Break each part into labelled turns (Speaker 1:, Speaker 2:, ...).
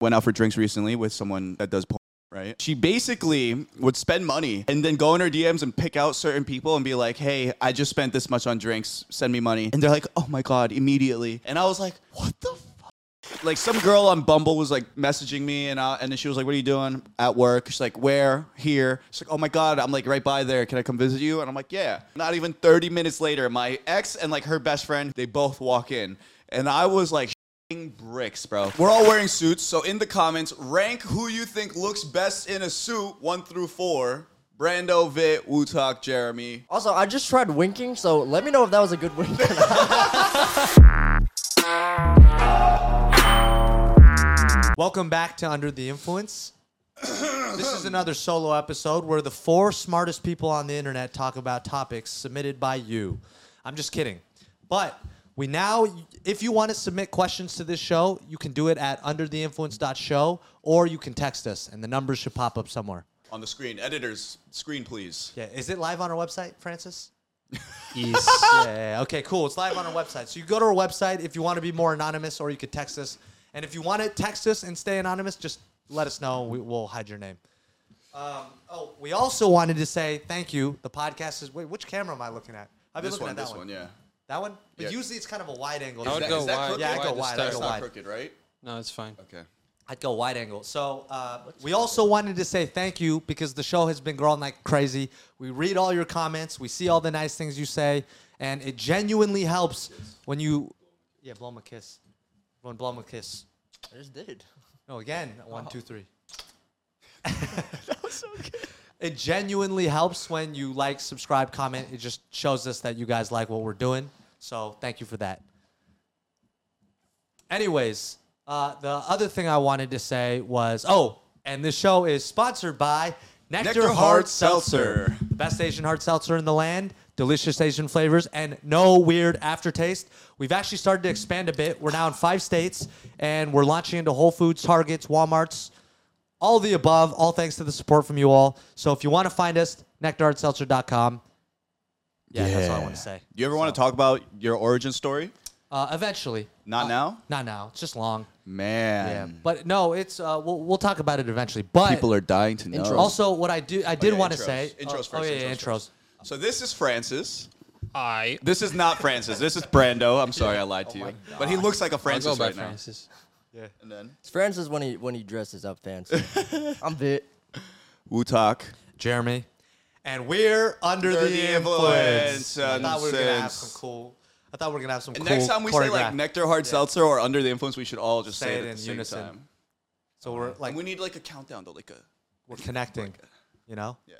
Speaker 1: went out for drinks recently with someone that does porn, right? She basically would spend money and then go in her DMs and pick out certain people and be like, hey, I just spent this much on drinks, send me money. And they're like, oh my God, immediately. And I was like, what the fuck? Like some girl on Bumble was like messaging me and I, and then she was like, "What are you doing at work?" She's like, "Where? Here?" She's like, "Oh my god, I'm like right by there. Can I come visit you?" And I'm like, "Yeah." Not even 30 minutes later, my ex and like her best friend, they both walk in, and I was like, F***ing bricks, bro. We're all wearing suits, so in the comments, rank who you think looks best in a suit, one through four. Brando, Vit, Wu Talk, Jeremy.
Speaker 2: Also, I just tried winking, so let me know if that was a good wink.
Speaker 3: Welcome back to Under the Influence. this is another solo episode where the four smartest people on the internet talk about topics submitted by you. I'm just kidding. But we now, if you want to submit questions to this show, you can do it at undertheinfluence.show or you can text us and the numbers should pop up somewhere.
Speaker 1: On the screen. Editors, screen, please.
Speaker 3: Yeah, is it live on our website, Francis?
Speaker 4: He's
Speaker 3: yeah, yeah, yeah. Okay, cool. It's live on our website. So you go to our website if you want to be more anonymous, or you could text us. And if you want to text us and stay anonymous, just let us know. We, we'll hide your name. Um, oh, we also wanted to say thank you. The podcast is. Wait, which camera am I looking at? I've been
Speaker 1: This
Speaker 3: looking
Speaker 1: one,
Speaker 3: at that
Speaker 1: this
Speaker 3: one.
Speaker 1: one, yeah.
Speaker 3: That one. But
Speaker 1: Yeah.
Speaker 3: usually it's kind of a wide angle.
Speaker 4: I would
Speaker 1: that-
Speaker 4: go
Speaker 1: that
Speaker 4: wide.
Speaker 1: crooked?
Speaker 3: Yeah, I'd
Speaker 4: wide
Speaker 3: go
Speaker 4: to
Speaker 3: wide, I'd
Speaker 4: start.
Speaker 3: go
Speaker 1: That's not
Speaker 3: wide.
Speaker 1: crooked, right?
Speaker 4: No, it's fine.
Speaker 1: Okay.
Speaker 3: I'd go wide angle. So uh, we also wanted to say thank you because the show has been growing like crazy. We read all your comments, we see all the nice things you say, and it genuinely helps when you. Yeah, blow him a kiss. Everyone, blow him a kiss.
Speaker 2: I just did. Oh.
Speaker 3: No, again. One, two, three. It genuinely helps when you like, subscribe, comment. It just shows us that you guys like what we're doing. So thank you for that. Anyways, uh, the other thing I wanted to say was oh, and this show is sponsored by Nectar,
Speaker 1: Nectar
Speaker 3: Hard,
Speaker 1: Hard
Speaker 3: Seltzer.
Speaker 1: Seltzer.
Speaker 3: The best Asian hard seltzer in the land. Delicious Asian flavors and no weird aftertaste. We've actually started to expand a bit. We're now in five states and we're launching into Whole Foods, Targets, Walmarts, all the above, all thanks to the support from you all. So if you want to find us, nectarhardseltzer.com. Yeah, that's all I want to say.
Speaker 1: Do you ever want to talk about your origin story?
Speaker 3: Uh, eventually.
Speaker 1: Not
Speaker 3: Uh,
Speaker 1: now?
Speaker 3: Not now. It's just long. Yeah.
Speaker 1: Man.
Speaker 3: But no, it's uh, we'll, we'll talk about it eventually. But
Speaker 1: People are dying to know.
Speaker 3: also what I do I did
Speaker 1: yeah,
Speaker 3: want to
Speaker 1: intros.
Speaker 3: say
Speaker 1: Intros
Speaker 3: oh,
Speaker 1: first,
Speaker 3: Oh yeah, yeah,
Speaker 1: intros
Speaker 3: intros.
Speaker 1: first. So this is Francis.
Speaker 4: I.
Speaker 1: This is not Francis. This is Brando. I'm sorry I lied
Speaker 3: Oh
Speaker 1: to you. But he looks like a
Speaker 4: I'll go
Speaker 1: Francis
Speaker 4: by
Speaker 1: right now.
Speaker 4: Francis.
Speaker 1: And then
Speaker 2: It's Francis when he when he dresses up fancy. I'm bit.
Speaker 1: Wu Talk.
Speaker 3: Jeremy. And we're under,
Speaker 1: Under
Speaker 3: the,
Speaker 1: the
Speaker 3: influence.
Speaker 1: influence,
Speaker 3: I thought we were gonna have
Speaker 1: nonsense.
Speaker 3: some cool. I thought we were gonna have some
Speaker 1: And
Speaker 3: cool.
Speaker 1: next time we say
Speaker 3: choreograph.
Speaker 1: like Nectar Hard Seltzer or Under the Influence, we should all just
Speaker 3: Say
Speaker 1: say, it at
Speaker 3: it in
Speaker 1: the same
Speaker 3: unison.
Speaker 1: time.
Speaker 3: so we're like
Speaker 1: And we need like a countdown though, like a
Speaker 3: we're connecting, you know?
Speaker 1: yeah.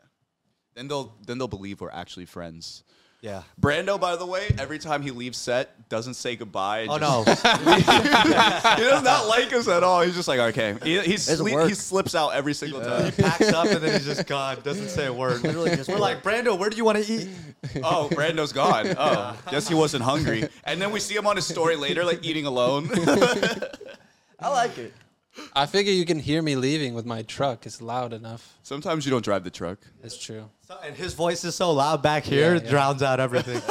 Speaker 1: Then they'll then they'll believe we're actually friends.
Speaker 3: Yeah.
Speaker 1: Brando, by the way, every time he leaves set, doesn't say goodbye. and
Speaker 3: Oh
Speaker 1: just-
Speaker 3: no.
Speaker 1: he does not like us at all. He's just like, okay, he, he, sleep-
Speaker 2: work.
Speaker 1: he slips out every single time.
Speaker 3: packs uh, up and then he's just gone. Doesn't say a word.
Speaker 2: Literally just
Speaker 3: We're like, Brando, where do you want to eat?
Speaker 1: Oh, Brando's gone. Oh, guess he wasn't hungry. And then we see him on his story later, like eating alone.
Speaker 2: I like it.
Speaker 4: I figure you can hear me leaving with my truck. It's loud enough.
Speaker 1: Sometimes you don't drive the truck.
Speaker 4: It's true.
Speaker 3: So- and his voice is so loud back here,
Speaker 4: Yeah,
Speaker 3: it
Speaker 4: yeah.
Speaker 3: drowns out everything.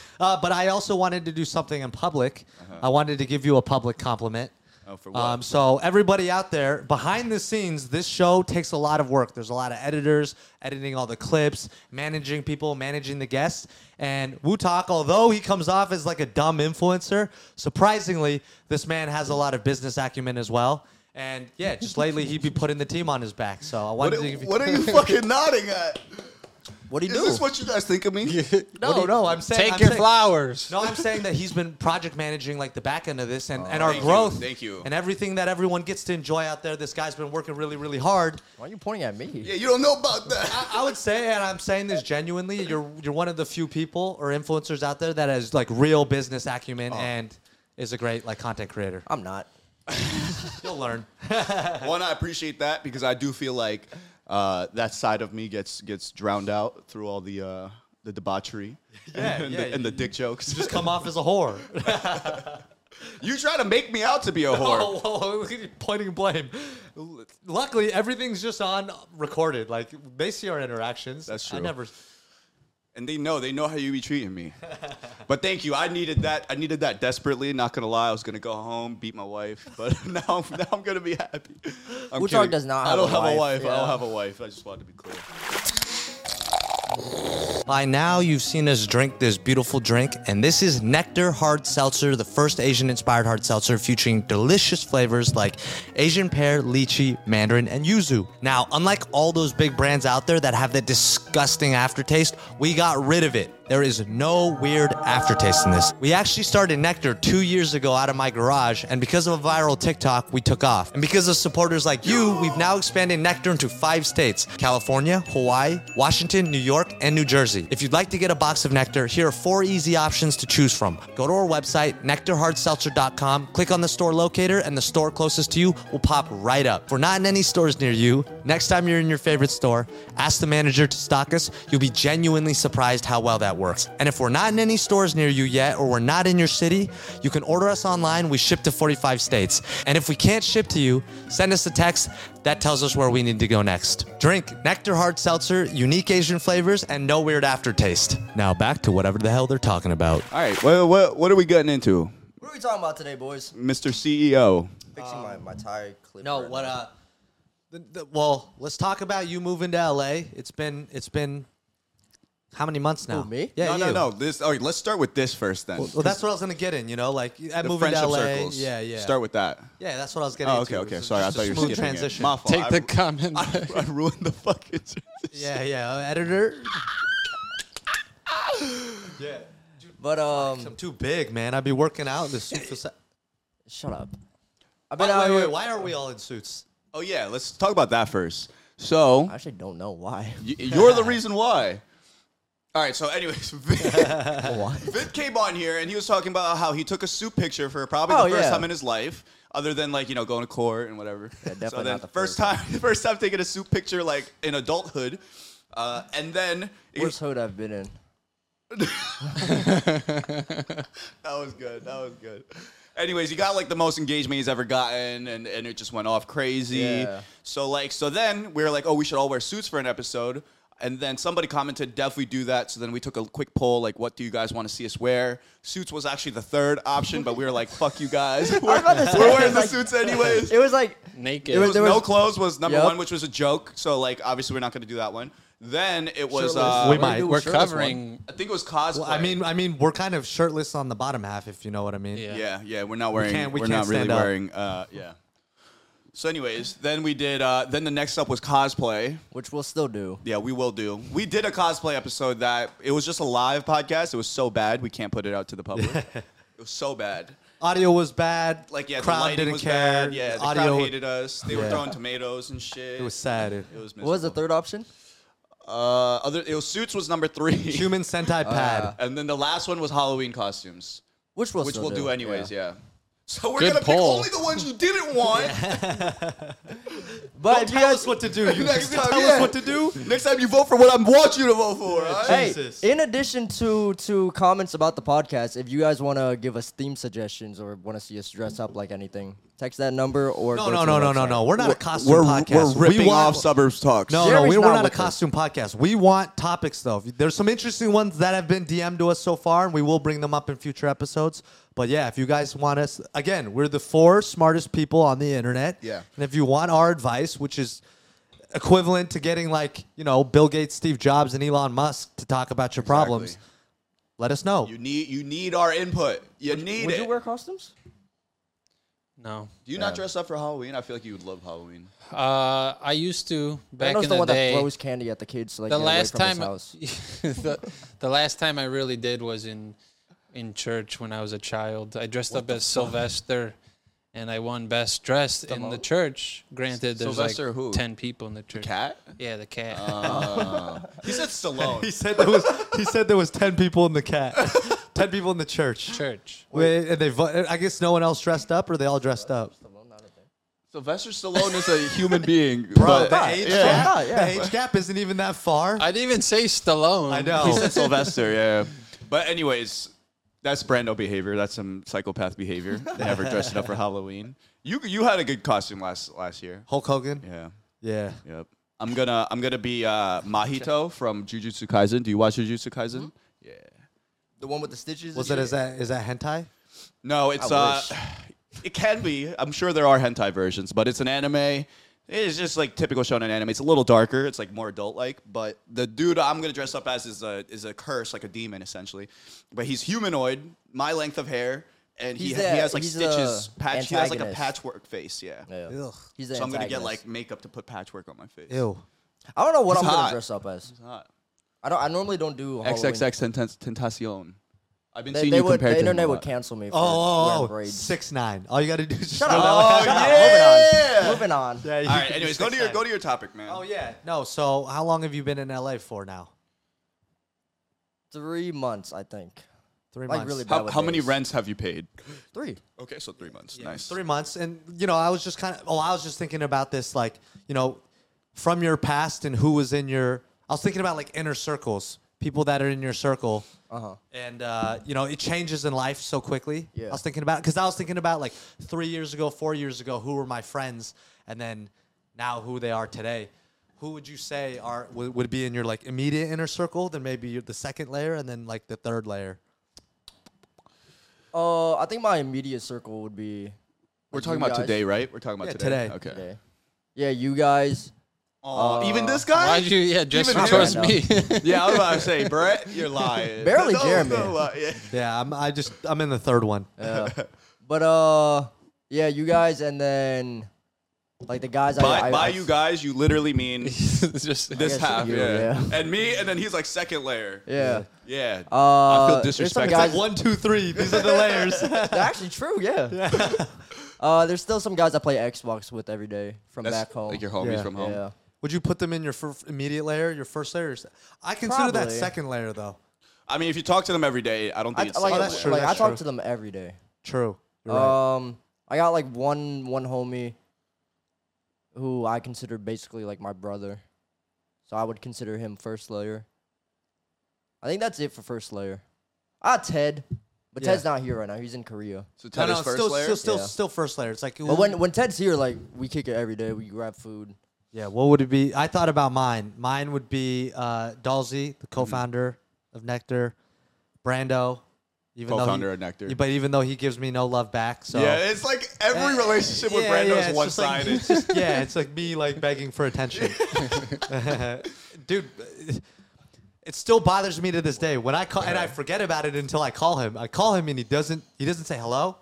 Speaker 3: uh, but I also wanted to do something in public. I wanted to give you a public compliment.
Speaker 1: Uh-huh. Oh, for what?
Speaker 3: Um, so everybody out there, behind the scenes, this show takes a lot of work. There's a lot of editors, editing all the clips, managing people, managing the guests. And Wu Talk, although he comes off as like a dumb influencer, surprisingly, this man has a lot of business acumen as well. And yeah, just lately he'd be putting the team on his back. So I wanted
Speaker 1: what,
Speaker 3: to give you.
Speaker 1: what are you fucking nodding at?
Speaker 2: What do you
Speaker 1: Is
Speaker 2: do?
Speaker 1: this what you guys think of me?
Speaker 3: No, no, I'm saying
Speaker 4: Take
Speaker 3: I'm
Speaker 4: your
Speaker 3: saying-
Speaker 4: flowers.
Speaker 3: No, I'm saying that he's been project managing like the back end of this and, and
Speaker 1: Oh,
Speaker 3: our
Speaker 1: Thank you,
Speaker 3: growth.
Speaker 1: thank you.
Speaker 3: And everything that everyone gets to enjoy out there. This guy's been working really, really hard.
Speaker 2: Why are you pointing at me?
Speaker 1: Yeah, you don't know about that.
Speaker 3: I, I would say, and I'm saying this genuinely, you're you're one of the few people or influencers out there that has like real business acumen
Speaker 1: Oh.
Speaker 3: and is a great like content creator.
Speaker 2: I'm not.
Speaker 3: You'll learn.
Speaker 1: One, I appreciate that because I do feel like uh, that side of me gets gets drowned out through all the uh, the debauchery
Speaker 3: Yeah,
Speaker 1: and,
Speaker 3: yeah,
Speaker 1: the, and the dick jokes.
Speaker 3: Just come off as a whore.
Speaker 1: you try to make me out to be a whore.
Speaker 3: Oh, whoa, whoa, look at you pointing blame. Luckily, everything's just on recorded. Like they see our interactions.
Speaker 1: That's
Speaker 3: I
Speaker 1: true.
Speaker 3: never.
Speaker 1: and they know they know how you be treating me. but thank you. I needed that. I needed that desperately. Not gonna lie, I was gonna go home, beat my wife, but now I'm- now I'm gonna be happy. I'm
Speaker 2: Uttar
Speaker 1: kidding.
Speaker 2: does not
Speaker 1: I
Speaker 2: have
Speaker 1: don't
Speaker 2: a
Speaker 1: have a wife.
Speaker 2: wife,
Speaker 1: I don't
Speaker 2: yeah.
Speaker 1: have a wife. I just wanted to be clear.
Speaker 3: By now, you've seen us drink this beautiful drink, and this is Nectar Hard Seltzer, the first Asian inspired hard seltzer featuring delicious flavors like Asian pear, lychee, mandarin, and yuzu. Now, unlike all those big brands out there that have that disgusting aftertaste, we got rid of it. There is no weird aftertaste in this. We actually started Nectar two years ago out of my garage, and because of a viral TikTok, we took off. And because of supporters like you, we've now expanded Nectar into five states California, Hawaii, Washington, New York, and New Jersey. If you'd like to get a box of Nectar, here are four easy options to choose from. Go to our website, nectarhardseltzer.com, click on the store locator, and the store closest to you will pop right up. If we're not in any stores near you, next time you're in your favorite store, ask the manager to stock us. You'll be genuinely surprised how well that works. And if we're not in any stores near you yet, or we're not in your city, you can order us online. We ship to 45 states. And if we can't ship to you, send us a text that tells us where we need to go next. Drink Nectar Hard Seltzer, unique Asian flavors, and no weird aftertaste. Now back to whatever the hell they're talking about.
Speaker 1: All right. Well, what what are we getting into, E
Speaker 2: What are we talking about today, boys?
Speaker 1: Mr. CEO?
Speaker 2: Fixing my, my tire clip.
Speaker 3: No, what uh, the, the, well, let's talk about you moving to LA. It's been it's been how many months now?
Speaker 2: Who, me?
Speaker 3: Yeah,
Speaker 1: Oh, no, no,
Speaker 3: you.
Speaker 1: no. This. All right. Let's start with this first, then.
Speaker 3: Well, that's what I was gonna get in. You know, like
Speaker 1: the
Speaker 3: at moving
Speaker 1: friendship
Speaker 3: to LA.
Speaker 1: circles.
Speaker 3: Yeah, yeah.
Speaker 1: Start with that.
Speaker 3: Yeah, that's what I was getting.
Speaker 1: Oh, okay, okay. Sorry, I thought you were
Speaker 3: smooth
Speaker 1: skipping it.
Speaker 3: transition.
Speaker 1: My fault.
Speaker 4: Take
Speaker 1: I
Speaker 4: the
Speaker 1: ru-
Speaker 4: comment. back.
Speaker 1: I ruined the fucking. transition.
Speaker 3: Yeah, yeah. uh, editor,
Speaker 2: But um,
Speaker 3: I'm too big, man. I'd be working out in this suit. For se-
Speaker 2: shut up. I've been
Speaker 3: wait,
Speaker 2: out
Speaker 3: wait,
Speaker 2: here.
Speaker 3: wait. Why are we all in suits?
Speaker 1: Oh yeah. Let's talk about that first. So
Speaker 2: I actually don't know why.
Speaker 1: Y- You're the reason why. All right, so anyways, Viv,
Speaker 2: why?
Speaker 1: Viv came on here and he was talking about how he took a suit picture for probably
Speaker 2: Oh,
Speaker 1: the first
Speaker 2: yeah.
Speaker 1: time in his life, other than like you know going to court and whatever.
Speaker 2: definitely
Speaker 1: so then
Speaker 2: not the
Speaker 1: first
Speaker 2: first
Speaker 1: time, first time taking a suit picture like in adulthood, uh, and then it-
Speaker 2: Worst hood I've been in.
Speaker 1: that was good. That was good. Anyways, he got like the most engagement he's ever gotten, and, and it just went off crazy.
Speaker 2: Yeah.
Speaker 1: So like, so then we were like, oh, we should all wear suits for an episode, and then somebody commented, definitely do that. So then we took a quick poll, like, what do you guys want to see us wear? Suits was actually the third option, but we were like, fuck you guys, we're,
Speaker 2: about to say,
Speaker 1: we're wearing the
Speaker 2: like-
Speaker 1: suits anyways.
Speaker 2: It was like
Speaker 4: Naked.
Speaker 2: It was,
Speaker 1: There
Speaker 2: there
Speaker 1: was, uh, no
Speaker 2: was-
Speaker 1: clothes was number
Speaker 2: Yep.
Speaker 1: one, which was a joke. So like, obviously we're not gonna do that one. Then it was,
Speaker 4: Shirtless.
Speaker 1: uh,
Speaker 3: We might.
Speaker 2: do a
Speaker 4: We're
Speaker 2: shirtless one.
Speaker 4: covering.
Speaker 1: I think it was cosplay.
Speaker 3: Well, I mean, I mean, we're kind of shirtless on the bottom half, if you know what I mean.
Speaker 4: Yeah.
Speaker 1: Yeah, yeah, we're not wearing. We
Speaker 3: can't- we
Speaker 1: are
Speaker 3: can't
Speaker 1: not really
Speaker 3: stand up.
Speaker 1: wearing. Uh, yeah. So, anyways, then we did. Uh, then the next up was cosplay.
Speaker 2: which we'll still do.
Speaker 1: Yeah, we will do. We did a cosplay episode that it was just a live podcast. It was so bad we can't put it out to the public. it was so bad.
Speaker 3: Audio was bad.
Speaker 1: Like yeah, the
Speaker 3: crowd
Speaker 1: lighting
Speaker 3: didn't
Speaker 1: was
Speaker 3: care.
Speaker 1: bad. Yeah, the
Speaker 3: audio.
Speaker 1: crowd hated us. They were
Speaker 3: Yeah.
Speaker 1: throwing tomatoes and shit.
Speaker 3: It was sad. It-
Speaker 1: It was miserable.
Speaker 2: What was the third option?
Speaker 1: Uh, other it was suits was number three.
Speaker 3: Human Sentai
Speaker 1: Uh,
Speaker 3: Pad.
Speaker 1: And then the last one was Halloween costumes.
Speaker 2: Which we'll
Speaker 1: which
Speaker 2: still
Speaker 1: we'll
Speaker 2: do,
Speaker 1: do anyways. Yeah. So we're
Speaker 4: Good
Speaker 1: gonna
Speaker 4: poll.
Speaker 1: pick only the ones you didn't want.
Speaker 2: But
Speaker 3: Don't
Speaker 2: if you
Speaker 3: tell
Speaker 2: guys,
Speaker 3: us what to do. You
Speaker 1: Next
Speaker 3: next
Speaker 1: time,
Speaker 3: tell
Speaker 1: yeah.
Speaker 3: us what to do.
Speaker 1: Next time you vote for what I'm want you to vote for. all right?
Speaker 2: hey,
Speaker 3: Jesus.
Speaker 2: in addition to to comments about the podcast, if you guys want to give us theme suggestions or want to see us dress up like anything, text that number or
Speaker 3: No,
Speaker 2: go
Speaker 3: no,
Speaker 2: to
Speaker 3: no,
Speaker 2: the
Speaker 3: no, no,
Speaker 2: website.
Speaker 3: no. We're not a costume podcast. We want-
Speaker 1: suburbs talks.
Speaker 3: No,
Speaker 2: Jerry's
Speaker 3: no, we,
Speaker 2: not
Speaker 3: we're not a
Speaker 2: with us.
Speaker 3: costume podcast. We want topics though. There's some interesting ones that have been DM'd to us so far, and we will bring them up in future episodes. But yeah, if you guys want us, again, we're the four smartest people on the internet.
Speaker 1: Yeah.
Speaker 3: And if you want our advice, which is equivalent to getting like you know Bill Gates, Steve Jobs, and Elon Musk to talk about your problems, let us know.
Speaker 1: You need you need our input. You need
Speaker 2: Would
Speaker 1: it.
Speaker 2: you wear costumes?
Speaker 4: No.
Speaker 1: Do you not dress up for Halloween? I feel like you would love Halloween.
Speaker 4: Uh, I used to back
Speaker 2: Randall's
Speaker 4: in
Speaker 2: the
Speaker 4: the
Speaker 2: one
Speaker 4: day.
Speaker 2: that throws candy at the kids so they
Speaker 4: the
Speaker 2: get
Speaker 4: last
Speaker 2: away from
Speaker 4: time
Speaker 2: his house.
Speaker 4: the, the last time I really did was in in church when I was a child. I dressed up as Sylvester and I won best dressed in the church. Granted there's
Speaker 1: Sylvester
Speaker 4: like
Speaker 1: who?
Speaker 4: 10 people in the church.
Speaker 1: Cat?
Speaker 4: Yeah, the cat.
Speaker 1: He said Stallone.
Speaker 3: He said there was he said there was ten people in the cat, ten people in the church.
Speaker 4: church.
Speaker 3: Wait, and they, vo- I guess no one else dressed up, or they all dressed up.
Speaker 1: Sylvester Stallone is a human being.
Speaker 3: Bro,
Speaker 1: but-
Speaker 3: the age
Speaker 1: yeah.
Speaker 3: gap,
Speaker 2: Yeah, yeah.
Speaker 3: the age gap isn't even that far.
Speaker 4: I didn't even say Stallone.
Speaker 3: I know.
Speaker 1: He said Sylvester, yeah. But anyways, that's Brando behavior. That's some psychopath behavior. Never dressing up for Halloween. You you had a good costume last last year.
Speaker 3: Hulk Hogan.
Speaker 1: Yeah.
Speaker 3: Yeah.
Speaker 1: Yep. I'm gonna I'm gonna be uh, Mahito from Jujutsu Kaisen. Do you watch Jujutsu Kaisen?
Speaker 2: The one with the stitches. and
Speaker 3: Was it
Speaker 2: shit?
Speaker 3: is that is that hentai?
Speaker 1: No, it's uh,
Speaker 2: wish.
Speaker 1: it can be. I'm sure there are hentai versions, but it's an anime. It's just like typical shonen anime. It's a little darker. It's like more adult-like. But the dude I'm gonna dress up as is a is a curse, like a demon essentially. But he's humanoid, my length of hair, and he,
Speaker 2: He's
Speaker 1: he
Speaker 2: a-
Speaker 1: has like
Speaker 2: he's
Speaker 1: stitches.
Speaker 2: a
Speaker 1: Patch. He has like a
Speaker 2: antagonist.
Speaker 1: patchwork face. Yeah.
Speaker 2: Yeah.
Speaker 3: Ugh.
Speaker 2: He's the
Speaker 1: So I'm gonna get like
Speaker 2: antagonist.
Speaker 1: makeup to put patchwork on my face.
Speaker 3: Ew.
Speaker 2: I don't know what
Speaker 1: He's
Speaker 2: I'm
Speaker 1: hot.
Speaker 2: gonna dress up as.
Speaker 1: Hot.
Speaker 2: I don't. I normally don't do Halloween.
Speaker 1: XXX Tentacion. I've been
Speaker 2: They,
Speaker 1: seeing
Speaker 2: they
Speaker 1: you
Speaker 2: would.
Speaker 1: compared to
Speaker 2: The
Speaker 1: him a
Speaker 2: internet would
Speaker 1: lot.
Speaker 2: cancel me for
Speaker 3: Oh,
Speaker 2: wearing
Speaker 3: oh, oh,
Speaker 2: braids.
Speaker 3: six nine. All you gotta do is just
Speaker 2: Shut
Speaker 3: throw
Speaker 2: up.
Speaker 3: that
Speaker 2: Shut up.
Speaker 1: Oh, yeah!
Speaker 2: Moving on. Moving on.
Speaker 3: Yeah, you
Speaker 1: All
Speaker 3: can
Speaker 1: right.
Speaker 3: do
Speaker 1: Anyways, go to your
Speaker 3: 6ix9ine.
Speaker 1: go to your topic, man.
Speaker 3: Oh yeah. No. So how long have you been in LA for now?
Speaker 2: Three months, I think.
Speaker 3: Three
Speaker 2: Like,
Speaker 3: months.
Speaker 2: really
Speaker 1: How, how many
Speaker 2: nowadays.
Speaker 1: rents have you paid?
Speaker 2: Three.
Speaker 1: Okay, so three months. nice.
Speaker 3: three months and you know i was just kind of oh i was just thinking about this like you know from your past and who was in your i was thinking about like inner circles people that are in your circle uh-huh. and uh, you know it changes in life so quickly
Speaker 2: Yeah.
Speaker 3: i was thinking about because i was thinking about like three years ago four years ago who were my friends and then now who they are today who would you say are would, would be in your like immediate inner circle then maybe you're the second layer and then like the third layer
Speaker 2: Uh, I think my immediate circle would be.
Speaker 1: We're
Speaker 2: like,
Speaker 1: talking
Speaker 2: you
Speaker 1: about
Speaker 2: guys.
Speaker 1: today, right? We're talking about
Speaker 3: Yeah,
Speaker 1: today.
Speaker 3: today.
Speaker 1: Okay.
Speaker 2: Today. Uh, Yeah, you guys.
Speaker 1: Aw, even this guy?
Speaker 4: Why'd you? Yeah, just
Speaker 1: Even
Speaker 4: chose
Speaker 2: him.
Speaker 4: me.
Speaker 1: yeah, I was about to say, Brett, you're lying.
Speaker 2: Barely
Speaker 1: No,
Speaker 2: Jeremy.
Speaker 1: no, uh, yeah.
Speaker 3: yeah i'm i just i'm in the third one
Speaker 2: But uh, yeah, you guys, and then like the guys.
Speaker 1: By,
Speaker 2: I, I,
Speaker 1: by
Speaker 2: I,
Speaker 1: you guys, you literally mean
Speaker 4: It's just
Speaker 1: this
Speaker 2: guess
Speaker 1: half,
Speaker 2: you,
Speaker 1: yeah.
Speaker 2: yeah.
Speaker 1: And me, and then he's like second layer.
Speaker 2: Yeah.
Speaker 1: Yeah.
Speaker 2: Uh,
Speaker 1: I feel
Speaker 2: there's some
Speaker 1: disrespected.
Speaker 2: guys-
Speaker 3: like one two three these are the layers
Speaker 2: That's actually true. Yeah. uh, there's still some guys I play Xbox with every day from
Speaker 1: That's
Speaker 2: back home.
Speaker 1: Like your homies
Speaker 3: Yeah.
Speaker 1: from home.
Speaker 2: Yeah.
Speaker 3: Would you put them in your fir- immediate layer, your first layer? Or se- I consider that
Speaker 2: Probably.
Speaker 3: second layer though.
Speaker 1: I mean, if you talk to them every day, I don't
Speaker 2: I,
Speaker 1: think it's
Speaker 2: like,
Speaker 1: second
Speaker 3: that's
Speaker 1: layer.
Speaker 3: true,
Speaker 2: like,
Speaker 3: that's
Speaker 2: I talk
Speaker 3: true.
Speaker 2: to them every day.
Speaker 3: True. You're right.
Speaker 2: Um, I got like one one homie who I consider basically like my brother, so I would consider him first layer. I think that's it for first layer. Ah, Ted, but
Speaker 3: Yeah.
Speaker 2: Ted's not here right now. He's in Korea.
Speaker 1: So
Speaker 3: No,
Speaker 1: Ted
Speaker 3: no,
Speaker 1: is
Speaker 3: it's
Speaker 1: first
Speaker 3: still,
Speaker 1: layer.
Speaker 3: still, still,
Speaker 2: Yeah.
Speaker 3: still first layer. It's like,
Speaker 2: But when when Ted's here, like we kick it every day. We grab food.
Speaker 3: yeah, what would it be? I thought about mine. Mine would be uh, Dalsey, the co-founder of Nectar, Brando, even though he-
Speaker 1: Co-founder of Nectar.
Speaker 3: but even though he gives me no love back, so
Speaker 1: yeah, it's like every
Speaker 3: Eh,
Speaker 1: relationship with
Speaker 3: yeah,
Speaker 1: Brando
Speaker 3: yeah,
Speaker 1: is
Speaker 3: it's
Speaker 1: one
Speaker 3: just like-
Speaker 1: sided.
Speaker 3: it's just- yeah, it's like me like begging for attention. Dude, it still bothers me to this day when I call and I forget about it until I call him. I call him and he doesn't he doesn't say hello.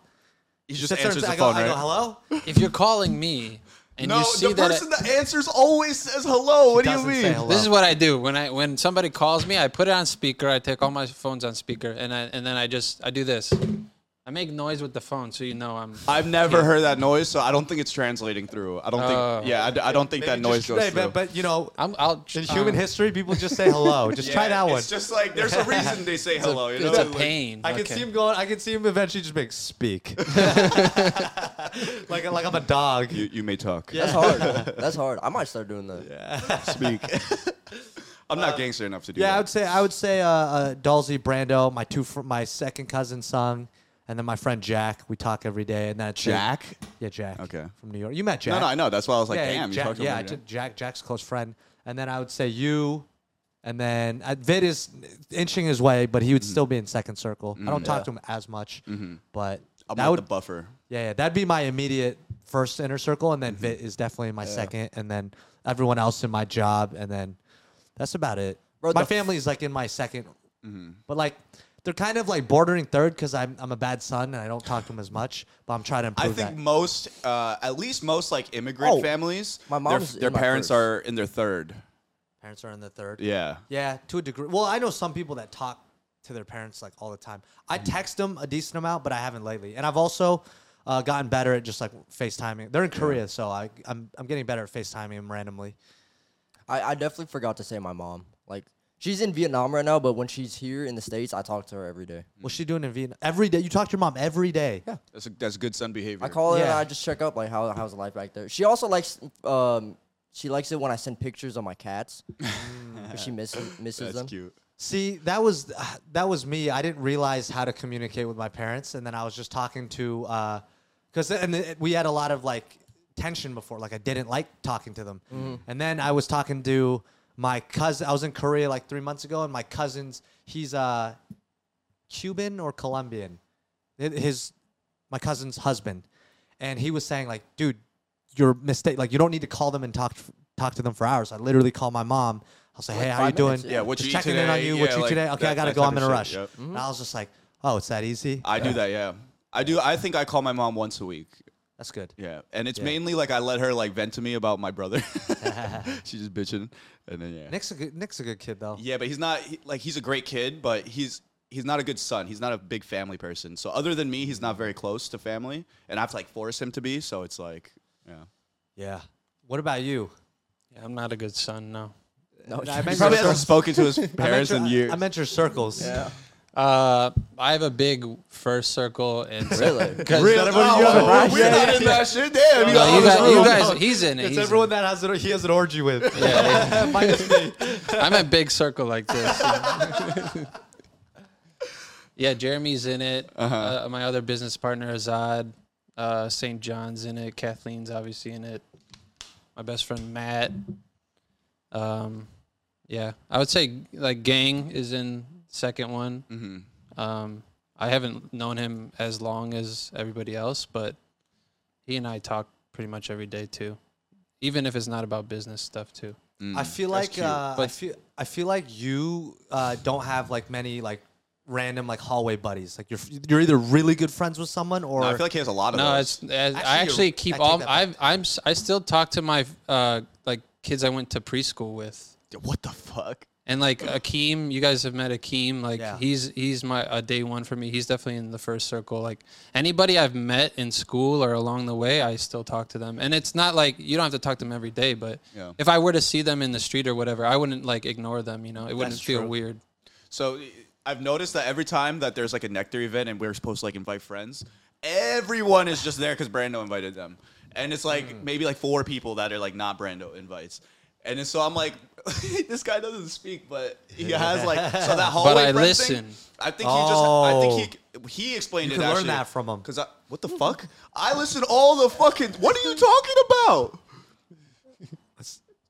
Speaker 1: he just
Speaker 3: Sits there and
Speaker 1: answers the
Speaker 3: "Oh, I go,
Speaker 1: phone,
Speaker 3: I
Speaker 1: right?
Speaker 3: go hello.
Speaker 4: if you're calling me and
Speaker 1: No,
Speaker 4: you see
Speaker 1: the
Speaker 4: that.
Speaker 1: person that answers always says hello. What do you
Speaker 3: doesn't say
Speaker 1: mean?
Speaker 3: hello.
Speaker 4: This is what I do when I when somebody calls me. I put it on speaker. I take all my phones on speaker, and I and then I just I do this. I make noise with the phone, so you know I'm.
Speaker 1: I've never heard that noise, so I don't think it's translating through. I don't
Speaker 4: Oh.
Speaker 1: think. Yeah, I, d- I don't think that noise
Speaker 3: Just-
Speaker 1: goes
Speaker 3: hey,
Speaker 1: through.
Speaker 3: but, but you know,
Speaker 4: I'm. I'll.
Speaker 3: in human
Speaker 4: um,
Speaker 3: history, people just say hello. Just try that one.
Speaker 1: It's just like there's a reason they say
Speaker 4: It's
Speaker 1: hello.
Speaker 4: a,
Speaker 1: you know?
Speaker 4: it's a
Speaker 1: Like,
Speaker 4: pain.
Speaker 3: I can
Speaker 4: Okay.
Speaker 3: see him going. I can see him eventually just being speak, like like I'm a dog.
Speaker 1: You, you may talk.
Speaker 2: That's hard. That's hard. I might start doing that.
Speaker 1: Speak. I'm not gangster enough to do
Speaker 3: Yeah, I would
Speaker 1: that.
Speaker 3: say I would say uh, uh, Dalsey, Brando, my two, fr- my second cousin Sung, and then my friend Jack. We talk every day, and that's it. Yeah, Jack.
Speaker 1: Okay.
Speaker 3: From New York, you met Jack.
Speaker 1: No, no, I know. That's why I was like,
Speaker 3: yeah,
Speaker 1: damn, you
Speaker 3: Jack,
Speaker 1: talked
Speaker 3: yeah,
Speaker 1: about
Speaker 3: J- Jack. Jack's close friend, and then I would say you, and then uh, Vid is inching his way, but he
Speaker 1: Mm.
Speaker 3: would still be in second circle. I don't talk to him as much, but
Speaker 1: Mm-hmm. I'm
Speaker 3: that
Speaker 1: not the
Speaker 3: would
Speaker 1: buffer.
Speaker 3: yeah, yeah, that'd be my immediate first inner circle, and
Speaker 1: Mm-hmm.
Speaker 3: then Vit is definitely my second, and then everyone else in my job, and then that's about it.
Speaker 2: Bro,
Speaker 3: my
Speaker 2: the f-
Speaker 3: family is like in my 2nd
Speaker 1: Mm-hmm.
Speaker 3: but like they're kind of like bordering third because I'm I'm a bad son and I don't talk to them as much, but I'm trying to
Speaker 1: I
Speaker 3: improve
Speaker 1: think
Speaker 3: that.
Speaker 1: most, uh, at least most, like immigrant
Speaker 2: Oh,
Speaker 1: families,
Speaker 2: my
Speaker 1: their,
Speaker 2: mom's in
Speaker 1: their
Speaker 2: my
Speaker 1: parents
Speaker 2: first.
Speaker 1: are in their third.
Speaker 3: Parents are in the third.
Speaker 1: Yeah.
Speaker 3: Yeah, to a degree. Well, I know some people that talk to their parents like all the time. I
Speaker 1: Mm-hmm.
Speaker 3: text them a decent amount, but I haven't lately. And I've also uh, gotten better at just like FaceTiming. They're in Korea, so I, I'm I'm getting better at FaceTiming them randomly.
Speaker 2: I, I definitely forgot to say my mom. Like she's in Vietnam right now, but when she's here in the states, I talk to her every day.
Speaker 3: What's she doing in Vietnam? Every day. You talk to your mom every day. Yeah.
Speaker 1: That's, a, that's good son behavior.
Speaker 2: I call her and
Speaker 3: Yeah.
Speaker 2: I just check up like how how's life back there. She also likes um she likes it when I send pictures of my cats. 'cause she misses misses
Speaker 1: That's
Speaker 2: them.
Speaker 1: cute.
Speaker 3: See, that was that was me. I didn't realize how to uh, communicate with my parents, and then I was just talking to because and we had a lot of like tension before. Like I didn't like talking to them.
Speaker 2: Mm-hmm.
Speaker 3: And then I was talking to my cousin. I was in Korea like three months ago, and my cousin's he's uh Cuban or Colombian. Hi- His my cousin's husband, and he was saying like, dude, your mistake. Like you don't need to call them and talk talk to them for hours. I literally call my mom. I'll say, hey, how you
Speaker 2: five minutes,
Speaker 3: doing?
Speaker 2: yeah. Yeah,
Speaker 1: what you
Speaker 3: Just
Speaker 1: eat
Speaker 3: checking in on
Speaker 1: today,
Speaker 3: you. what
Speaker 1: yeah,
Speaker 3: you
Speaker 1: like
Speaker 3: today? Okay,
Speaker 1: that-
Speaker 3: I gotta
Speaker 1: that
Speaker 3: go.
Speaker 1: type
Speaker 3: I'm
Speaker 1: of
Speaker 3: in a
Speaker 1: shit,
Speaker 3: rush.
Speaker 1: yep.
Speaker 3: And I was just like, oh, it's that easy.
Speaker 1: I do that, yeah. I do. I think I call my mom once a week.
Speaker 3: That's good.
Speaker 1: Yeah, and it's mainly like I let her like vent to me about my brother. She's just bitching, and then yeah,
Speaker 3: Nick's a good Nick's a good kid though.
Speaker 1: yeah. But he's not he- like he's a great kid, but he's he's not a good son. He's not a big family person. So other than me, he's not very close to family, and I have to like force him to be. So it's like yeah.
Speaker 3: Yeah. What about you?
Speaker 4: Yeah, I'm not a good son, no.
Speaker 2: No,
Speaker 3: I meant
Speaker 1: He probably
Speaker 3: your
Speaker 1: hasn't spoken to his parents
Speaker 3: I
Speaker 1: in
Speaker 3: meant your-
Speaker 1: years.
Speaker 3: I meant your circles. Yeah.
Speaker 4: Uh, I have a big first circle and
Speaker 2: Really?
Speaker 4: because
Speaker 1: Really? Oh,
Speaker 2: right?
Speaker 1: we're not in that shit. Damn, you, got
Speaker 4: you,
Speaker 1: all this
Speaker 4: guys, you
Speaker 1: room.
Speaker 4: guys- he's in it.
Speaker 3: It's
Speaker 4: he's in
Speaker 3: everyone
Speaker 4: it.
Speaker 3: that has an, he has an orgy with.
Speaker 4: Yeah,
Speaker 3: Minus me.
Speaker 4: I'm a big circle like this. yeah, Jeremy's in it. Uh, my other business partner, Azad. Uh, St. John's in it. Kathleen's obviously in it. My best friend, Matt. Um, yeah, I would say like Gang is in second one. Um, I haven't known him as long as everybody else, but he and I talk pretty much every day too, even if it's not about business stuff too.
Speaker 1: Mm,
Speaker 3: I feel
Speaker 1: that's
Speaker 3: like
Speaker 1: cute.
Speaker 3: uh, I
Speaker 4: But-
Speaker 3: feel I feel like you uh, don't have like many like random like hallway buddies. Like you're you're either really good friends with someone or
Speaker 1: No, I feel like he has a lot of
Speaker 4: No,
Speaker 1: those.
Speaker 4: it's as,
Speaker 3: Actually,
Speaker 4: I actually
Speaker 3: you're- I
Speaker 4: keep
Speaker 3: take
Speaker 4: all.
Speaker 3: that back.
Speaker 4: I've, I'm s- I still talk to my uh like kids I went to preschool with,
Speaker 1: what the fuck?
Speaker 4: and like Akeem. You guys have met Akeem. Like
Speaker 3: Yeah.
Speaker 4: he's he's my a day one for me. He's definitely in the first circle. Like anybody I've met in school or along the way, I still talk to them. And it's not like you don't have to talk to them every day, but
Speaker 1: Yeah.
Speaker 4: if I were to see them in the street or whatever, I wouldn't like ignore them. You know, it wouldn't
Speaker 3: That's
Speaker 4: feel
Speaker 3: true.
Speaker 4: weird.
Speaker 1: So I've noticed that every time that there's like a nectar event and we're supposed to like invite friends, everyone is just there because Brando invited them, and it's like maybe like four people that are like not Brando invites, and then so I'm like, this guy doesn't speak, but he has like so that hallway.
Speaker 4: I
Speaker 1: friend thing,
Speaker 4: listen.
Speaker 1: I think he just. I think he he explained
Speaker 3: You
Speaker 1: it.
Speaker 3: can learn
Speaker 1: actually,
Speaker 3: that from him.
Speaker 1: Cause I, what the fuck? I listen all the fucking. What are you talking about?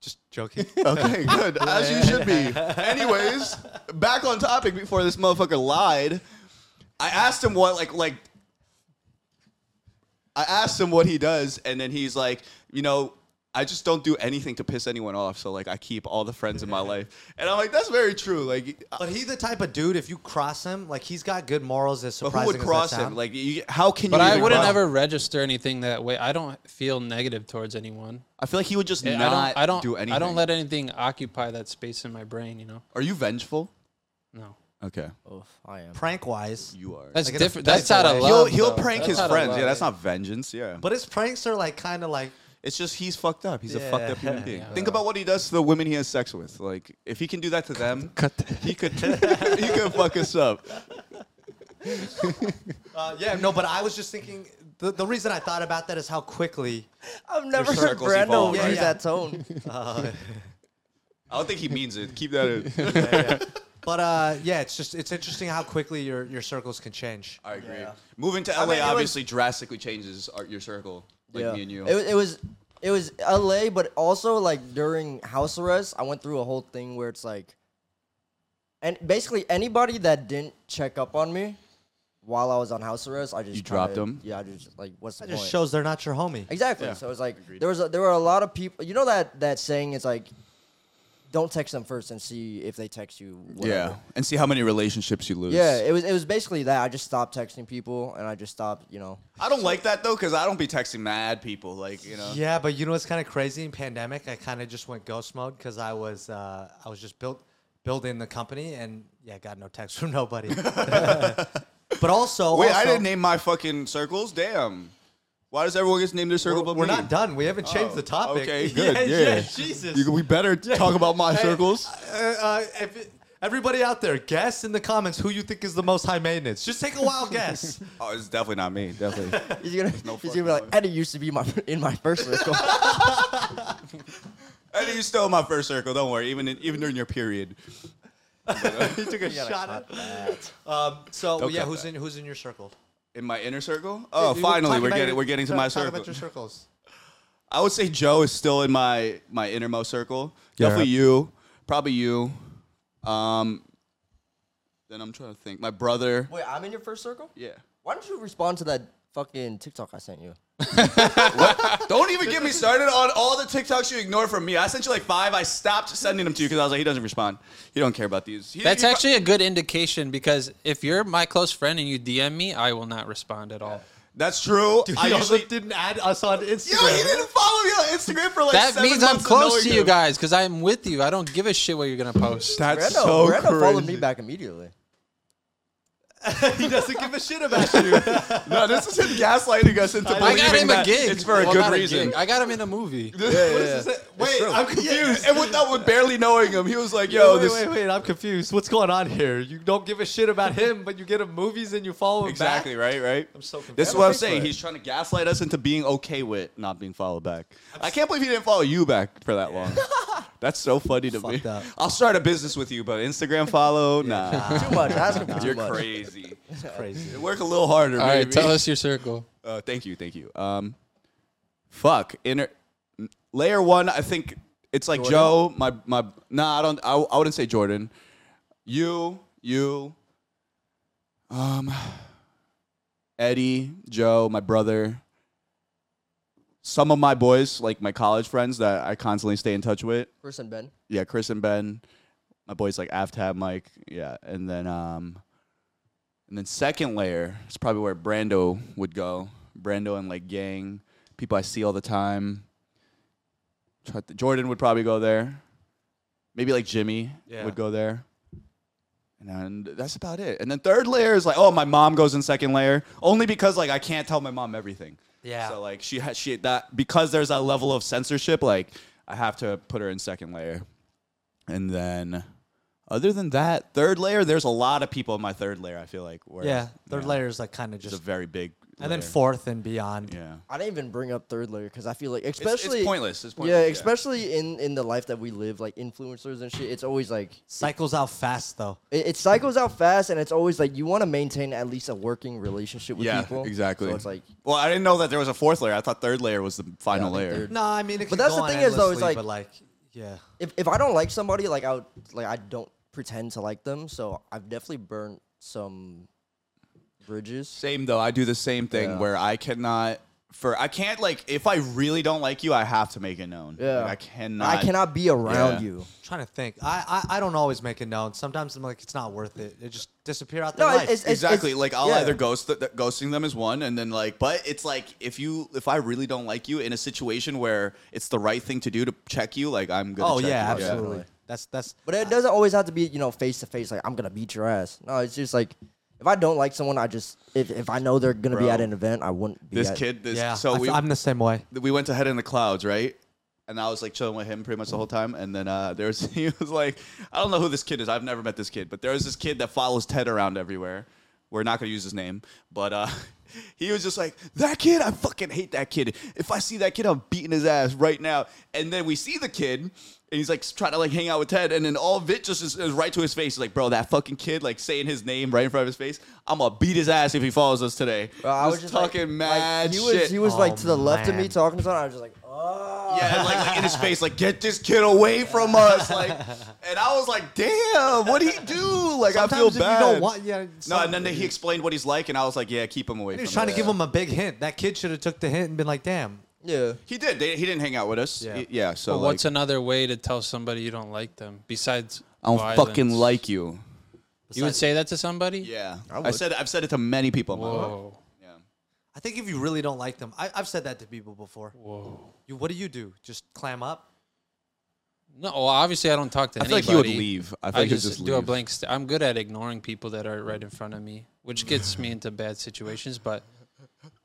Speaker 3: just joking.
Speaker 1: Okay, good. As you should be. Anyways, back on topic before this motherfucker lied. I asked him what like like I asked him what he does and then he's like, you know, I just don't do anything to piss anyone off, so like I keep all the friends in my life. And I'm like, that's very true. Like uh,
Speaker 3: but he's the type of dude if you cross him, like he's got good morals. As
Speaker 1: but
Speaker 3: surprising
Speaker 1: who would
Speaker 3: as that
Speaker 1: cross him?
Speaker 3: sound.
Speaker 1: Like you, how can
Speaker 4: But
Speaker 1: you
Speaker 4: I
Speaker 1: even
Speaker 4: wouldn't
Speaker 1: cross him?
Speaker 4: ever register anything that way. I don't feel negative towards anyone.
Speaker 1: I feel like he would just
Speaker 4: I
Speaker 1: not
Speaker 4: don't. I don't
Speaker 1: do anything.
Speaker 4: I don't let anything occupy that space in my brain. You know.
Speaker 1: Are you vengeful?
Speaker 4: No.
Speaker 1: Okay.
Speaker 2: Oof, I am.
Speaker 3: prank wise.
Speaker 1: You are.
Speaker 4: That's
Speaker 3: Like, in a
Speaker 4: different. That's
Speaker 3: playful
Speaker 4: out of
Speaker 3: way.
Speaker 1: he'll
Speaker 4: love.
Speaker 1: he'll
Speaker 4: though.
Speaker 1: prank
Speaker 4: That's
Speaker 1: his
Speaker 4: out of
Speaker 1: friends.
Speaker 4: love.
Speaker 1: yeah, that's not vengeance. Yeah.
Speaker 3: But his pranks are like kind of like
Speaker 1: It's just he's fucked up. He's a fucked up human being.
Speaker 4: Yeah.
Speaker 1: Think about what he does to the women he has sex with. Like if he can do that to them,
Speaker 4: Cut that.
Speaker 1: he could he could fuck us up.
Speaker 3: Uh, yeah, no, but I was just thinking the, the reason I thought about that is how quickly.
Speaker 2: I've never heard
Speaker 1: circles
Speaker 2: Brando
Speaker 1: evolve,
Speaker 2: use
Speaker 3: right?
Speaker 2: that tone.
Speaker 1: I don't think he means it. Keep that in.
Speaker 3: But uh, yeah, it's just it's interesting how quickly your your circles can change.
Speaker 1: I agree.
Speaker 2: Yeah.
Speaker 1: Moving to LA
Speaker 3: mean, it was-
Speaker 1: obviously drastically changes our, your circle, like me and you.
Speaker 2: It, was- it was it was LA, but also like during house arrest, I went through a whole thing where it's like, and basically anybody that didn't check up on me while I was on house arrest, I just
Speaker 1: You dropped
Speaker 2: kinda-
Speaker 1: 'em?
Speaker 2: Yeah, I just like what's the
Speaker 3: That just
Speaker 2: point?
Speaker 3: shows they're not your homie.
Speaker 2: exactly.
Speaker 1: Yeah.
Speaker 2: So it's like there was a, there were a lot of people. You know that that saying is like, don't text them first and see if they text you. Whatever.
Speaker 1: yeah, and see how many relationships you lose.
Speaker 2: Yeah, it was it was basically that. I just stopped texting people and I just stopped, you know.
Speaker 1: I don't like that though because I don't be texting mad people. Like you know,
Speaker 3: Yeah, but you know what's kind of crazy in pandemic? I kind of just went ghost mode because I was uh, I was just built building the company and yeah, got no text from nobody. but also,
Speaker 1: wait, I
Speaker 3: also-
Speaker 1: didn't name my fucking circles. Damn, why does everyone just name their circle?
Speaker 3: We're,
Speaker 1: but
Speaker 3: we're
Speaker 1: me?
Speaker 3: not done. We haven't changed
Speaker 1: Oh,
Speaker 3: the topic.
Speaker 1: okay, good, yeah.
Speaker 3: Jesus.
Speaker 1: You- we better talk about my
Speaker 3: Hey,
Speaker 1: circles.
Speaker 3: Uh, uh, if- everybody out there, guess in the comments who you think is the most high maintenance. Just take a wild guess.
Speaker 1: Oh, it's definitely not me. Definitely.
Speaker 2: He's gonna,
Speaker 1: no
Speaker 2: he's gonna be
Speaker 1: fucking
Speaker 2: like,
Speaker 1: way.
Speaker 2: Eddie used to be my in my first circle.
Speaker 1: And you stole my first circle. Don't worry. Even in, even during your period,
Speaker 3: he took a shot at Um, so
Speaker 1: Don't
Speaker 3: yeah,
Speaker 1: cut
Speaker 3: who's
Speaker 1: that.
Speaker 3: in who's in your circle?
Speaker 1: in my inner circle. Oh,
Speaker 3: We were
Speaker 1: finally,
Speaker 3: talking
Speaker 1: we're
Speaker 3: about
Speaker 1: getting
Speaker 3: your-
Speaker 1: we're getting to
Speaker 3: talk-
Speaker 1: my
Speaker 3: talk
Speaker 1: circle.
Speaker 3: about your circles.
Speaker 1: I would say Joe is still in my my innermost circle.
Speaker 3: Yeah.
Speaker 1: Definitely you, probably you. Um, then I'm trying to think. My brother.
Speaker 2: Wait, I'm in your first circle?
Speaker 1: Yeah.
Speaker 2: Why don't you respond to that fucking TikTok I sent you?
Speaker 1: Don't even get me started on all the TikToks you ignore from me. I sent you like five. I stopped sending them to you because I was like, he doesn't respond. He don't care about these. He-
Speaker 4: That's
Speaker 1: he-
Speaker 4: actually a good indication because if you're my close friend and you DM me, I will not respond at all.
Speaker 1: that's true. I
Speaker 3: you
Speaker 1: usually.
Speaker 3: didn't add us on
Speaker 1: Yo,
Speaker 3: Instagram.
Speaker 1: he didn't follow me on Instagram for like.
Speaker 4: That
Speaker 1: seven
Speaker 4: means I'm
Speaker 1: months of
Speaker 4: close to
Speaker 1: knowing
Speaker 4: you
Speaker 1: him.
Speaker 4: guys because I'm with you. I don't give a shit what you're gonna post.
Speaker 1: That's
Speaker 2: Brando,
Speaker 1: so
Speaker 2: Brando followed me
Speaker 1: crazy.
Speaker 2: back immediately.
Speaker 3: he doesn't give a shit about you.
Speaker 1: No, this is him gaslighting us into
Speaker 4: I
Speaker 1: believing
Speaker 4: got him a
Speaker 1: that
Speaker 4: gig.
Speaker 1: it's for a
Speaker 4: Well,
Speaker 1: good
Speaker 4: not
Speaker 1: reason.
Speaker 4: gig. I got him in a movie.
Speaker 3: Wait, I'm confused.
Speaker 1: and without with barely knowing him, he was like, "Yo,
Speaker 3: wait,
Speaker 1: this."
Speaker 3: wait, wait, I'm confused. What's going on here? You don't give a shit about him, but you get him movies and you follow him back?
Speaker 1: Exactly right, right. I'm
Speaker 3: so confused.
Speaker 1: This is
Speaker 3: I'm
Speaker 1: what I'm
Speaker 3: afraid
Speaker 1: saying.
Speaker 3: for it.
Speaker 1: He's trying to gaslight us into being okay with not being followed back. I can't believe he didn't follow you back for that long. That's so funny to me.
Speaker 3: Fucked up.
Speaker 1: I'll start a business with you, but Instagram follow, nah.
Speaker 2: Too much. Asking for too
Speaker 1: You're
Speaker 2: much.
Speaker 1: crazy.
Speaker 3: Crazy.
Speaker 1: Work a little harder,
Speaker 4: All right,
Speaker 1: baby.
Speaker 4: tell us your circle.
Speaker 1: Uh, thank you, thank you. Um, fuck. Inner n- layer one. I think it's like Joe. My my. Nah, I don't. I, I wouldn't say Jordan. You you. Um, Eddie, Joe, my brother. Some of my boys, like my college friends that I constantly stay in touch with.
Speaker 2: Chris and Ben.
Speaker 1: Yeah, Chris and Ben. My boys like Aftab, Mike. Yeah, and then um, and then second layer is probably where Brando would go. Brando and like gang people I see all the time. Try to- Jordan would probably go there. Maybe like Jimmy
Speaker 4: Yeah.
Speaker 1: would go there. And then that's about it. And then third layer is like, oh, my mom goes in second layer only because like I can't tell my mom everything.
Speaker 3: Yeah.
Speaker 1: So like she has she that because there's that level of censorship. Like I have to put her in second layer. And then other than that, third layer, there's a lot of people in my third layer. I feel like where
Speaker 3: Yeah, their
Speaker 1: yeah,
Speaker 3: layers like kind of
Speaker 1: is a
Speaker 3: just.
Speaker 1: very big.
Speaker 3: And then
Speaker 1: layer.
Speaker 3: fourth and beyond.
Speaker 1: Yeah.
Speaker 2: I didn't even bring up third layer because I feel like,
Speaker 1: It's-
Speaker 2: especially
Speaker 1: it's pointless. It's
Speaker 2: yeah,
Speaker 1: pointless.
Speaker 2: especially in in the life that we live, like influencers and shit. It's always like
Speaker 3: Cycles out fast though.
Speaker 2: it, it cycles out fast, and it's always like you want to maintain at least a working relationship with
Speaker 1: Yeah,
Speaker 2: people.
Speaker 1: exactly.
Speaker 2: So it's like,
Speaker 1: Well, I didn't know that there was a fourth layer. I thought third layer was the final
Speaker 2: Yeah, I think
Speaker 1: layer.
Speaker 2: third-
Speaker 3: No, I mean, it
Speaker 2: But
Speaker 3: could
Speaker 2: that's
Speaker 3: go
Speaker 2: the
Speaker 3: on
Speaker 2: thing is, though, it's
Speaker 3: endlessly,
Speaker 2: like-
Speaker 3: but like, yeah,
Speaker 2: if if I don't like somebody, like I would, like I don't pretend to like them. So I've definitely burnt some bridges.
Speaker 1: Same though. I do the same thing
Speaker 2: Yeah.
Speaker 1: where I cannot for I can't like if I really don't like you, I have to make it known.
Speaker 2: Yeah,
Speaker 1: Like, I cannot.
Speaker 2: I cannot be around
Speaker 1: Yeah.
Speaker 2: you.
Speaker 3: trying to think. I, I I don't always make it known. Sometimes I'm like, it's not worth it. It just disappear out their
Speaker 2: No,
Speaker 3: life.
Speaker 2: it's, it's
Speaker 1: exactly.
Speaker 2: it's-
Speaker 1: like I'll
Speaker 2: yeah.
Speaker 1: either ghost th- th- ghosting them is one, and then like, but it's like if you if I really don't like you in a situation where it's the right thing to do to check you, like I'm gonna.
Speaker 3: oh
Speaker 1: check
Speaker 3: yeah,
Speaker 1: you.
Speaker 3: absolutely. That's that's.
Speaker 2: But it doesn't always have to be, you know, face to face. Like I'm gonna beat your ass. No, it's just like if I don't like someone, I just if, if I know they're gonna be
Speaker 1: Bro.
Speaker 2: at an event, I wouldn't. be
Speaker 1: This
Speaker 2: at,
Speaker 1: kid, this
Speaker 3: yeah.
Speaker 1: so
Speaker 3: I,
Speaker 1: we
Speaker 3: am the same way.
Speaker 1: we went to Head in the Clouds, right? And I was like chilling with him pretty much the whole time. And then uh, there was he was like, I don't know who this kid is. I've never met this kid, but there was this kid that follows Ted around everywhere. We're not gonna use his name, but uh, he was just like that kid. I fucking hate that kid. If I see that kid, I'm beating his ass right now. And then we see the kid, and he's like trying to like hang out with Ted, and then all of it just is, is right to his face. He's like, bro, that fucking kid, like saying his name right in front of his face. I'm gonna beat his ass if he follows us today.
Speaker 2: Bro, Uh, I was just like-
Speaker 1: talking
Speaker 2: like,
Speaker 1: mad
Speaker 2: he
Speaker 1: shit.
Speaker 2: Was, he was like
Speaker 3: Oh,
Speaker 2: to the left of me
Speaker 3: man.
Speaker 2: talking to someone. I was just like, oh.
Speaker 1: Yeah, and like, like in his face, like get this kid away from us, like. And I was like, damn, what would he do? Like I feel
Speaker 3: Sometimes if
Speaker 1: bad.
Speaker 3: you don't want, yeah.
Speaker 1: no,
Speaker 3: some-
Speaker 1: and then he explained what he's like, and I was like, yeah, keep him away.
Speaker 3: he
Speaker 1: from
Speaker 3: was trying to
Speaker 1: us.
Speaker 3: give him a big hint. That kid should have took the hint and been like, damn.
Speaker 2: Yeah.
Speaker 1: He did. They, he didn't hang out with us.
Speaker 3: Yeah.
Speaker 1: Y- Yeah. So
Speaker 4: But
Speaker 1: like,
Speaker 4: what's another way to tell somebody you don't like them besides?
Speaker 1: I don't
Speaker 4: violence?
Speaker 1: fucking like you.
Speaker 4: You would say that to somebody?
Speaker 1: Yeah. Uh-huh.
Speaker 2: I
Speaker 1: I,
Speaker 2: would.
Speaker 1: said I've said it to many people. in my life.
Speaker 4: Whoa.
Speaker 1: Yeah.
Speaker 3: I think if you really don't like them, I, I've said that to people before.
Speaker 4: Whoa.
Speaker 3: You, what do you do? Just clam up?
Speaker 4: No, well, obviously I don't talk to
Speaker 1: I feel
Speaker 4: anybody.
Speaker 1: like he would leave. I feel
Speaker 4: I
Speaker 1: like he'd
Speaker 4: just,
Speaker 1: just
Speaker 4: do a
Speaker 1: leave.
Speaker 4: blank. St- I'm good at ignoring people that are right in front of me, which gets me into bad situations. But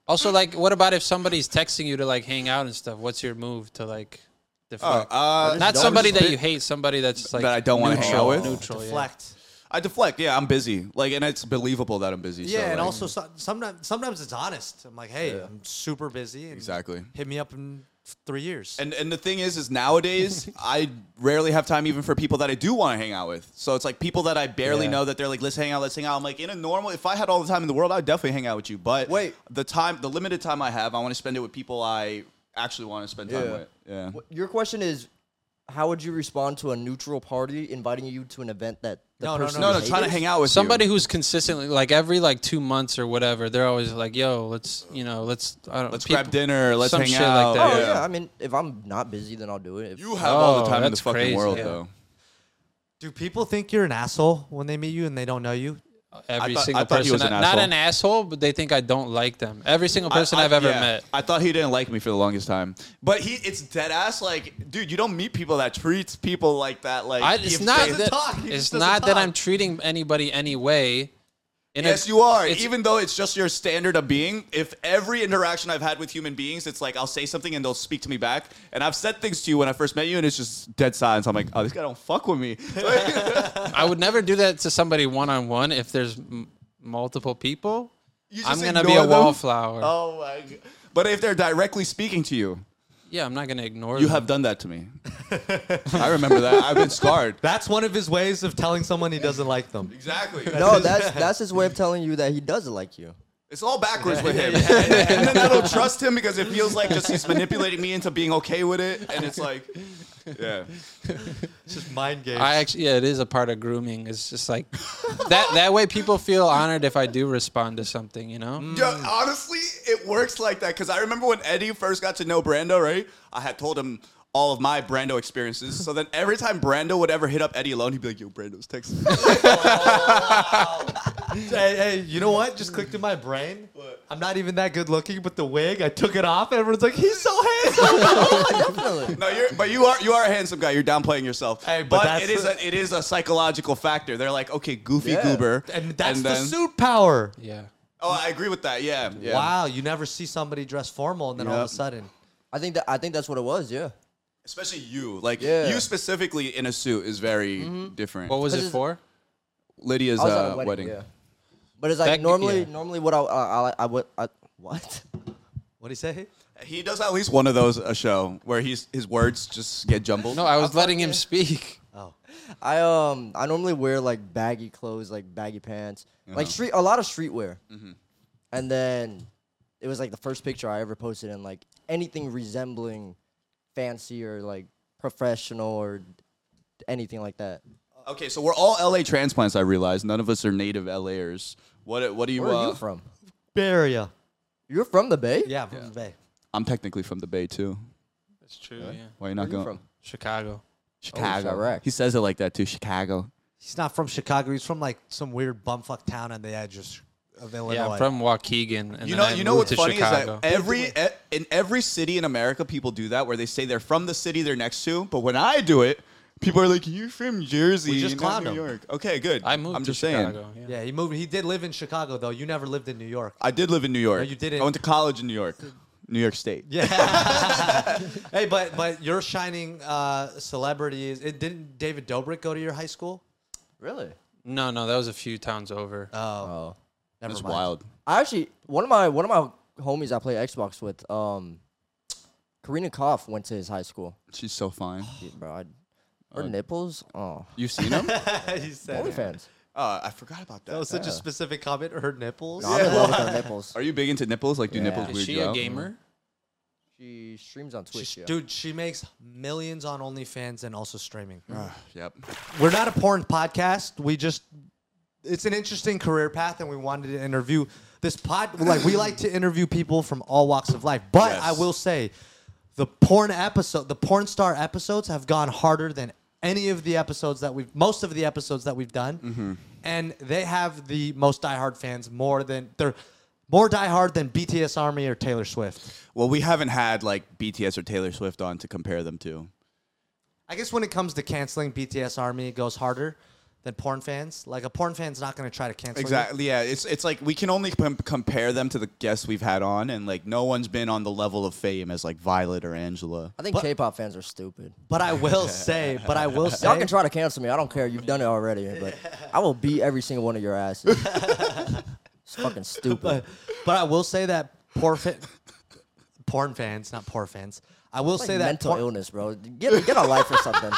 Speaker 4: also, like, what about if somebody's texting you to like hang out and stuff? What's your move to like
Speaker 1: Oh,
Speaker 4: deflect?
Speaker 1: uh,
Speaker 4: Not
Speaker 1: no,
Speaker 4: somebody
Speaker 1: just-
Speaker 4: that you hate, somebody that's like
Speaker 1: that I don't wanna hang
Speaker 4: neutral-
Speaker 1: out with?
Speaker 4: Neutral, yeah.
Speaker 3: Deflect.
Speaker 1: I deflect. Yeah, I'm busy. Like, and it's believable that I'm busy.
Speaker 3: Yeah,
Speaker 1: so,
Speaker 3: and
Speaker 1: like-
Speaker 3: also so, sometimes sometimes it's honest. I'm like, hey, I'm super busy. And
Speaker 1: Exactly.
Speaker 3: Hit me up in f- three years.
Speaker 1: And and the thing is, is nowadays I rarely have time even for people that I do want to hang out with. So it's like people that I barely
Speaker 3: Yeah.
Speaker 1: know that they're like, let's hang out, let's hang out. I'm like, in a normal, if I had all the time in the world, I would definitely hang out with you. But
Speaker 2: Wait.
Speaker 1: the time, the limited time I have, I want to spend it with people I actually want to spend time
Speaker 2: Yeah.
Speaker 1: with. Yeah.
Speaker 2: Wh- Your question is, how would you respond to a neutral party inviting you to an event that the
Speaker 3: No, no,
Speaker 2: person
Speaker 1: No, no,
Speaker 2: hates?
Speaker 1: trying to hang out with
Speaker 4: Somebody
Speaker 1: You.
Speaker 4: who's consistently like every like two months or whatever, they're always like, "Yo, let's you know, let's I don't
Speaker 1: Let's
Speaker 4: people-
Speaker 1: grab dinner. Let's
Speaker 4: some
Speaker 1: hang
Speaker 4: shit like
Speaker 1: out.
Speaker 4: that.
Speaker 2: Oh yeah. I mean, if I'm not busy, then I'll do it. If,
Speaker 1: You have all the
Speaker 4: Oh,
Speaker 1: time in this
Speaker 4: that's
Speaker 1: fucking
Speaker 4: crazy,
Speaker 1: world,
Speaker 4: yeah.
Speaker 1: though.
Speaker 3: Do people think you're an asshole when they meet you and they don't know you?
Speaker 4: Every
Speaker 1: I thought-
Speaker 4: single
Speaker 1: I thought
Speaker 4: person,
Speaker 1: he was an
Speaker 4: not
Speaker 1: asshole.
Speaker 4: an asshole, but they think I don't like them. Every single person
Speaker 1: I,
Speaker 4: I, have ever
Speaker 1: yeah.
Speaker 4: met.
Speaker 1: I thought he didn't like me for the longest time, but he—it's dead ass. Like, dude, you don't meet people that treats people like that. Like,
Speaker 4: I, it's
Speaker 1: if
Speaker 4: not
Speaker 1: they-
Speaker 4: that,
Speaker 3: talk, he
Speaker 4: it's
Speaker 3: just doesn't
Speaker 4: not that
Speaker 3: talk.
Speaker 4: I'm treating anybody any way. And
Speaker 1: Yes,
Speaker 4: if-
Speaker 1: you are.
Speaker 4: it's-
Speaker 1: Even though it's just your standard of being, if every interaction I've had with human beings, it's like I'll say something and they'll speak to me back. And I've said things to you when I first met you, and it's just dead silence. I'm like, oh, this guy don't fuck with me.
Speaker 4: I would never do that to somebody one on one if there's m- multiple people.
Speaker 1: You just
Speaker 4: I'm gonna be
Speaker 1: ignore
Speaker 4: a
Speaker 1: them.
Speaker 4: wallflower.
Speaker 1: Oh my god! But if they're directly speaking to you,
Speaker 4: Yeah, I'm not gonna ignore
Speaker 1: you
Speaker 4: them.
Speaker 1: have done that to me. I remember that. I've been scarred.
Speaker 3: That's one of his ways of telling someone he doesn't like them.
Speaker 1: Exactly.
Speaker 2: no, that's that's his way of telling you that he doesn't like you.
Speaker 1: It's all backwards with him. And, and then I don't trust him because it feels like just he's manipulating me into being okay with it. And it's like, yeah.
Speaker 3: It's just mind games.
Speaker 4: I actually, yeah, it is a part of grooming. It's just like that. That way, people feel honored if I do respond to something. You know,
Speaker 1: Yo, honestly, it works like that because I remember when Eddie first got to know Brando, right? I had told him all of my Brando experiences. So then every time Brando would ever hit up Eddie alone, he'd be like, "Yo, Brando's texting." me."
Speaker 3: hey, hey, you know what? Just clicked in my brain. I'm not even that good looking, but the wig, I took it off. Everyone's like, he's so handsome.
Speaker 2: Definitely.
Speaker 1: no, you're, but you are you are a handsome guy. You're downplaying yourself.
Speaker 3: Hey, but
Speaker 1: but
Speaker 3: that's
Speaker 1: it is
Speaker 3: the-
Speaker 1: a, it is a psychological factor. They're like, okay, goofy
Speaker 2: Yeah.
Speaker 1: goober,
Speaker 3: and that's the
Speaker 1: then-
Speaker 3: suit power.
Speaker 4: yeah.
Speaker 1: Oh, I agree with that. Yeah, yeah.
Speaker 3: Wow, you never see somebody dressed formal and then all of a
Speaker 1: Yep.
Speaker 3: sudden.
Speaker 2: I think that I think that's what it was. Yeah.
Speaker 1: Especially you, like
Speaker 2: Yeah.
Speaker 1: you specifically in a suit is very different.
Speaker 4: What was
Speaker 2: This
Speaker 4: it
Speaker 2: is-
Speaker 4: for?
Speaker 1: Lydia's
Speaker 2: I was at
Speaker 1: uh,
Speaker 2: a
Speaker 1: wedding.
Speaker 2: Yeah. But it's like
Speaker 4: That-
Speaker 2: normally,
Speaker 4: yeah.
Speaker 2: normally what I, I, I, I would, I, what?
Speaker 3: What do you say?
Speaker 1: He does at least one of those a show where he's his words just get jumbled.
Speaker 4: No, I was letting him speak.
Speaker 3: Oh.
Speaker 2: I um, I normally wear like baggy clothes, like baggy pants, like street, a lot of streetwear. And then it was like the first picture I ever posted in like anything resembling fancy or like professional or anything like that.
Speaker 1: Okay, so we're all LA transplants. I realize none of us are native LAers. What What do you?
Speaker 2: Where
Speaker 1: uh,
Speaker 2: are you from?
Speaker 3: Barrier.
Speaker 2: You're from the Bay?
Speaker 3: Yeah, from the Bay.
Speaker 1: I'm technically from the Bay too.
Speaker 4: That's true. Yeah,
Speaker 1: Why are you not
Speaker 2: Where you
Speaker 1: going?
Speaker 2: from? Oh,
Speaker 4: Chicago.
Speaker 2: Chicago. Chirac.
Speaker 1: He says it like that too. Chicago.
Speaker 3: He's not from Chicago. He's from like some weird bumfuck town on the edge of Ch- of Illinois.
Speaker 4: Yeah, I'm from Waukegan. And
Speaker 1: You
Speaker 4: then
Speaker 1: know,
Speaker 4: I
Speaker 1: you know
Speaker 4: moved
Speaker 1: what's
Speaker 4: to
Speaker 1: funny
Speaker 4: Chicago.
Speaker 1: is that every e- in every city in America, people do that where they say they're from the city they're next to. But when I do it, people are like, "You from Jersey?
Speaker 3: We just
Speaker 1: not
Speaker 3: clowned
Speaker 1: New
Speaker 3: him.
Speaker 1: York? Okay, good.
Speaker 4: I moved
Speaker 1: I'm
Speaker 4: to
Speaker 1: just saying.
Speaker 4: Chicago. Yeah.
Speaker 3: Yeah, he moved. He did live in Chicago though. You never lived in New York.
Speaker 1: I did live in New York.
Speaker 3: No, you didn't.
Speaker 1: I went to college in New York, New York State.
Speaker 3: Yeah. hey, but but your shining uh, celebrity is it didn't David Dobrik go to your high school?
Speaker 2: Really?
Speaker 4: No, no, that was a few towns
Speaker 1: Uh,
Speaker 4: over.
Speaker 2: Oh.
Speaker 3: Never
Speaker 1: That's
Speaker 3: mind.
Speaker 1: wild.
Speaker 2: I actually one of my one of my homies I play Xbox with, um, Karina Koff went to his high school.
Speaker 1: She's so fine.
Speaker 2: Dude, bro, I, her nipples, oh,
Speaker 1: You've seen him?
Speaker 3: he said it.
Speaker 2: OnlyFans.
Speaker 1: uh, I forgot about that.
Speaker 3: that was such a specific comment. Her nipples.
Speaker 2: No, I'm in love with her nipples.
Speaker 1: Are you big into nipples? Like, do
Speaker 2: Yeah.
Speaker 1: nipples weird Mm-hmm.
Speaker 2: Is
Speaker 4: is she
Speaker 1: you
Speaker 4: a
Speaker 1: out?
Speaker 4: gamer?
Speaker 2: She streams on Twitch.
Speaker 3: She's-
Speaker 2: yeah.
Speaker 3: Dude, she makes millions on OnlyFans and also streaming.
Speaker 1: Yep.
Speaker 3: We're not a porn podcast. We just it's an interesting career path, and we wanted to interview this pod. Like we like to interview people from all walks of life. But
Speaker 1: Yes.
Speaker 3: I will say, the porn episode, the porn star episodes, have gone harder than any of the episodes that we've most of the episodes that we've done,
Speaker 1: Mm-hmm.
Speaker 3: and they have the most diehard fans more than they're more diehard than BTS Army or Taylor Swift.
Speaker 1: Well, we haven't had like BTS or Taylor Swift on to compare them to.
Speaker 3: I guess when it comes to canceling BTS Army, it goes harder than porn fans. Like a porn fan's not going to try to cancel. you.
Speaker 1: Exactly. Yeah. It's it's like we can only com- compare them to the guests we've had on, and like no one's been on the level of fame as like Violet or Angela.
Speaker 2: I think K-pop fans are stupid.
Speaker 3: But I will say, but I will say,
Speaker 2: Y'all can try to cancel me. I don't care. You've done it already, but I will beat every single one of your asses. it's fucking stupid.
Speaker 3: but, but I will say that porn, fa- porn fans, not porn fans. I will
Speaker 2: It's
Speaker 3: say
Speaker 2: like
Speaker 3: that
Speaker 2: mental
Speaker 3: porn-
Speaker 2: illness, bro. Get get a life or something.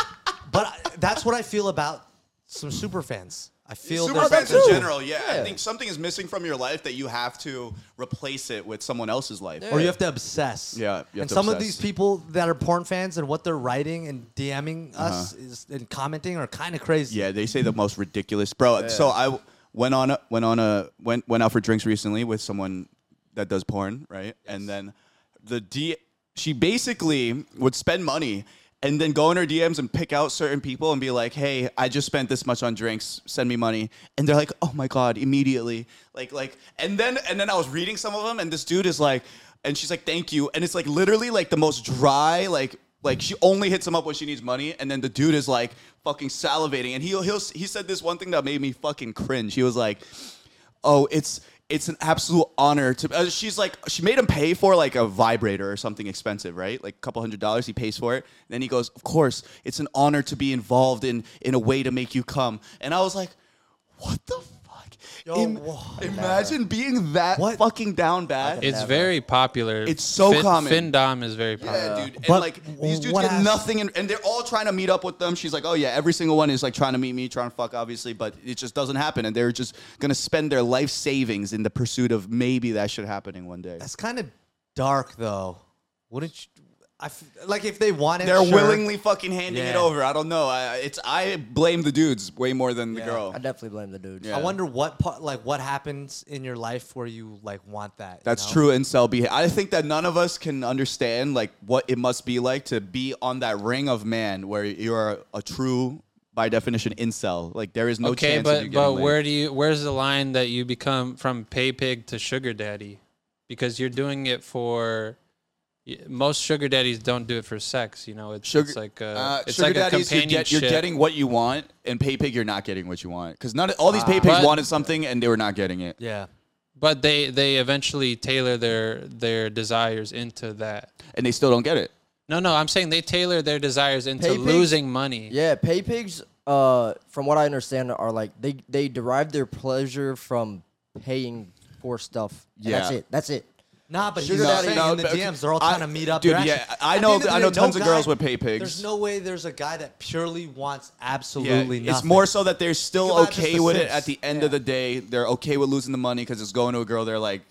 Speaker 3: But I- that's what I feel about some super fans. I I feel
Speaker 1: super
Speaker 3: there's-
Speaker 1: fans in general, yeah, I
Speaker 2: Yeah.
Speaker 1: think something is missing from your life that you have to replace it with someone else's life.
Speaker 3: or you have to obsess.
Speaker 1: Yeah, you have
Speaker 3: and
Speaker 1: to
Speaker 3: some of
Speaker 1: obsess.
Speaker 3: these people that are porn fans and what they're writing and DMing us is, and commenting are kind of crazy.
Speaker 1: Uh-huh. Yeah, they say the most ridiculous, bro. So I went on a, went on a went went out for drinks recently with someone that does porn, right? And then the D she basically would spend money and then go in her DMs and pick out certain people and be like, "Hey, I just spent this much on drinks. Send me money." And they're like, "Oh my god!" Immediately, like like, and then and then I was reading some of them, and this dude is like, and she's like, "Thank you," and it's like literally like the most dry like like she only hits him up when she needs money, and then the dude is like fucking salivating, and he will he'll he said this one thing that made me fucking cringe. He was like, "Oh, it's." It's an absolute honor to. Uh, she's like, she made him pay for like a vibrator or something expensive, right? Like a couple hundred dollars. He pays for it. And then he goes, "Of course, it's an honor to be involved in in a way to make you come." And I was like, "What the fuck?
Speaker 3: Yo, wha-
Speaker 1: imagine being that
Speaker 3: What?
Speaker 1: fucking down bad."
Speaker 4: It's
Speaker 2: Never.
Speaker 4: very popular.
Speaker 1: It's so
Speaker 4: Fin-
Speaker 1: common.
Speaker 4: Fin Dom is very popular.
Speaker 1: Yeah, dude. And
Speaker 3: Uh, But
Speaker 1: like these dudes
Speaker 3: what
Speaker 1: get
Speaker 3: has-
Speaker 1: nothing, and, and they're all trying to meet up with them. She's like, oh yeah, every single one is like trying to meet me, trying to fuck, obviously, but it just doesn't happen. And they're just gonna spend their life savings in the pursuit of maybe that shit happening one day.
Speaker 3: That's kind of dark though. Wouldn't you? I f- like if they wanted.
Speaker 1: They're
Speaker 3: sure.
Speaker 1: willingly fucking handing it
Speaker 3: Yeah.
Speaker 1: over. I don't know. I, it's I blame the dudes way more than the
Speaker 3: Yeah.
Speaker 1: girl.
Speaker 2: I definitely blame the dude.
Speaker 1: Yeah.
Speaker 3: I wonder what part, like what happens in your life where you like want that. you
Speaker 1: That's
Speaker 3: know?
Speaker 1: true incel behavior. I think that none of us can understand like what it must be like to be on that ring of man where you're a true, by definition, incel. Like there is no
Speaker 4: okay,
Speaker 1: chance. of you
Speaker 4: but
Speaker 1: getting
Speaker 4: but
Speaker 1: laid.
Speaker 4: where do you? Where's the line that you become from pay pig to sugar daddy? Because you're doing it for. y- Most sugar daddies don't do it for sex. You know, it's, it's like a,
Speaker 1: uh,
Speaker 4: it's
Speaker 1: sugar
Speaker 4: like a
Speaker 1: daddies, you're,
Speaker 4: companionship.
Speaker 1: get- you're getting what you want, and pay pig, you're not getting what you want. Because none, all these pay pigs
Speaker 4: Ah. But-
Speaker 1: wanted something, and they were not getting it.
Speaker 3: Yeah.
Speaker 4: but they they eventually tailor their their desires into that.
Speaker 1: And they still don't get it.
Speaker 4: No, no, I'm saying they tailor their desires into
Speaker 2: Pay pig?
Speaker 4: losing money.
Speaker 2: Yeah, pay pigs. Uh, from what I understand, are like they they derive their pleasure from paying for stuff. and that's
Speaker 1: Yeah.
Speaker 2: it. That's it.
Speaker 3: Nah, but
Speaker 1: Sugar
Speaker 3: here's
Speaker 1: daddy-
Speaker 3: the thing.
Speaker 1: no,
Speaker 3: in the
Speaker 1: but-
Speaker 3: DMs, they're all
Speaker 1: I-
Speaker 3: trying to meet up.
Speaker 1: dude,
Speaker 3: They're
Speaker 1: yeah,
Speaker 3: actually-
Speaker 1: I
Speaker 3: at the
Speaker 1: know-
Speaker 3: end the
Speaker 1: I know
Speaker 3: day,
Speaker 1: tons of girls with pay
Speaker 3: There's
Speaker 1: pigs.
Speaker 3: no way there's a guy that purely wants absolutely nothing.
Speaker 1: it's more so that they're still
Speaker 3: Think about just
Speaker 1: okay
Speaker 3: the
Speaker 1: with it
Speaker 3: Sims.
Speaker 1: at the end of the day. They're okay with losing the money because it's going to a girl they're like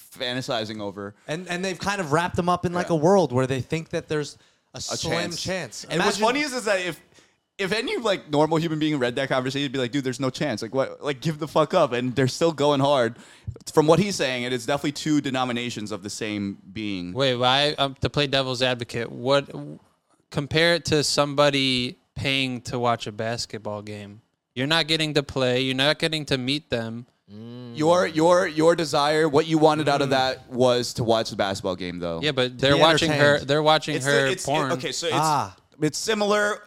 Speaker 1: fantasizing over.
Speaker 3: and and they've kind of wrapped them up in like
Speaker 1: Yeah.
Speaker 3: a world where they think that there's a, slim chance.
Speaker 1: And what's
Speaker 3: Imagine-
Speaker 1: funny is, is that if if any like normal human being read that conversation, you'd be like, dude, there's no chance. Like what? Like give the fuck up. And they're still going hard. From what he's saying, it is definitely two denominations of the same being.
Speaker 4: Wait, well, I, um, to play devil's advocate, what compare it to somebody paying to watch a basketball game? You're not getting to play. You're not getting to meet them.
Speaker 1: Your your your desire, what you wanted out of that was to watch the basketball game, though.
Speaker 4: Yeah, but they're
Speaker 3: be
Speaker 4: watching her.
Speaker 3: entertained.
Speaker 4: They're watching
Speaker 1: it's the-
Speaker 4: her
Speaker 1: it's- it-
Speaker 4: porn.
Speaker 1: okay, so it's
Speaker 3: Ah.
Speaker 1: it's similar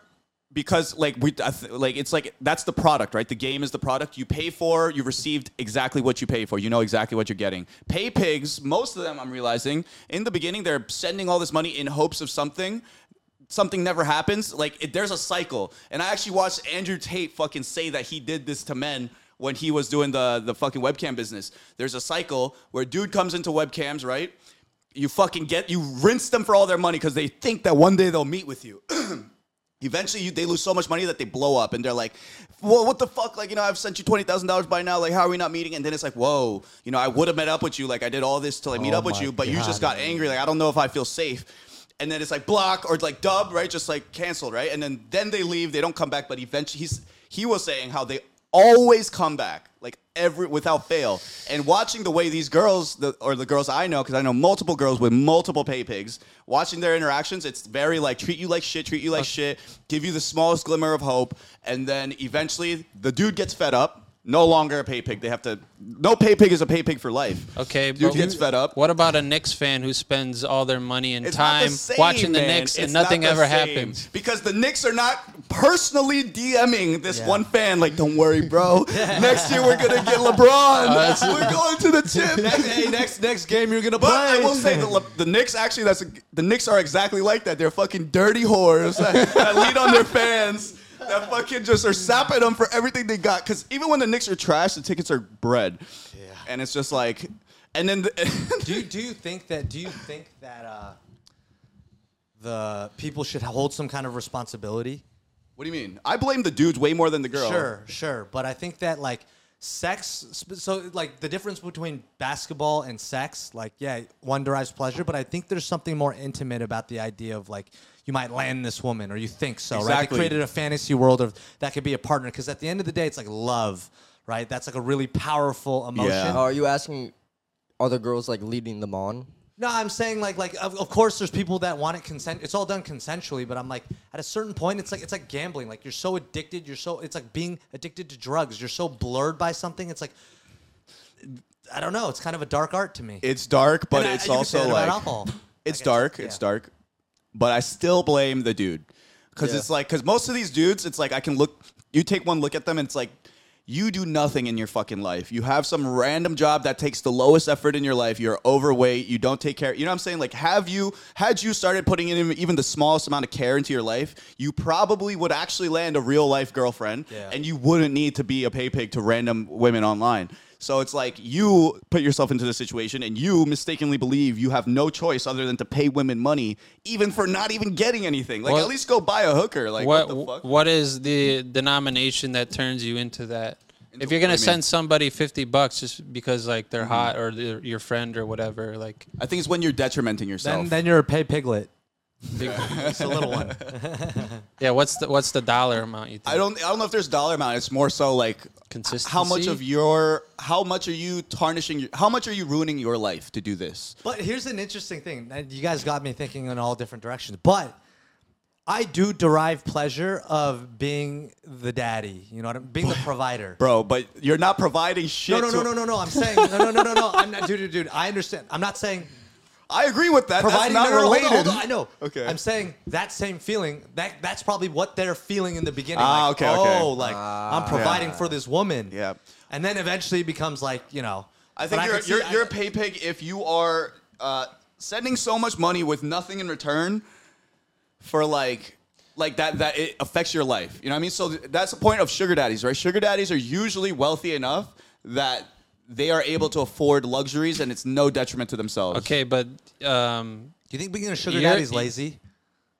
Speaker 1: because like we I th- like it's like that's the product, right? The game is the product you pay for. You received exactly what you pay for. You know exactly what you're getting. Pay pigs. Most of them, I'm realizing, in the beginning, they're sending all this money in hopes of something. Something never happens. Like it, there's a cycle, and I actually watched Andrew Tate fucking say that he did this to men when he was doing the the fucking webcam business. There's a cycle where dude comes into webcams, right? you fucking get you rinse them for all their money because they think that one day they'll meet with you eventually you, they lose so much money that they blow up and they're like well what the fuck like you know i've sent you $20000 by now like how are we not meeting and then it's like whoa you know i would have met up with you like i did all this to like meet
Speaker 3: Oh
Speaker 1: up with
Speaker 3: my
Speaker 1: you but you just
Speaker 3: God,
Speaker 1: got angry like i don't know if i feel safe and then it's like block or like dub right just like canceled right and then then they leave they don't come back but eventually he's he was saying how they always come back like every without fail and watching the way these girls the, or the girls i know because i know multiple girls with multiple pay pigs watching their interactions it's very like treat you like shit treat you like shit give you the smallest glimmer of hope and then eventually the dude gets fed up no longer a pay pig they have to no pay pig is a pay pig for life
Speaker 4: Okay,
Speaker 1: dude
Speaker 4: but
Speaker 1: gets fed up
Speaker 4: What about a Knicks fan who spends all their money and
Speaker 1: it's not
Speaker 4: time
Speaker 1: the same,
Speaker 4: watching the
Speaker 1: man.
Speaker 4: Knicks and
Speaker 1: It's not
Speaker 4: nothing
Speaker 1: the
Speaker 4: ever
Speaker 1: same.
Speaker 4: happens?
Speaker 1: Because the Knicks are not personally DMing this
Speaker 3: Yeah.
Speaker 1: one fan, like, don't worry, bro. next year we're going to get LeBron. we're going to the
Speaker 3: Next,
Speaker 1: chip.
Speaker 3: hey, next next game you're gonna
Speaker 1: But I
Speaker 3: play.
Speaker 1: will say the, Le- the Knicks actually that's a, the Knicks are exactly like that. They're fucking dirty whores that, that lead on their fans. That fucking just are sapping them for everything they got. Because even when the Knicks are trash, the tickets are bread. Yeah. And it's just like, and then the,
Speaker 3: do you, do you think that do you think that uh, the people should hold some kind of responsibility
Speaker 1: What do you mean? I blame the dudes way more than the girl.
Speaker 3: Sure, sure. But I think that like sex, sp- so like the difference between basketball and sex, like yeah, one derives pleasure, but I think there's something more intimate about the idea of like you might land this woman or you think so, right? They
Speaker 1: Exactly.
Speaker 3: created a fantasy world of that could be a partner because at the end of the day, it's like love, right? That's like a really powerful emotion.
Speaker 1: Yeah.
Speaker 2: Are you asking other girls like leading them on?
Speaker 3: No, I'm saying like like of, of course there's people that want it consent. It's all done consensually, but I'm like at a certain point it's like it's like gambling. Like you're so addicted, you're so it's like being addicted to drugs. You're so blurred by something. It's like I don't know. It's kind of a dark art to me.
Speaker 1: It's dark, but
Speaker 3: And I-
Speaker 1: it's
Speaker 3: you could
Speaker 1: also
Speaker 3: say that about
Speaker 1: like
Speaker 3: alcohol.
Speaker 1: it's
Speaker 3: guess,
Speaker 1: dark.
Speaker 3: yeah.
Speaker 1: It's dark, but I still blame the dude because
Speaker 2: Yeah.
Speaker 1: it's like because most of these dudes, it's like I can look. You take one look at them, and it's like you do nothing in your fucking life. You have some random job that takes the lowest effort in your life. You're overweight. You don't take care. You know what I'm saying? Like, have you had you started putting in even the smallest amount of care into your life, you probably would actually land a real life girlfriend,
Speaker 3: Yeah.
Speaker 1: and you wouldn't need to be a pay pig to random women online. So it's like you put yourself into this situation and you mistakenly believe you have no choice other than to pay women money, even for not even getting anything. Like
Speaker 4: What-
Speaker 1: at least go buy a hooker. Like what,
Speaker 4: what
Speaker 1: the fuck?
Speaker 4: what is the denomination that turns you into that? if
Speaker 1: what do
Speaker 4: you're gonna
Speaker 1: you
Speaker 4: send
Speaker 1: mean?
Speaker 4: somebody fifty bucks just because like
Speaker 1: Mm-hmm.
Speaker 4: they're hot or they're your friend or whatever, like
Speaker 1: I think it's when you're detrimenting
Speaker 3: Then
Speaker 1: yourself.
Speaker 3: then you're a pay piglet.
Speaker 4: big-
Speaker 3: It's a little one.
Speaker 4: yeah, what's the what's the dollar amount you think?
Speaker 1: I don't I don't know if there's dollar amount. It's more so like
Speaker 4: Consistency?
Speaker 1: How much of your how much are you tarnishing? Your, how much are you ruining your life to do this?
Speaker 3: But here's an interesting thing. and You guys got me thinking in all different directions. But I do derive pleasure of being the daddy. You know what I'm being the provider.
Speaker 1: Bro, but you're not providing
Speaker 3: No,
Speaker 1: shit.
Speaker 3: no,
Speaker 1: to-
Speaker 3: no, no, no, no. I'm saying no, no, no, no, no. I'm not, dude, dude, dude. I understand. I'm not saying
Speaker 1: I agree with that.
Speaker 3: providing.
Speaker 1: That's
Speaker 3: no,
Speaker 1: not
Speaker 3: no, no, hold
Speaker 1: related.
Speaker 3: on, hold on, I know.
Speaker 1: Okay.
Speaker 3: I'm saying that same feeling. That that's probably what they're feeling in the beginning.
Speaker 1: Ah,
Speaker 3: like,
Speaker 1: okay, okay. Ah.
Speaker 3: Oh, like I'm providing for this woman.
Speaker 1: Yeah.
Speaker 3: And then eventually it becomes like you know.
Speaker 1: I
Speaker 3: but
Speaker 1: think you're,
Speaker 3: could see-
Speaker 1: you're,
Speaker 3: I-
Speaker 1: you're a pay pig if you are uh, sending so much money with nothing in return for like like that that it affects your life. You know what I mean? So th- that's the point of sugar daddies, right? Sugar daddies are usually wealthy enough that they are able to afford luxuries and it's no detriment to themselves.
Speaker 4: Okay, but um,
Speaker 3: Do you think being a sugar
Speaker 4: You're-
Speaker 3: daddy's lazy?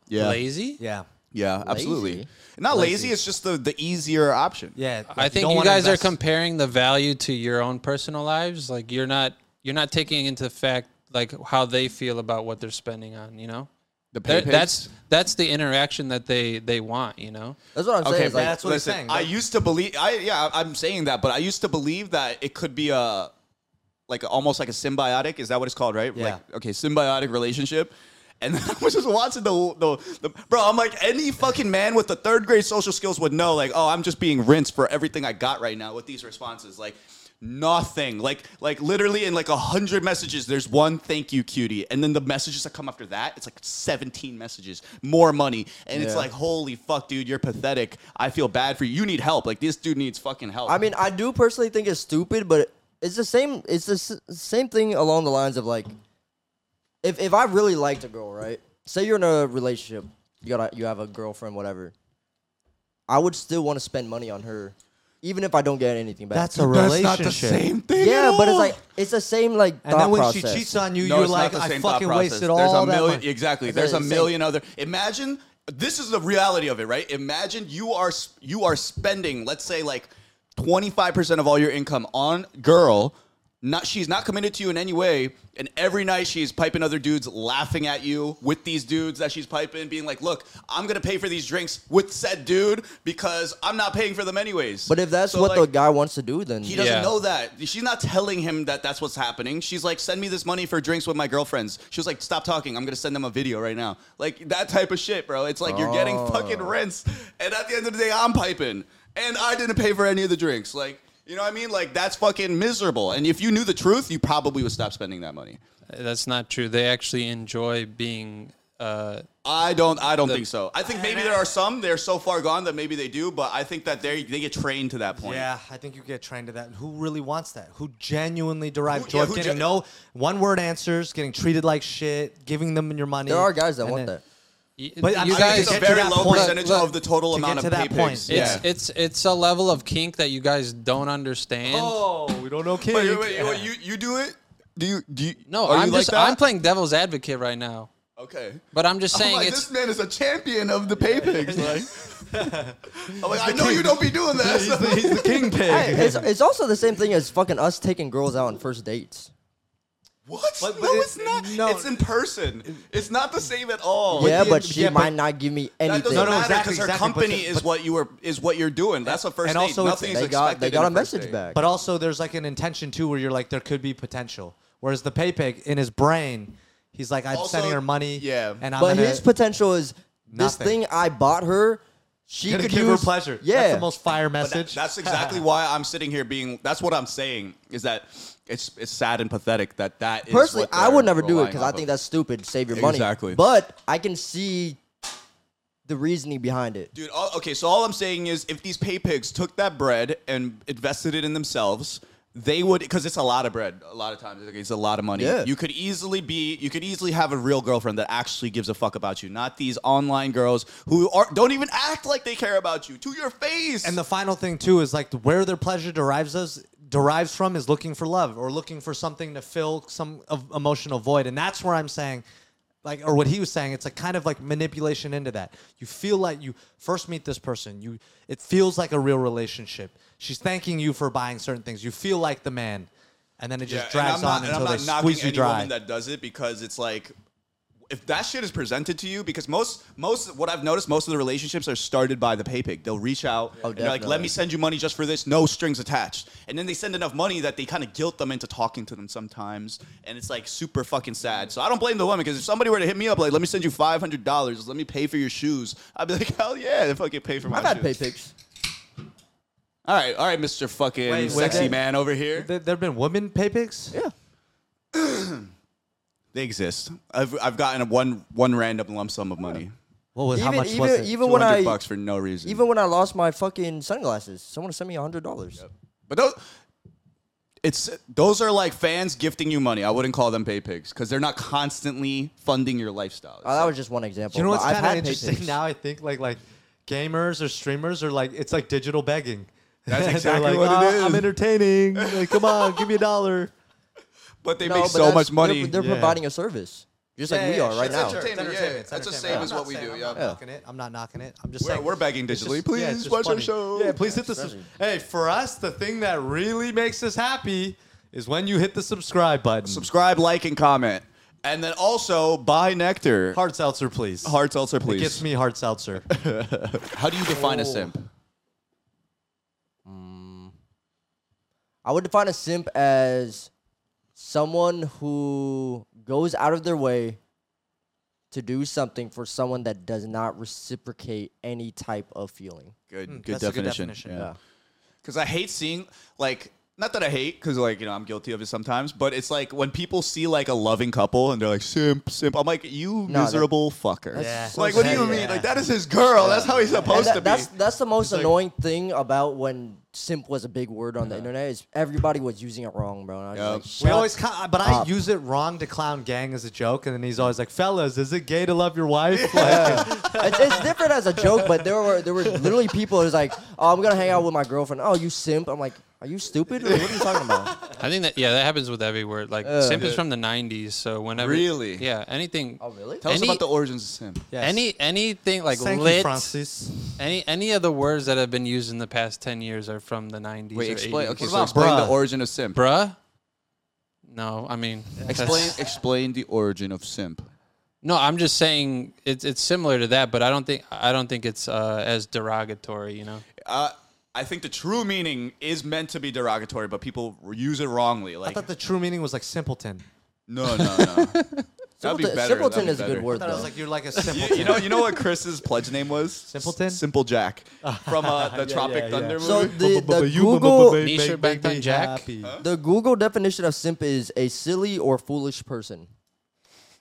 Speaker 1: Yeah.
Speaker 4: lazy.
Speaker 3: Yeah.
Speaker 1: Yeah, absolutely.
Speaker 2: Lazy?
Speaker 1: Not lazy. it's just the the easier option.
Speaker 3: Yeah.
Speaker 4: I think
Speaker 3: don't
Speaker 4: you
Speaker 3: wanna
Speaker 4: guys
Speaker 3: invest-
Speaker 4: are comparing the value to your own personal lives. Like you're not you're not taking into fact like how they feel about what they're spending on. You know,
Speaker 1: The
Speaker 4: They're-
Speaker 1: pay pigs.
Speaker 4: that's that's the interaction that they they want. You know,
Speaker 2: That's what I'm saying. is,
Speaker 1: but
Speaker 2: like,
Speaker 3: that's what he's saying.
Speaker 1: I used to believe. I yeah, I'm saying that, but I used to believe that it could be a like almost like a symbiotic. Is that what it's called, right?
Speaker 3: Yeah.
Speaker 1: Like okay, symbiotic relationship. And I was just watching the, the the bro. I'm like any fucking man with the third grade social skills would know. Like, oh, I'm just being rinsed for everything I got right now with these responses. Like, nothing. Like, like literally in like a hundred messages, there's one thank you, cutie, and then the messages that come after that, it's like 17 messages, more money, and it's
Speaker 2: Yeah.
Speaker 1: like holy fuck, dude, you're pathetic. I feel bad for you. You need help. Like this dude needs fucking help.
Speaker 2: I mean, I do personally think it's stupid, but it's the same. It's the s- same thing along the lines of like, if if I really liked a girl, right? Say you're in a relationship, you got you have a girlfriend, whatever. I would still want to spend money on her, even if I don't get anything back.
Speaker 3: That's a relationship.
Speaker 1: thing.
Speaker 2: yeah, but it's like it's the same like
Speaker 3: And
Speaker 2: thought
Speaker 3: then when
Speaker 2: process.
Speaker 3: she cheats on you,
Speaker 1: No,
Speaker 3: you're
Speaker 1: it's
Speaker 3: like,
Speaker 1: not the
Speaker 3: I
Speaker 1: same thought
Speaker 3: fucking
Speaker 1: process.
Speaker 3: wasted
Speaker 1: There's
Speaker 3: all
Speaker 1: a
Speaker 3: that
Speaker 1: million,
Speaker 3: money.
Speaker 1: Exactly.
Speaker 2: It's
Speaker 1: There's a
Speaker 2: insane.
Speaker 1: million other. Imagine this is the reality of it, right? Imagine you are s- you are spending, let's say, like 25% of all your income on girl. Not she's not committed to you in any way, and every night she's piping other dudes, laughing at you with these dudes that she's piping, being like, "Look, I'm gonna pay for these drinks with said dude because I'm not paying for them anyways."
Speaker 2: but if that's
Speaker 1: So,
Speaker 2: what
Speaker 1: like,
Speaker 2: the guy wants to do, then
Speaker 1: he doesn't
Speaker 4: Yeah.
Speaker 1: know that. She's not telling him that that's what's happening. She's like, send me this money for drinks with my girlfriends. She was like, stop talking. I'm going to send them a video right now. Like that type of shit, bro. It's like you're getting fucking rents. And at the end of the day, I'm piping. And I didn't pay for any of the drinks. Like, you know what I mean? Like that's fucking miserable. And if you knew the truth, you probably would stop spending that money.
Speaker 4: that's not true. They actually enjoy being. Uh,
Speaker 1: I don't. I don't think so. I think maybe there are some. They're so far gone that maybe they do. But I think that they they get trained to that point.
Speaker 3: Yeah, I think you get trained to that. Who really wants that? Who genuinely derives
Speaker 1: Who-
Speaker 3: joy
Speaker 1: yeah,
Speaker 3: of
Speaker 1: who
Speaker 3: getting
Speaker 1: gen-
Speaker 3: no one word answers, getting treated like shit, giving them your money?
Speaker 2: there are guys that
Speaker 3: and
Speaker 2: want
Speaker 3: then-
Speaker 2: that.
Speaker 4: y-
Speaker 3: But I'm
Speaker 4: you
Speaker 3: saying
Speaker 4: guys,
Speaker 1: It's a
Speaker 3: get to
Speaker 1: very
Speaker 3: that
Speaker 1: low
Speaker 3: point.
Speaker 1: percentage
Speaker 4: Look,
Speaker 1: of the total
Speaker 3: to
Speaker 1: amount
Speaker 3: get
Speaker 1: of
Speaker 3: to that
Speaker 1: pay
Speaker 3: point,
Speaker 1: pigs.
Speaker 4: it's
Speaker 1: yeah.
Speaker 4: it's it's a level of kink that you guys don't understand.
Speaker 3: Oh, we don't know kids.
Speaker 1: Wait, wait, wait, you you do it? Do you do you,
Speaker 4: no,
Speaker 1: are you
Speaker 4: I'm
Speaker 1: like
Speaker 4: just
Speaker 1: that?
Speaker 4: I'm playing devil's advocate right now.
Speaker 1: Okay.
Speaker 4: But I'm just saying
Speaker 1: I'm like,
Speaker 4: it's
Speaker 1: this man is a champion of the pay pigs. Like, I'm like, I know you don't be doing that. so-
Speaker 3: He's the king
Speaker 2: Hey,
Speaker 3: pig.
Speaker 2: it's, it's also the same thing as fucking us taking girls out on first dates.
Speaker 1: What?
Speaker 3: But- but
Speaker 1: no,
Speaker 3: it-
Speaker 1: it's not.
Speaker 3: no.
Speaker 1: It's in person. It's not the same at all.
Speaker 2: yeah,
Speaker 3: the-
Speaker 2: but she
Speaker 3: yeah, but-
Speaker 2: might not give me
Speaker 1: That
Speaker 2: anything.
Speaker 1: doesn't
Speaker 3: No, no,
Speaker 1: matter
Speaker 3: exactly,
Speaker 1: because her
Speaker 3: exactly, but
Speaker 1: company
Speaker 3: the-
Speaker 1: is
Speaker 3: but-
Speaker 1: what you were is what you're doing. That's a first
Speaker 3: and
Speaker 1: date.
Speaker 3: also it's-
Speaker 1: Nothing is
Speaker 2: they got they
Speaker 1: expected
Speaker 2: got
Speaker 1: in
Speaker 2: a
Speaker 1: first
Speaker 2: message
Speaker 1: date.
Speaker 2: back.
Speaker 3: But also, there's like an intention too, where you're like, there could be potential. Whereas the pay pig in his brain, he's like, I'm
Speaker 1: Also-
Speaker 3: sending her money.
Speaker 1: yeah.
Speaker 3: And I'm
Speaker 2: but
Speaker 3: gonna,
Speaker 2: his potential is this
Speaker 3: Nothing.
Speaker 2: thing I bought her. She
Speaker 3: gonna
Speaker 2: could
Speaker 3: give
Speaker 2: use
Speaker 3: her pleasure.
Speaker 2: Yeah,
Speaker 3: That's the most fire
Speaker 1: But that-
Speaker 3: message.
Speaker 1: that's exactly why I'm sitting here being. That's what I'm saying is that it's it's sad and pathetic that that. Is
Speaker 2: Personally,
Speaker 1: what
Speaker 2: I would
Speaker 1: they're
Speaker 2: never do it
Speaker 1: relying
Speaker 2: because
Speaker 1: off
Speaker 2: I
Speaker 1: of.
Speaker 2: think that's stupid. Save your money.
Speaker 1: Exactly.
Speaker 2: But I can see the reasoning behind it.
Speaker 1: Dude, all, okay, so all I'm saying is if these pay pigs took that bread and invested it in themselves, they would because it's a lot of bread. A lot of times like, it's a lot of money.
Speaker 2: Yeah.
Speaker 1: You could easily be you could easily have a real girlfriend that actually gives a fuck about you, not these online girls who are don't even act like they care about you to your face.
Speaker 3: And the final thing too is like where their pleasure derives us derives from is looking for love or looking for something to fill some of emotional void, and that's where I'm saying, like, or what he was saying, it's a kind of like manipulation into that. You feel like you first meet this person, you it feels like a real relationship. She's thanking you for buying certain things. You feel like the man, and then it just
Speaker 1: Yeah,
Speaker 3: drags
Speaker 1: and I'm
Speaker 3: on
Speaker 1: not,
Speaker 3: until
Speaker 1: and
Speaker 3: they
Speaker 1: I'm not knocking
Speaker 3: squeeze you
Speaker 1: any
Speaker 3: dry.
Speaker 1: woman that does it because it's like if that shit is presented to you because most most what I've noticed most of the relationships are started by the pay pig. They'll reach out
Speaker 3: Oh,
Speaker 1: and they're like, "Let
Speaker 2: definitely.
Speaker 1: me send you money just for this, no strings attached." And then they send enough money that they kind of guilt them into talking to them sometimes, and it's like super fucking sad. So I don't blame the woman because if somebody were to hit me up like, "Let me send you five hundred dollars, let me pay for your shoes," I'd be like, "Hell yeah, they fucking pay for my
Speaker 2: I've had
Speaker 1: shoes."
Speaker 2: pay pics.
Speaker 1: All right, all right, Mister fucking
Speaker 3: Wait, wait,
Speaker 1: sexy
Speaker 3: wait.
Speaker 1: man over here.
Speaker 3: There have been women pay pigs.
Speaker 2: Yeah.
Speaker 1: They exist. I've I've gotten a one one random lump sum of money.
Speaker 3: What was how
Speaker 2: Even-
Speaker 3: much was
Speaker 2: even-
Speaker 3: it?
Speaker 2: even-
Speaker 1: Two
Speaker 2: when
Speaker 1: hundred
Speaker 2: I-
Speaker 1: bucks for no reason.
Speaker 2: Even when I lost my fucking sunglasses, someone sent me a hundred dollars.
Speaker 1: but those, it's those are like fans gifting you money. I wouldn't call them pay pigs because they're not constantly funding your lifestyle.
Speaker 2: Oh, that was just one example.
Speaker 3: you know
Speaker 2: but
Speaker 3: what's
Speaker 2: I've
Speaker 3: kind of
Speaker 2: had pay
Speaker 3: interesting
Speaker 2: pics.
Speaker 3: now? I think like like gamers or streamers are like it's like digital begging.
Speaker 1: That's
Speaker 3: They're
Speaker 1: exactly
Speaker 3: like,
Speaker 1: what it
Speaker 3: "Oh, I'm
Speaker 1: is."
Speaker 3: entertaining. Like, come on, give me a dollar.
Speaker 1: but they
Speaker 2: No,
Speaker 1: make
Speaker 2: but
Speaker 1: so
Speaker 2: that's-
Speaker 1: much money.
Speaker 2: They're, they're
Speaker 3: Yeah.
Speaker 2: providing a service, just like we are right now.
Speaker 1: sure. entertainment, yeah, yeah. That's the same as what we do,
Speaker 3: I'm
Speaker 1: yeah.
Speaker 3: not
Speaker 1: Yeah.
Speaker 3: knocking it. I'm not knocking it. I'm just
Speaker 1: We're-
Speaker 3: saying
Speaker 1: we're begging
Speaker 3: it's
Speaker 1: digitally,
Speaker 3: just- yeah, it's
Speaker 1: "Please
Speaker 3: just
Speaker 1: watch our
Speaker 3: funny.
Speaker 1: show."
Speaker 3: Yeah, please hit the. Sub-
Speaker 2: especially-
Speaker 3: hey, for us, the thing that really makes us happy is when you hit the subscribe button.
Speaker 1: Subscribe, like, and comment, and then also buy nectar. Hard,
Speaker 3: hard seltzer, please.
Speaker 1: hard seltzer,
Speaker 3: It gets
Speaker 1: please.
Speaker 3: me hard seltzer.
Speaker 1: How do you define a simp?
Speaker 2: I would define a simp as someone who goes out of their way to do something for someone that does not reciprocate any type of feeling.
Speaker 1: Good, Hmm, good,
Speaker 3: that's a good
Speaker 1: definition.
Speaker 3: definition.
Speaker 1: Yeah. because I hate seeing like not that I hate because like you know I'm guilty of it sometimes, but it's like when people see like a loving couple and they're like simp simp. I'm like you
Speaker 2: that-
Speaker 1: miserable fucker.
Speaker 3: Yeah.
Speaker 2: so
Speaker 1: Like what do
Speaker 2: sad.
Speaker 1: you mean? Like that is his girl. That's how he's
Speaker 2: And
Speaker 1: supposed
Speaker 2: that-
Speaker 1: to be.
Speaker 2: that's that's the most annoying thing about when simp was a big word on the internet is everybody was using it wrong, bro. And I was
Speaker 1: Yup.
Speaker 2: like,
Speaker 1: We
Speaker 3: We
Speaker 2: "Shut
Speaker 3: always, ca- but I
Speaker 2: up.
Speaker 3: use it wrong to clown gang as a joke, and then he's always like, "Fellas, is it gay to love your wife?" Like,
Speaker 2: it's, it's different as a joke, but there were there were literally people who's like, "Oh, I'm gonna hang out with my girlfriend." Oh, you simp? I'm like, "Are you stupid? Like, what are you talking about?"
Speaker 4: I think that yeah, that happens with every word. Like simp is from the '90s, so whenever
Speaker 1: Really?
Speaker 4: yeah, anything.
Speaker 2: Oh, really?
Speaker 1: Tell us
Speaker 4: Any-
Speaker 1: about the origins of simp.
Speaker 3: Yes.
Speaker 4: Any anything like
Speaker 3: Thank you,
Speaker 4: lit,
Speaker 3: Francis.
Speaker 4: any any of the words that have been used in the past ten years are from the '90s. or 80s.
Speaker 1: Okay,
Speaker 3: What
Speaker 1: so
Speaker 3: about
Speaker 1: explain
Speaker 3: bruh?
Speaker 1: the origin of simp.
Speaker 4: bruh. No, I mean
Speaker 1: Explain
Speaker 4: that's-
Speaker 1: explain the origin of simp.
Speaker 4: No, I'm just saying it's it's similar to that, but I don't think I don't think it's uh, as derogatory. You know,
Speaker 1: Uh, I think the true meaning is meant to be derogatory, but people use it wrongly.
Speaker 3: I
Speaker 1: Like
Speaker 3: thought the true meaning was like simpleton.
Speaker 1: no, no, no. That'd be
Speaker 2: Simpleton,
Speaker 1: better. That'd
Speaker 2: simpleton
Speaker 1: be
Speaker 2: is a
Speaker 1: better.
Speaker 2: good word
Speaker 3: I thought it
Speaker 2: though.
Speaker 3: was like you're like a simpleton.
Speaker 1: You, you know, you know what Chris's pledge name was?
Speaker 3: Simpleton?
Speaker 1: Simple Jack from uh, the Tropic
Speaker 3: yeah, yeah.
Speaker 1: Thunder movie.
Speaker 2: so the, the
Speaker 3: You
Speaker 2: Google
Speaker 3: make-
Speaker 4: Nisha
Speaker 3: make- make
Speaker 4: Backbone
Speaker 3: me
Speaker 4: Jack?
Speaker 3: happy.
Speaker 2: The Google definition of simp is a silly or foolish person.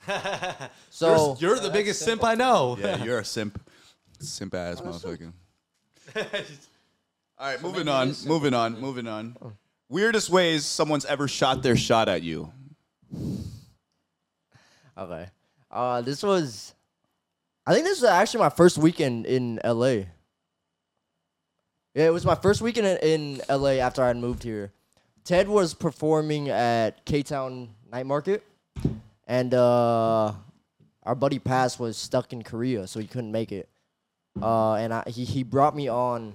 Speaker 2: so
Speaker 3: You're the biggest simp I know.
Speaker 1: Yeah, you're a simp. Simp ass motherfucker. All right, moving on, moving on, moving on.
Speaker 2: Oh.
Speaker 1: Weirdest ways someone's ever shot their shot at you.
Speaker 2: okay, uh, this was, I think this was actually my first weekend in LA. Yeah, it was my first weekend in, in LA after I had moved here. Ted was performing at K Town Night Market, and uh, our buddy Pass was stuck in Korea, so he couldn't make it. Uh, and I, he he brought me on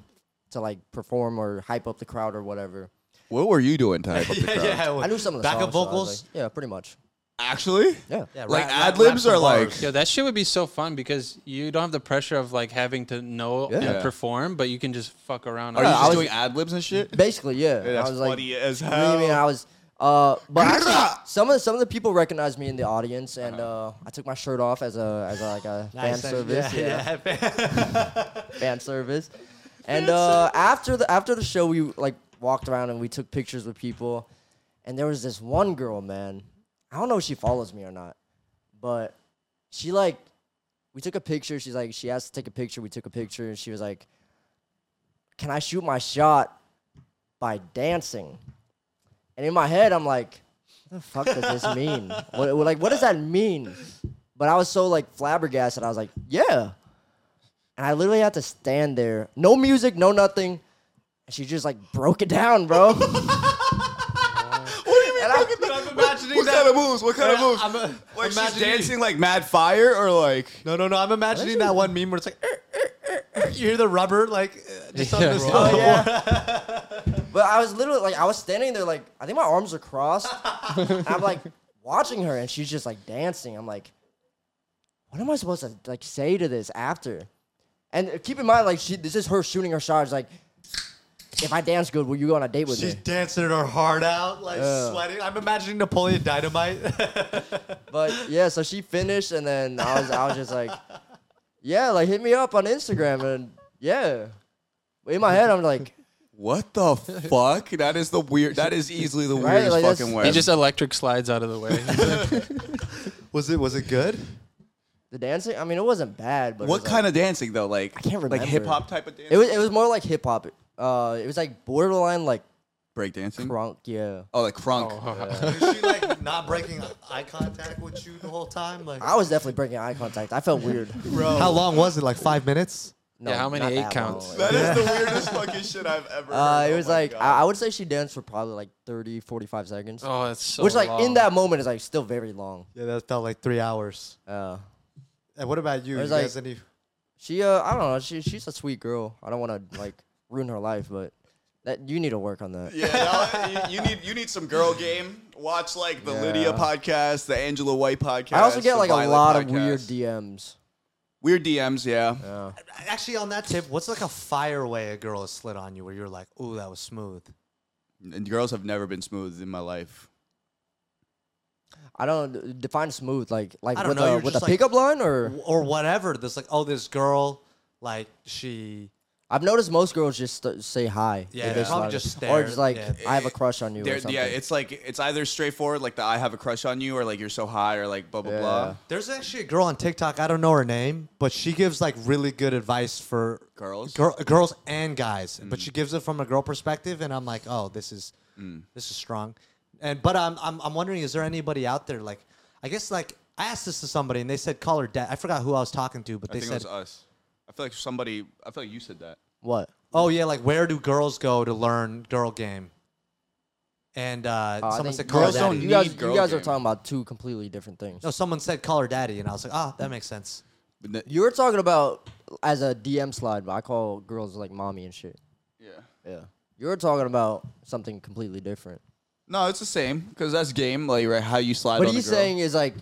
Speaker 2: to like perform or hype up the crowd or whatever.
Speaker 1: What were you doing to hype up the crowd?
Speaker 2: I knew some of the songs,
Speaker 3: backup
Speaker 2: so I was
Speaker 3: vocals.
Speaker 2: like, yeah, pretty much.
Speaker 1: Actually,
Speaker 2: Yeah.
Speaker 3: Yeah,
Speaker 1: Like,
Speaker 3: rap- rap-
Speaker 1: ad-libs
Speaker 3: rap some
Speaker 1: are like-
Speaker 3: bars.
Speaker 4: Yo, that shit would be so fun because you don't have the pressure of like having to know
Speaker 1: Yeah.
Speaker 4: and perform, but you can just fuck around.
Speaker 1: are you
Speaker 4: on-
Speaker 1: just
Speaker 2: I was-
Speaker 1: doing ad libs and shit?
Speaker 2: Basically, yeah.
Speaker 1: Yeah,
Speaker 2: And
Speaker 1: that's
Speaker 2: I was like,
Speaker 1: funny as
Speaker 2: you know what I mean?
Speaker 1: hell.
Speaker 2: I was, uh, but actually, some of some of the people recognized me in the audience, and uh, I took my shirt off as a as a, like a
Speaker 3: Nice,
Speaker 2: fan
Speaker 3: nice.
Speaker 2: service, yeah,
Speaker 3: yeah.
Speaker 2: fan service. And uh, after the after the show, we like walked around and we took pictures with people, and there was this one girl, man. I don't know if she follows me or not, but she like we took a picture. She's like, she asked to take a picture. We took a picture, and she was like, "Can I shoot my shot by dancing?" And in my head, I'm like, "What the fuck does this mean? what, what- like, what does that mean?" But I was so like flabbergasted. I was like, "Yeah." And I literally had to stand there, no music, no nothing. And she just like broke it down, bro. what do you mean?
Speaker 3: I'm imagining
Speaker 1: What
Speaker 3: that.
Speaker 1: kind of moves? What kind of
Speaker 3: Yeah,
Speaker 1: moves?
Speaker 3: I'm, uh,
Speaker 1: like she's
Speaker 3: imagining-
Speaker 1: dancing like mad fire or like
Speaker 3: No, no, no. I'm imagining that one meme where it's like, "Er, er, er, er," you hear the rubber, like, uh, just on
Speaker 4: Yeah,
Speaker 3: this.
Speaker 4: bro.
Speaker 2: Oh, yeah. but I was literally like, I was standing there, like, I think my arms are crossed. and I'm like watching her, and she's just like dancing. I'm like, what am I supposed to like say to this after? And uh, keep in mind, like, she this is her shooting her shot. It's like, if I dance good, will you go on a date with
Speaker 3: She's
Speaker 2: me?
Speaker 3: dancing her heart out, like
Speaker 2: Yeah.
Speaker 3: sweating. I'm imagining Napoleon Dynamite.
Speaker 2: But yeah, so she finished, and then I was, I was just like, yeah, like hit me up on Instagram, and yeah. In my head, I'm like,
Speaker 1: what the fuck? That is the weird. That is easily the
Speaker 2: Right,
Speaker 1: weirdest
Speaker 2: like, that's-
Speaker 1: fucking
Speaker 4: He
Speaker 1: way.
Speaker 4: just electric slides out of the way.
Speaker 3: was it? Was it good?
Speaker 2: the dancing. I mean, it wasn't bad, but
Speaker 1: what
Speaker 2: kind of?
Speaker 1: kind of dancing though? Like I
Speaker 2: can't
Speaker 1: Like
Speaker 2: remember.
Speaker 1: hip hop type of dance.
Speaker 2: It was it was more like hip hop. Uh, it was like borderline like
Speaker 1: break dancing.
Speaker 2: crunk. Yeah,
Speaker 1: Oh, like crunk.
Speaker 3: Was she like not breaking eye contact with you the whole time? Like,
Speaker 2: I was definitely breaking eye contact. I felt weird.
Speaker 3: bro. How long was it? Like five minutes.
Speaker 2: No,
Speaker 4: Yeah, how many
Speaker 2: not
Speaker 4: eight
Speaker 2: that
Speaker 4: counts?
Speaker 2: long.
Speaker 1: That is the weirdest fucking shit I've ever.
Speaker 2: Uh,
Speaker 1: heard.
Speaker 2: it
Speaker 1: Oh
Speaker 2: was
Speaker 1: my
Speaker 2: like
Speaker 1: God.
Speaker 2: I, I would say she danced for probably like 30, 45 seconds,
Speaker 4: oh, it's so.
Speaker 2: which like in
Speaker 4: long.
Speaker 2: that moment is like still very long.
Speaker 3: Yeah, that felt like three hours.
Speaker 2: Uh,
Speaker 3: And what about you?
Speaker 2: It
Speaker 3: You
Speaker 2: was
Speaker 3: guys
Speaker 2: like-
Speaker 3: any?
Speaker 2: she uh, I don't know. She she's a sweet girl. I don't want to like ruin her life, but that you need to work on that.
Speaker 1: Yeah, y'all- you, you need you need some girl game. Watch like the Lydia
Speaker 2: Yeah.
Speaker 1: podcast, the Angela White podcast.
Speaker 2: I also
Speaker 1: the
Speaker 2: get like a
Speaker 1: Violet
Speaker 2: lot
Speaker 1: podcast.
Speaker 2: of weird DMs.
Speaker 1: weird DMs. Yeah.
Speaker 2: Yeah.
Speaker 3: Actually, on that tip, what's like a fire way a girl has slid on you where you're like, "Ooh, that was smooth."
Speaker 1: and girls have never been smooth in my life.
Speaker 2: I don't define smooth like like
Speaker 3: I don't
Speaker 2: with
Speaker 3: know,
Speaker 2: a
Speaker 3: you're
Speaker 2: with a
Speaker 3: just, like-
Speaker 2: pickup line or
Speaker 3: or whatever. There's like, oh, this girl, like she.
Speaker 2: I've noticed most girls just st- say hi. They
Speaker 3: Yeah, they
Speaker 2: just
Speaker 3: probably
Speaker 2: like-
Speaker 3: just
Speaker 2: Or
Speaker 3: stare,
Speaker 2: just like,
Speaker 3: yeah.
Speaker 2: I have a crush on you
Speaker 1: They're-
Speaker 2: or something.
Speaker 1: yeah, it's like it's either straightforward, like the I have a crush on you, or like you're so high, or like blah blah blah.
Speaker 2: Yeah.
Speaker 3: There's actually a girl on TikTok. I don't know her name, but she gives like really good advice for
Speaker 1: Girls? Mm.
Speaker 3: girl, girls and guys. But she gives it from a girl perspective, and I'm like, oh, this is
Speaker 1: Mm.
Speaker 3: this is strong. And but I'm, I'm I'm wondering, is there anybody out there like? I guess like I asked this to somebody, and they said call her dad. I forgot who I was talking to, but
Speaker 1: I
Speaker 3: they
Speaker 1: think it
Speaker 3: said,
Speaker 1: was us. I feel like somebody. I feel like you said that.
Speaker 2: what?
Speaker 1: uh,
Speaker 3: oh yeah, like where do girls go to learn girl game? And uh,
Speaker 2: Uh, I
Speaker 3: someone
Speaker 2: think
Speaker 3: said
Speaker 2: girl
Speaker 3: call her
Speaker 1: girls
Speaker 3: daddy.
Speaker 1: don't
Speaker 2: you guys,
Speaker 1: need
Speaker 2: you
Speaker 1: girl
Speaker 2: guys are
Speaker 1: game.
Speaker 2: talking about two completely different things.
Speaker 3: No, someone said call her daddy, and I was like, ah, that makes sense.
Speaker 1: But n-
Speaker 2: You were talking about as a DM slide, but I call girls like mommy and shit.
Speaker 1: yeah.
Speaker 2: Yeah. You were talking about something completely different.
Speaker 1: No, it's the same because that's game. Like right, how you slide.
Speaker 2: What
Speaker 1: on
Speaker 2: he's
Speaker 1: the girl.
Speaker 2: saying is like,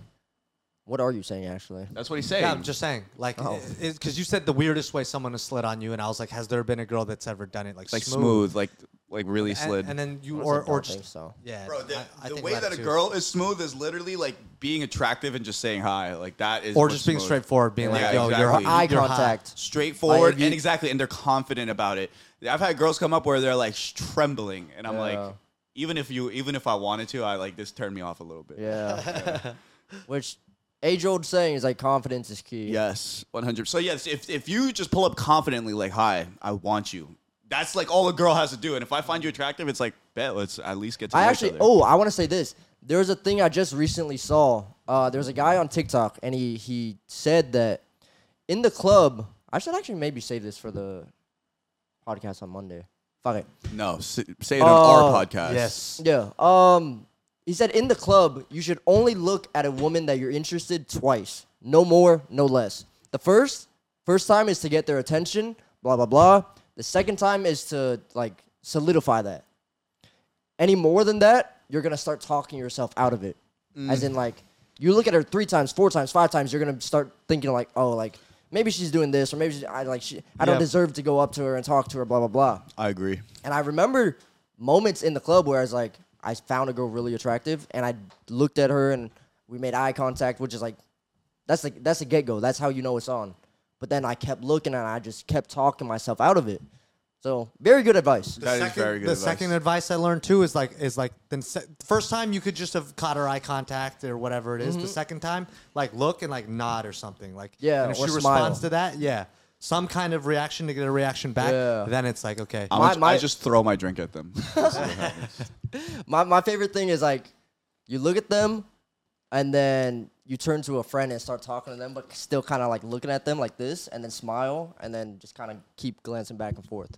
Speaker 2: what are you saying actually?
Speaker 1: That's what he's saying.
Speaker 3: Yeah, I'm just saying, like,
Speaker 1: Oh.
Speaker 3: because you said the weirdest way someone has slid on you, and I was like, has there been a girl that's ever done it like,
Speaker 1: like smooth, like like really
Speaker 3: And-
Speaker 1: slid.
Speaker 3: And, then you
Speaker 2: I
Speaker 3: or
Speaker 2: don't
Speaker 3: or
Speaker 2: think
Speaker 3: just
Speaker 2: so.
Speaker 3: yeah,
Speaker 1: Bro, the,
Speaker 3: I- I
Speaker 1: the
Speaker 3: think
Speaker 1: way
Speaker 3: that
Speaker 1: that a
Speaker 3: too.
Speaker 1: girl is smooth is literally like being attractive and just saying hi. Like that is
Speaker 3: or
Speaker 1: what's
Speaker 3: just being
Speaker 1: smooth.
Speaker 3: straightforward, being
Speaker 1: Yeah,
Speaker 3: like, yo, you're
Speaker 1: exactly.
Speaker 3: hot-
Speaker 2: Eye
Speaker 3: you're hot.
Speaker 2: contact.
Speaker 1: straightforward
Speaker 2: Like, you-
Speaker 1: and exactly and they're confident about it i've had girls come up where they're like sh- trembling and i'm
Speaker 2: Yeah.
Speaker 1: like even if you even if i wanted to i like this turned me off a little bit
Speaker 2: Yeah. Which age old saying is like confidence is key.
Speaker 1: yes 100 so yes if, if you just pull up confidently like hi i want you that's like all a girl has to do and if i find you attractive it's like bet let's at least get to
Speaker 2: I
Speaker 1: know each
Speaker 2: actually,
Speaker 1: other.
Speaker 2: oh, I want to say this. There was a thing I just recently saw. Uh, there was a guy on TikTok, and he he said that in the club. I should actually maybe save this for the podcast on Monday. Fuck it.
Speaker 1: no s- say it on our
Speaker 2: Uh,
Speaker 1: podcast
Speaker 3: Yes.
Speaker 2: Yeah. Um. He said in the club you should only look at a woman that you're interested twice. No more, no less. The first first time is to get their attention, blah blah blah. The second time is to like solidify that. Any more than that, you're gonna start talking yourself out of it. As in like you look at her three times, four times, five times, you're gonna start thinking like, oh, like maybe she's doing this, or maybe she, I like she, I don't
Speaker 1: Yeah.
Speaker 2: deserve to go up to her and talk to her, blah blah blah.
Speaker 1: I agree.
Speaker 2: And I remember moments in the club where I was like, I found a girl really attractive, and I looked at her and we made eye contact, which is like, that's the that's a get go. That's how you know it's on. But then I kept looking and I just kept talking myself out of it. So very good advice.
Speaker 1: That is very good
Speaker 3: The
Speaker 1: advice.
Speaker 3: second advice I learned too is like is like then se- first time you could just have caught her eye contact or whatever it is. The second time, like look and like nod or something. Like
Speaker 2: Mm-hmm. Yeah,
Speaker 3: and if
Speaker 2: or
Speaker 3: she
Speaker 2: smile.
Speaker 3: responds to that, yeah, some kind of reaction to get a reaction back.
Speaker 2: Yeah.
Speaker 3: Then it's like okay,
Speaker 1: I,
Speaker 2: My-
Speaker 1: would-
Speaker 2: my-
Speaker 1: I just throw my drink at them.
Speaker 2: My my favorite thing is like, you look at them, and then you turn to a friend and start talking to them, but still kind of like looking at them like this, and then smile, and then just kind of keep glancing back and forth.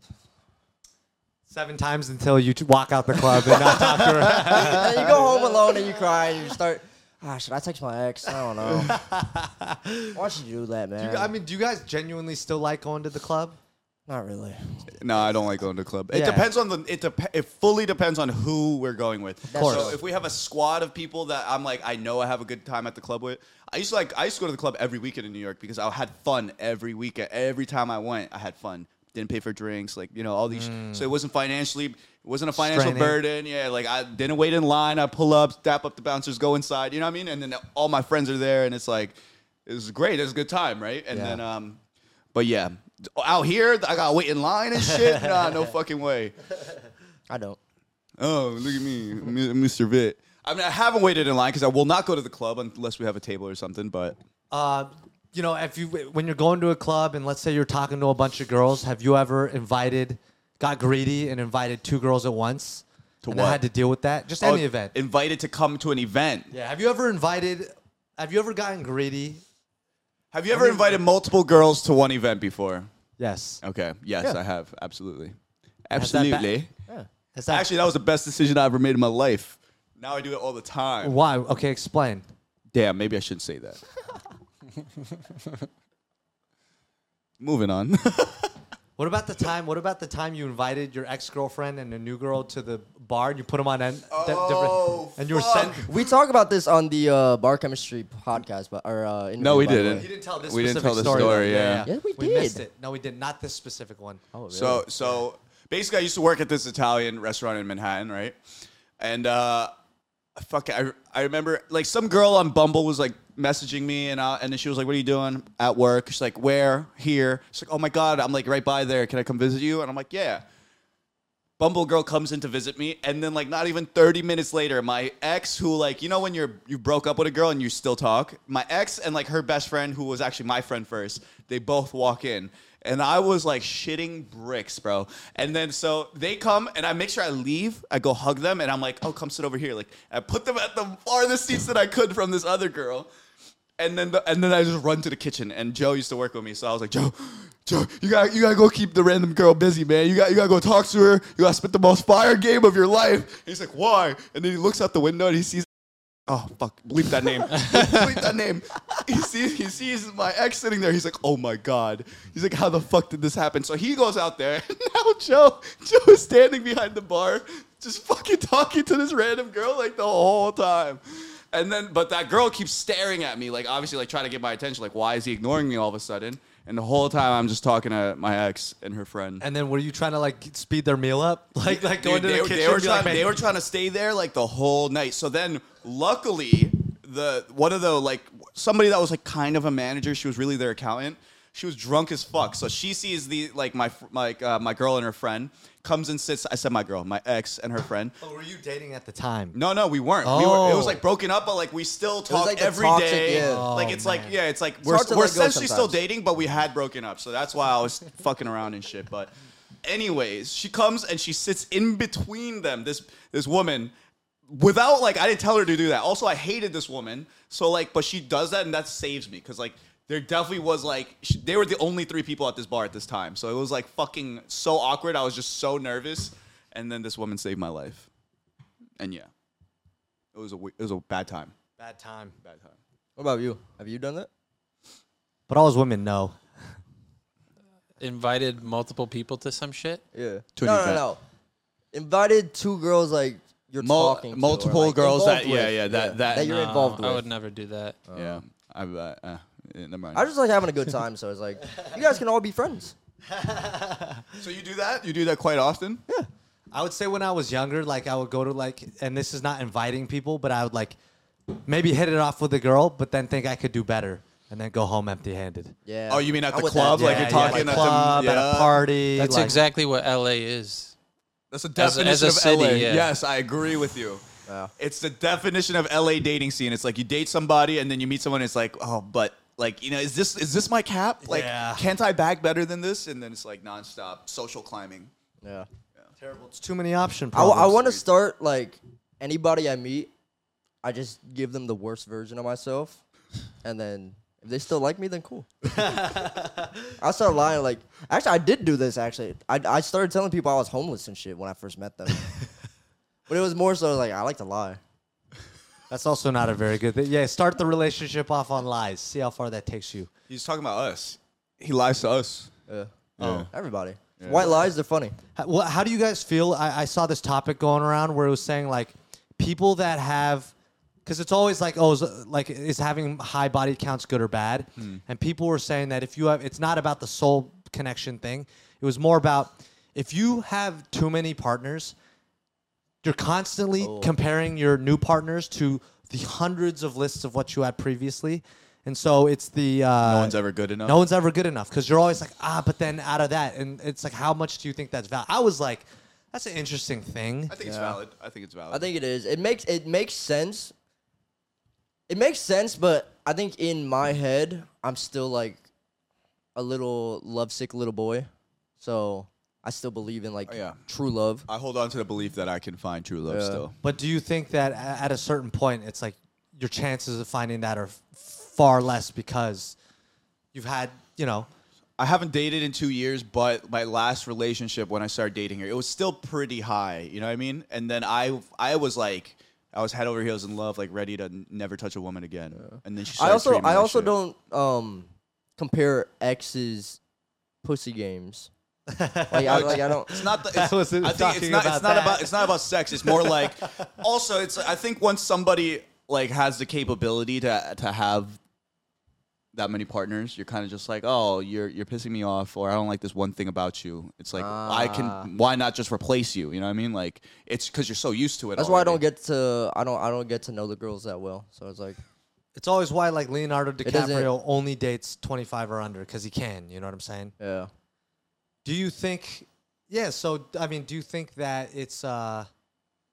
Speaker 3: seven times until you t- walk out the club and not talk to her.
Speaker 2: and Uh, you go home alone and you cry and you start. Ah, should I text my ex? I don't know. Why should you do that, man?
Speaker 3: I mean, do you guys genuinely still like going to the club?
Speaker 2: Not really.
Speaker 1: no, I don't like going to a club. It
Speaker 3: Yeah.
Speaker 1: depends on the. It dep- It fully depends on who we're going with. Of
Speaker 2: course.
Speaker 1: So if we have a squad of people that I'm like, I know I have a good time at the club with. I used to like. I used to go to the club every weekend in New York because I had fun every weekend. Every time I went, I had fun. Didn't pay for drinks, like you know all these. So it wasn't financially. It wasn't a financial
Speaker 3: Straining.
Speaker 1: burden. Yeah, like I didn't wait in line. I pull up, tap up the bouncers, go inside. You know what I mean? And then all my friends are there, and it's like, it was great. It was a good time, right? And
Speaker 3: Yeah.
Speaker 1: then um, but yeah, out here, I gotta wait in line and shit. nah, no fucking way.
Speaker 2: I don't.
Speaker 1: Oh, look at me, M- Mr. Vit. I mean, I haven't waited in line because I will not go to the club unless we have a table or something. But
Speaker 3: Uh, you know, if you when you're going to a club and let's say you're talking to a bunch of girls, have you ever invited, got greedy and invited two girls at once? To and
Speaker 1: what?
Speaker 3: had to deal with that. Just
Speaker 1: Oh,
Speaker 3: any event.
Speaker 1: invited to come to an event.
Speaker 3: yeah. Have you ever invited? Have you ever gotten greedy?
Speaker 1: Have you ever invited multiple girls to one event before?
Speaker 3: Yes.
Speaker 1: Okay, yes,
Speaker 3: Yeah.
Speaker 1: I have. Absolutely,
Speaker 3: that ba-
Speaker 1: absolutely.
Speaker 3: Has that,
Speaker 1: Actually, that was the best decision I ever made in my life. Now I do it all the time.
Speaker 3: why? Okay, explain.
Speaker 1: Damn, maybe I shouldn't say that. Moving on.
Speaker 3: What about the time? What about the time you invited your ex girlfriend and a new girl to the bar and you put them on end?
Speaker 1: Oh,
Speaker 3: different, and you were
Speaker 1: fuck.
Speaker 3: sent.
Speaker 2: We talk about this on the uh, bar chemistry podcast, but or uh, interview,
Speaker 1: No, we
Speaker 2: by the
Speaker 1: didn't.
Speaker 2: way.
Speaker 3: You didn't tell this.
Speaker 1: We didn't
Speaker 3: specific
Speaker 1: tell the
Speaker 3: story.
Speaker 1: story,
Speaker 3: though.
Speaker 1: yeah.
Speaker 2: Yeah, we
Speaker 3: We missed
Speaker 2: did.
Speaker 3: it. No, we did not. This specific one. Oh,
Speaker 1: So so basically, I used to work at this Italian restaurant in Manhattan, right? And uh, fuck, I I remember like some girl on Bumble was like messaging me, and I, and then she was like, "What are you doing at work?" She's like, "Where? Here?" She's like, "Oh my god, I'm like right by there. Can I come visit you?" And I'm like, "Yeah." Bumble girl comes in to visit me, and then like not even thirty minutes later, my ex, who like you know when you're you broke up with a girl and you still talk, my ex and like her best friend, who was actually my friend first, they both walk in, and I was like shitting bricks, bro. And then so they come, and I make sure I leave. I go hug them, and I'm like, oh, come sit over here. Like I put them at the farthest seats that I could from this other girl, and then the, and then I just run to the kitchen. And Joe used to work with me, so I was like, Joe, Joe, you got you gotta go keep the random girl busy, man. You got you gotta go talk to her. You gotta spend the most fire game of your life. And he's like, why? And then he looks out the window and he sees. Oh fuck! Bleep that name. bleep that name. He sees he sees my ex sitting there. He's like, "Oh my god." He's like, "How the fuck did this happen?" So he goes out there. And now Joe Joe is standing behind the bar, just fucking talking to this random girl like the whole time. And then, but that girl keeps staring at me, like obviously, like trying to get my attention. Like, why is he ignoring me all of a sudden? And the whole time, I'm just talking to my ex and her friend.
Speaker 3: And then were you trying to like speed their meal up? Like like
Speaker 1: Dude,
Speaker 3: going to
Speaker 1: they,
Speaker 3: the
Speaker 1: were-
Speaker 3: kitchen.
Speaker 1: they were
Speaker 3: and be
Speaker 1: trying,
Speaker 3: like, "Man,
Speaker 1: they were trying to stay there like the whole night. So then, luckily, the one of the like somebody that was like kind of a manager, she was really their accountant. She was drunk as fuck. So she sees the like my fr- like uh, my girl and her friend comes and sits. I said my girl, my ex and her friend.
Speaker 3: Oh, were you dating at the time?
Speaker 1: No, no, we weren't. We were, it was
Speaker 3: Oh.
Speaker 1: like broken up, but like we still talk
Speaker 2: like the
Speaker 1: every day.
Speaker 2: toxic- yeah.
Speaker 1: Like
Speaker 3: Oh,
Speaker 1: it's like
Speaker 3: man.
Speaker 1: yeah, it's like we're,
Speaker 2: hard to
Speaker 1: we're
Speaker 2: let go
Speaker 1: essentially still
Speaker 2: sometimes.
Speaker 1: dating, but we had broken up. So that's why I was fucking around and shit. But anyways, she comes and she sits in between them. This this woman without like I didn't tell her to do that. Also, I hated this woman. So like, but she does that, and that saves me because like there definitely was like sh they were the only three people at this bar at this time. So it was like fucking so awkward. I was just so nervous, and then this woman saved my life. And yeah, it was a we- it was a bad time.
Speaker 3: Bad time. Bad time.
Speaker 2: What about you? Have you done that?
Speaker 3: But all his women know.
Speaker 4: Invited multiple people to some shit.
Speaker 2: Yeah.
Speaker 1: To an
Speaker 2: no, no,
Speaker 1: event.
Speaker 2: no. Invited two girls like you're
Speaker 1: Mul-
Speaker 2: talking to or,
Speaker 1: multiple
Speaker 2: like,
Speaker 1: girls that-
Speaker 2: involved with.
Speaker 1: yeah, yeah, that- that-
Speaker 2: that you're
Speaker 4: No,
Speaker 2: involved with.
Speaker 4: I would never do that.
Speaker 1: yeah. I, uh, uh, never mind.
Speaker 2: I just like having a good time, so it's like you guys can all be friends.
Speaker 1: Oh, so you do that? You do that quite often? Yeah.
Speaker 3: I would say when I was younger, like I would go to like, and this is not inviting people, but I would like maybe hit it off with a girl, but then think I could do better, and then go home empty-handed.
Speaker 2: Yeah.
Speaker 1: Oh, you mean at
Speaker 2: I'm
Speaker 1: the
Speaker 2: with
Speaker 1: club?
Speaker 2: that,
Speaker 1: Like
Speaker 2: yeah,
Speaker 1: you're
Speaker 2: yeah.
Speaker 1: talking
Speaker 3: at a
Speaker 1: at
Speaker 3: club,
Speaker 1: the,
Speaker 3: at
Speaker 1: yeah.
Speaker 3: a party.
Speaker 4: That's
Speaker 3: like-
Speaker 4: exactly what LA is.
Speaker 1: That's a
Speaker 4: As a-
Speaker 1: definition
Speaker 4: as a
Speaker 1: of LA.
Speaker 4: city, yeah.
Speaker 1: Yes, I agree with you.
Speaker 2: Yeah.
Speaker 1: It's the definition of LA dating scene. It's like you date somebody and then you meet someone. And it's like, oh, but like you know, is this is this my cap? Like,
Speaker 3: Yeah.
Speaker 1: can't I back better than this? And then it's like nonstop social climbing.
Speaker 2: Yeah.
Speaker 3: It's too many option
Speaker 2: I,
Speaker 3: problems.
Speaker 2: want to start like anybody I meet, I just give them the worst version of myself, and then if they still like me, then cool. I started lying like actually I did do this actually. I I started telling people I was homeless and shit when I first met them, but it was more so like I like to lie.
Speaker 3: That's also not a very good thing. Yeah, start the relationship off on lies. See how far that takes you.
Speaker 1: He's talking about us. He lies to us.
Speaker 2: Yeah.
Speaker 1: Yeah.
Speaker 2: Everybody. White lies, they're funny.
Speaker 3: How, well, how do you guys feel? I, I saw this topic going around where it was saying like people that have, because it's always like oh, is, uh, like is having high body counts good or bad?
Speaker 1: Hmm.
Speaker 3: And people were saying that if you have, it's not about the soul connection thing. It was more about if you have too many partners, you're constantly
Speaker 1: Oh.
Speaker 3: comparing your new partners to the hundreds of lists of what you had previously. And so it's the uh,
Speaker 1: No one's ever good enough.
Speaker 3: no one's ever good enough because you're always like, ah, but then out of that, and it's like, how much do you think that's valid? I was like, that's an interesting thing.
Speaker 1: I think it's valid. I think it's valid.
Speaker 2: I think it is. It makes it makes sense. It makes sense, but I think in my head, I'm still like a little lovesick little boy. So I still believe in like
Speaker 1: Oh, yeah.
Speaker 2: true love.
Speaker 1: I hold on to the belief that I can find true love
Speaker 2: Yeah.
Speaker 1: still.
Speaker 3: But do you think that a- at a certain point, it's like your chances of finding that are f- far less because you've had, you know,
Speaker 1: I haven't dated in two years, but my last relationship when I started dating her, it was still pretty high. You know what I mean? And then I, I was like, I was head over heels in love, like ready to n- never touch a woman again. And then she.
Speaker 2: I
Speaker 1: Started
Speaker 2: also
Speaker 1: treating me
Speaker 2: I
Speaker 1: like
Speaker 2: also
Speaker 1: shit.
Speaker 2: don't um compare exes pussy games. like, I, like I don't
Speaker 1: It's not. The,
Speaker 3: I
Speaker 1: it's, I
Speaker 3: wasn't
Speaker 1: think it's
Speaker 3: talking
Speaker 1: not. It's not
Speaker 3: about that.
Speaker 1: about. It's not about sex. It's more like. Also, it's. I think once somebody like has the capability to to have that many partners, you're kind of just like, oh, you're you're pissing me off, or I don't like this one thing about you. It's like I can. Why not just replace you? You know what I mean? Like it's because you're so used to it.
Speaker 2: that's why I
Speaker 1: already.
Speaker 2: don't get to I don't I don't get to know the girls that well. So it's like
Speaker 3: it's always why like Leonardo
Speaker 2: doesn't-
Speaker 3: DiCaprio only dates 25 or under because he can, you know what I'm saying?
Speaker 2: yeah.
Speaker 3: Do you think? Yeah. So I mean, do you think that it's? Uh,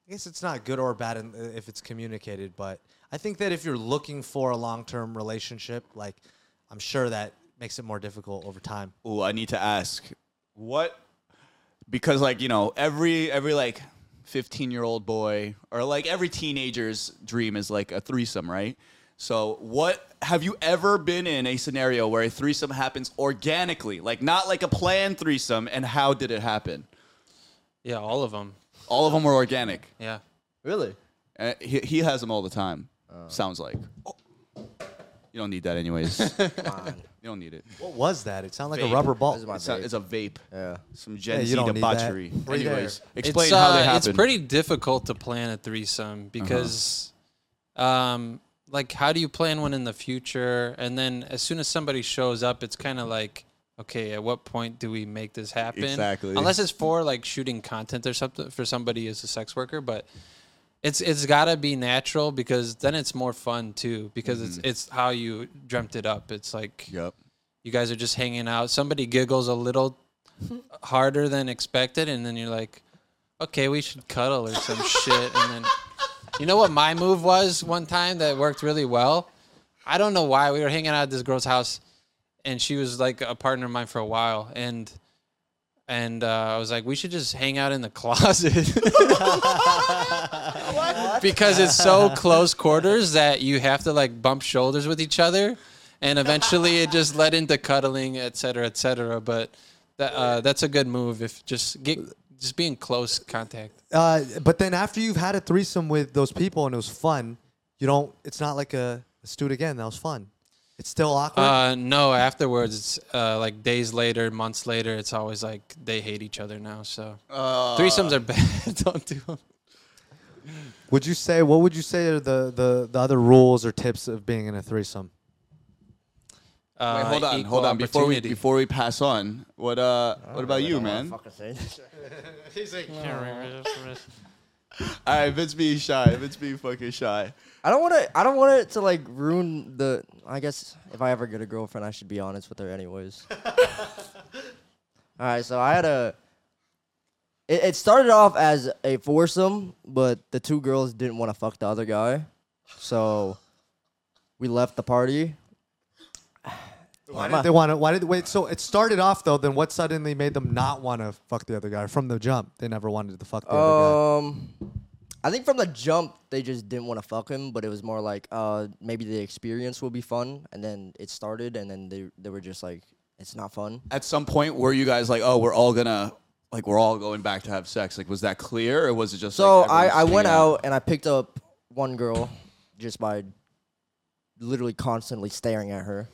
Speaker 3: I guess it's not good or bad in, if it's communicated, but I think that if you're looking for a long-term relationship, like I'm sure that makes it more difficult over time.
Speaker 1: Ooh, I need to ask what because like you know every every like 15 year old boy or like every teenager's dream is like a threesome, right? So what have you ever been in a scenario where a threesome happens organically, like not like a planned threesome, and how did it happen?
Speaker 4: Yeah, all of them.
Speaker 1: All of them were organic.
Speaker 4: Yeah.
Speaker 2: Really?
Speaker 1: Uh, he, he has them all the time. Sounds like. You don't need that anyways. you don't need it.
Speaker 3: What was that? It sounded like
Speaker 1: Vape.
Speaker 3: a rubber ball.
Speaker 2: This is my
Speaker 1: It's a,
Speaker 2: vape.
Speaker 1: it's a vape.
Speaker 2: yeah.
Speaker 1: Some Gen
Speaker 3: Yeah, you
Speaker 1: Z
Speaker 3: don't need that.
Speaker 1: debauchery.
Speaker 3: Right there.
Speaker 1: Anyways, explain
Speaker 4: it's,
Speaker 1: how Uh-huh. they
Speaker 4: uh,
Speaker 1: happen.
Speaker 4: It's pretty difficult to plan a threesome because, um, like, how do you plan one in the future? And then as soon as somebody shows up, it's kind of like, okay, at what point do we make this happen?
Speaker 1: Exactly.
Speaker 4: Unless it's for like shooting content or something for somebody as a sex worker, but. It's it's gotta be natural because then it's more fun too because
Speaker 1: Mm-hmm.
Speaker 4: it's it's how you dreamt it up. It's like
Speaker 1: Yep.
Speaker 4: you guys are just hanging out. Somebody giggles a little harder than expected, and then you're like, okay, we should cuddle or some shit. And then, you know what my move was one time that worked really well? I don't know why. We were hanging out at this girl's house, and she was like a partner of mine for a while. And and uh, I was like, we should just hang out in the closet because it's so close quarters that you have to like bump shoulders with each other, and eventually it just led into cuddling, et cetera, et cetera. But that uh, that's a good move if just get just be in close contact.
Speaker 3: Uh, but then after you've had a threesome with those people and it was fun, you don't. It's not like a let's do it again. That was fun. It's still awkward.
Speaker 4: Uh, no, afterwards, it's, uh, like days later, months later, it's always like they hate each other now. So
Speaker 1: Uh,
Speaker 4: threesomes are bad. Don't do them.
Speaker 3: would you say what would you say are the, the the other rules or tips of being in a threesome?
Speaker 4: Uh,
Speaker 1: Wait, hold on,
Speaker 4: equal
Speaker 1: hold on. Before we
Speaker 4: opportunity.
Speaker 1: before we pass on, what uh,
Speaker 2: Oh,
Speaker 1: what about you, man? All
Speaker 2: Fucking say this.
Speaker 1: right, Vince being shy, Vince being fucking shy.
Speaker 2: I don't want to. I don't want it to like ruin the. I guess if I ever get a girlfriend, I should be honest with her, anyways. All right, so I had a. It, it started off as a foursome, but the two girls didn't want to fuck the other guy, so we left the party.
Speaker 3: Why did they want to? Why did wait? So it started off though. Then what suddenly made them not want to fuck the other guy from the jump? They never wanted to fuck the other guy.
Speaker 2: Um, I think from the jump they just didn't want to fuck him, but it was more like uh maybe the experience will be fun, and then it started, and then they they were just like it's not fun.
Speaker 1: At some point, were you guys like, oh, we're all gonna like we're all going back to have sex? Like, was that clear, or was it just?
Speaker 2: So
Speaker 1: like,
Speaker 2: I,
Speaker 1: everyone's
Speaker 2: I went
Speaker 1: hanging
Speaker 2: out and I picked up one girl just by literally constantly staring at her.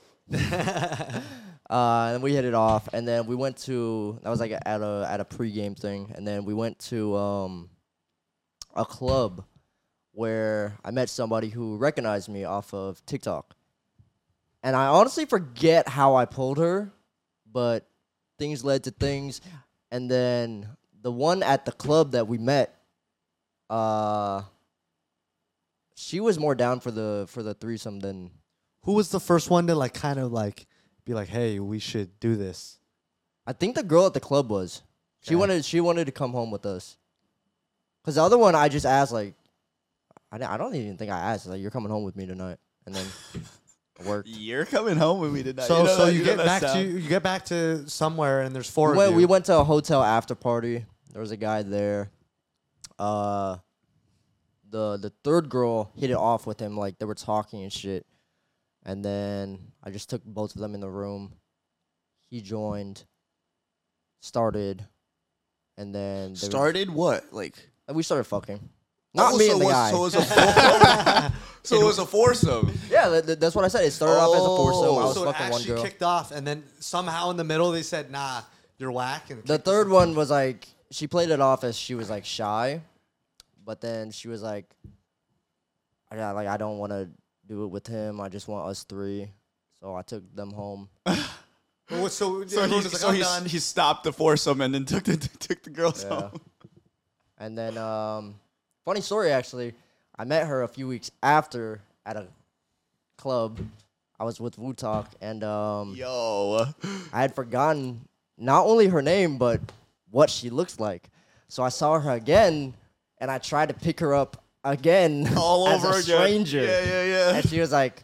Speaker 2: uh, and we hit it off, and then we went to that was like at a at a pregame thing, and then we went to um, a club where I met somebody who recognized me off of TikTok, and I honestly forget how I pulled her, but things led to things, and then the one at the club that we met uh she was more down for the for the threesome than
Speaker 3: Who was the first one to like kind of like be like, hey, we should do this?
Speaker 2: I think the girl at the club was. She
Speaker 3: Okay.
Speaker 2: wanted she wanted to come home with us. Cause the other one I just asked like I, don't- I don't even think I asked like you're coming home with me tonight and then it worked.
Speaker 1: You're coming home with me tonight.
Speaker 3: So
Speaker 1: know
Speaker 3: so
Speaker 1: that-
Speaker 3: you
Speaker 1: know
Speaker 3: get
Speaker 1: that
Speaker 3: back to
Speaker 1: sound.
Speaker 3: you get back to somewhere and there's four.
Speaker 2: Well,
Speaker 3: of you.
Speaker 2: we went to a hotel after party. There was a guy there. Uh, the the third girl hit it off with him. Like they were talking and shit. And then I just took both of them in the room. He joined. Started, and then they were-
Speaker 1: started what like.
Speaker 2: and we started fucking. Not
Speaker 1: Oh,
Speaker 2: me
Speaker 1: so
Speaker 2: and the
Speaker 1: was,
Speaker 2: guy.
Speaker 1: So it was a four- so it was a foursome.
Speaker 2: yeah, that, that- that's what I said. It started off as a foursome. I
Speaker 1: Oh,
Speaker 2: was
Speaker 3: so it
Speaker 2: fucking one
Speaker 3: actually
Speaker 2: girl.
Speaker 3: kicked off, and then somehow in the middle they said, nah, you're whack. And
Speaker 2: The third one was like she played it off as she was like shy, but then she was like, "I got like I don't want to do it with him. I just want us three. So I took them home.
Speaker 3: one. So,
Speaker 1: So,
Speaker 3: everyone
Speaker 1: he,
Speaker 3: was like,
Speaker 1: so
Speaker 3: "I'm
Speaker 1: he,
Speaker 3: done."
Speaker 1: he stopped the foursome and then took the took the girls
Speaker 2: Yeah.
Speaker 1: home.
Speaker 2: And then, um, funny story actually, I met her a few weeks after at a club. I was with Wu Talk, and um,
Speaker 1: Yo,
Speaker 2: I had forgotten not only her name but what she looks like. So I saw her again, and I tried to pick her up again
Speaker 1: all
Speaker 2: as
Speaker 1: over
Speaker 2: a
Speaker 1: again.
Speaker 2: stranger.
Speaker 1: Yeah, yeah, yeah.
Speaker 2: And she was like,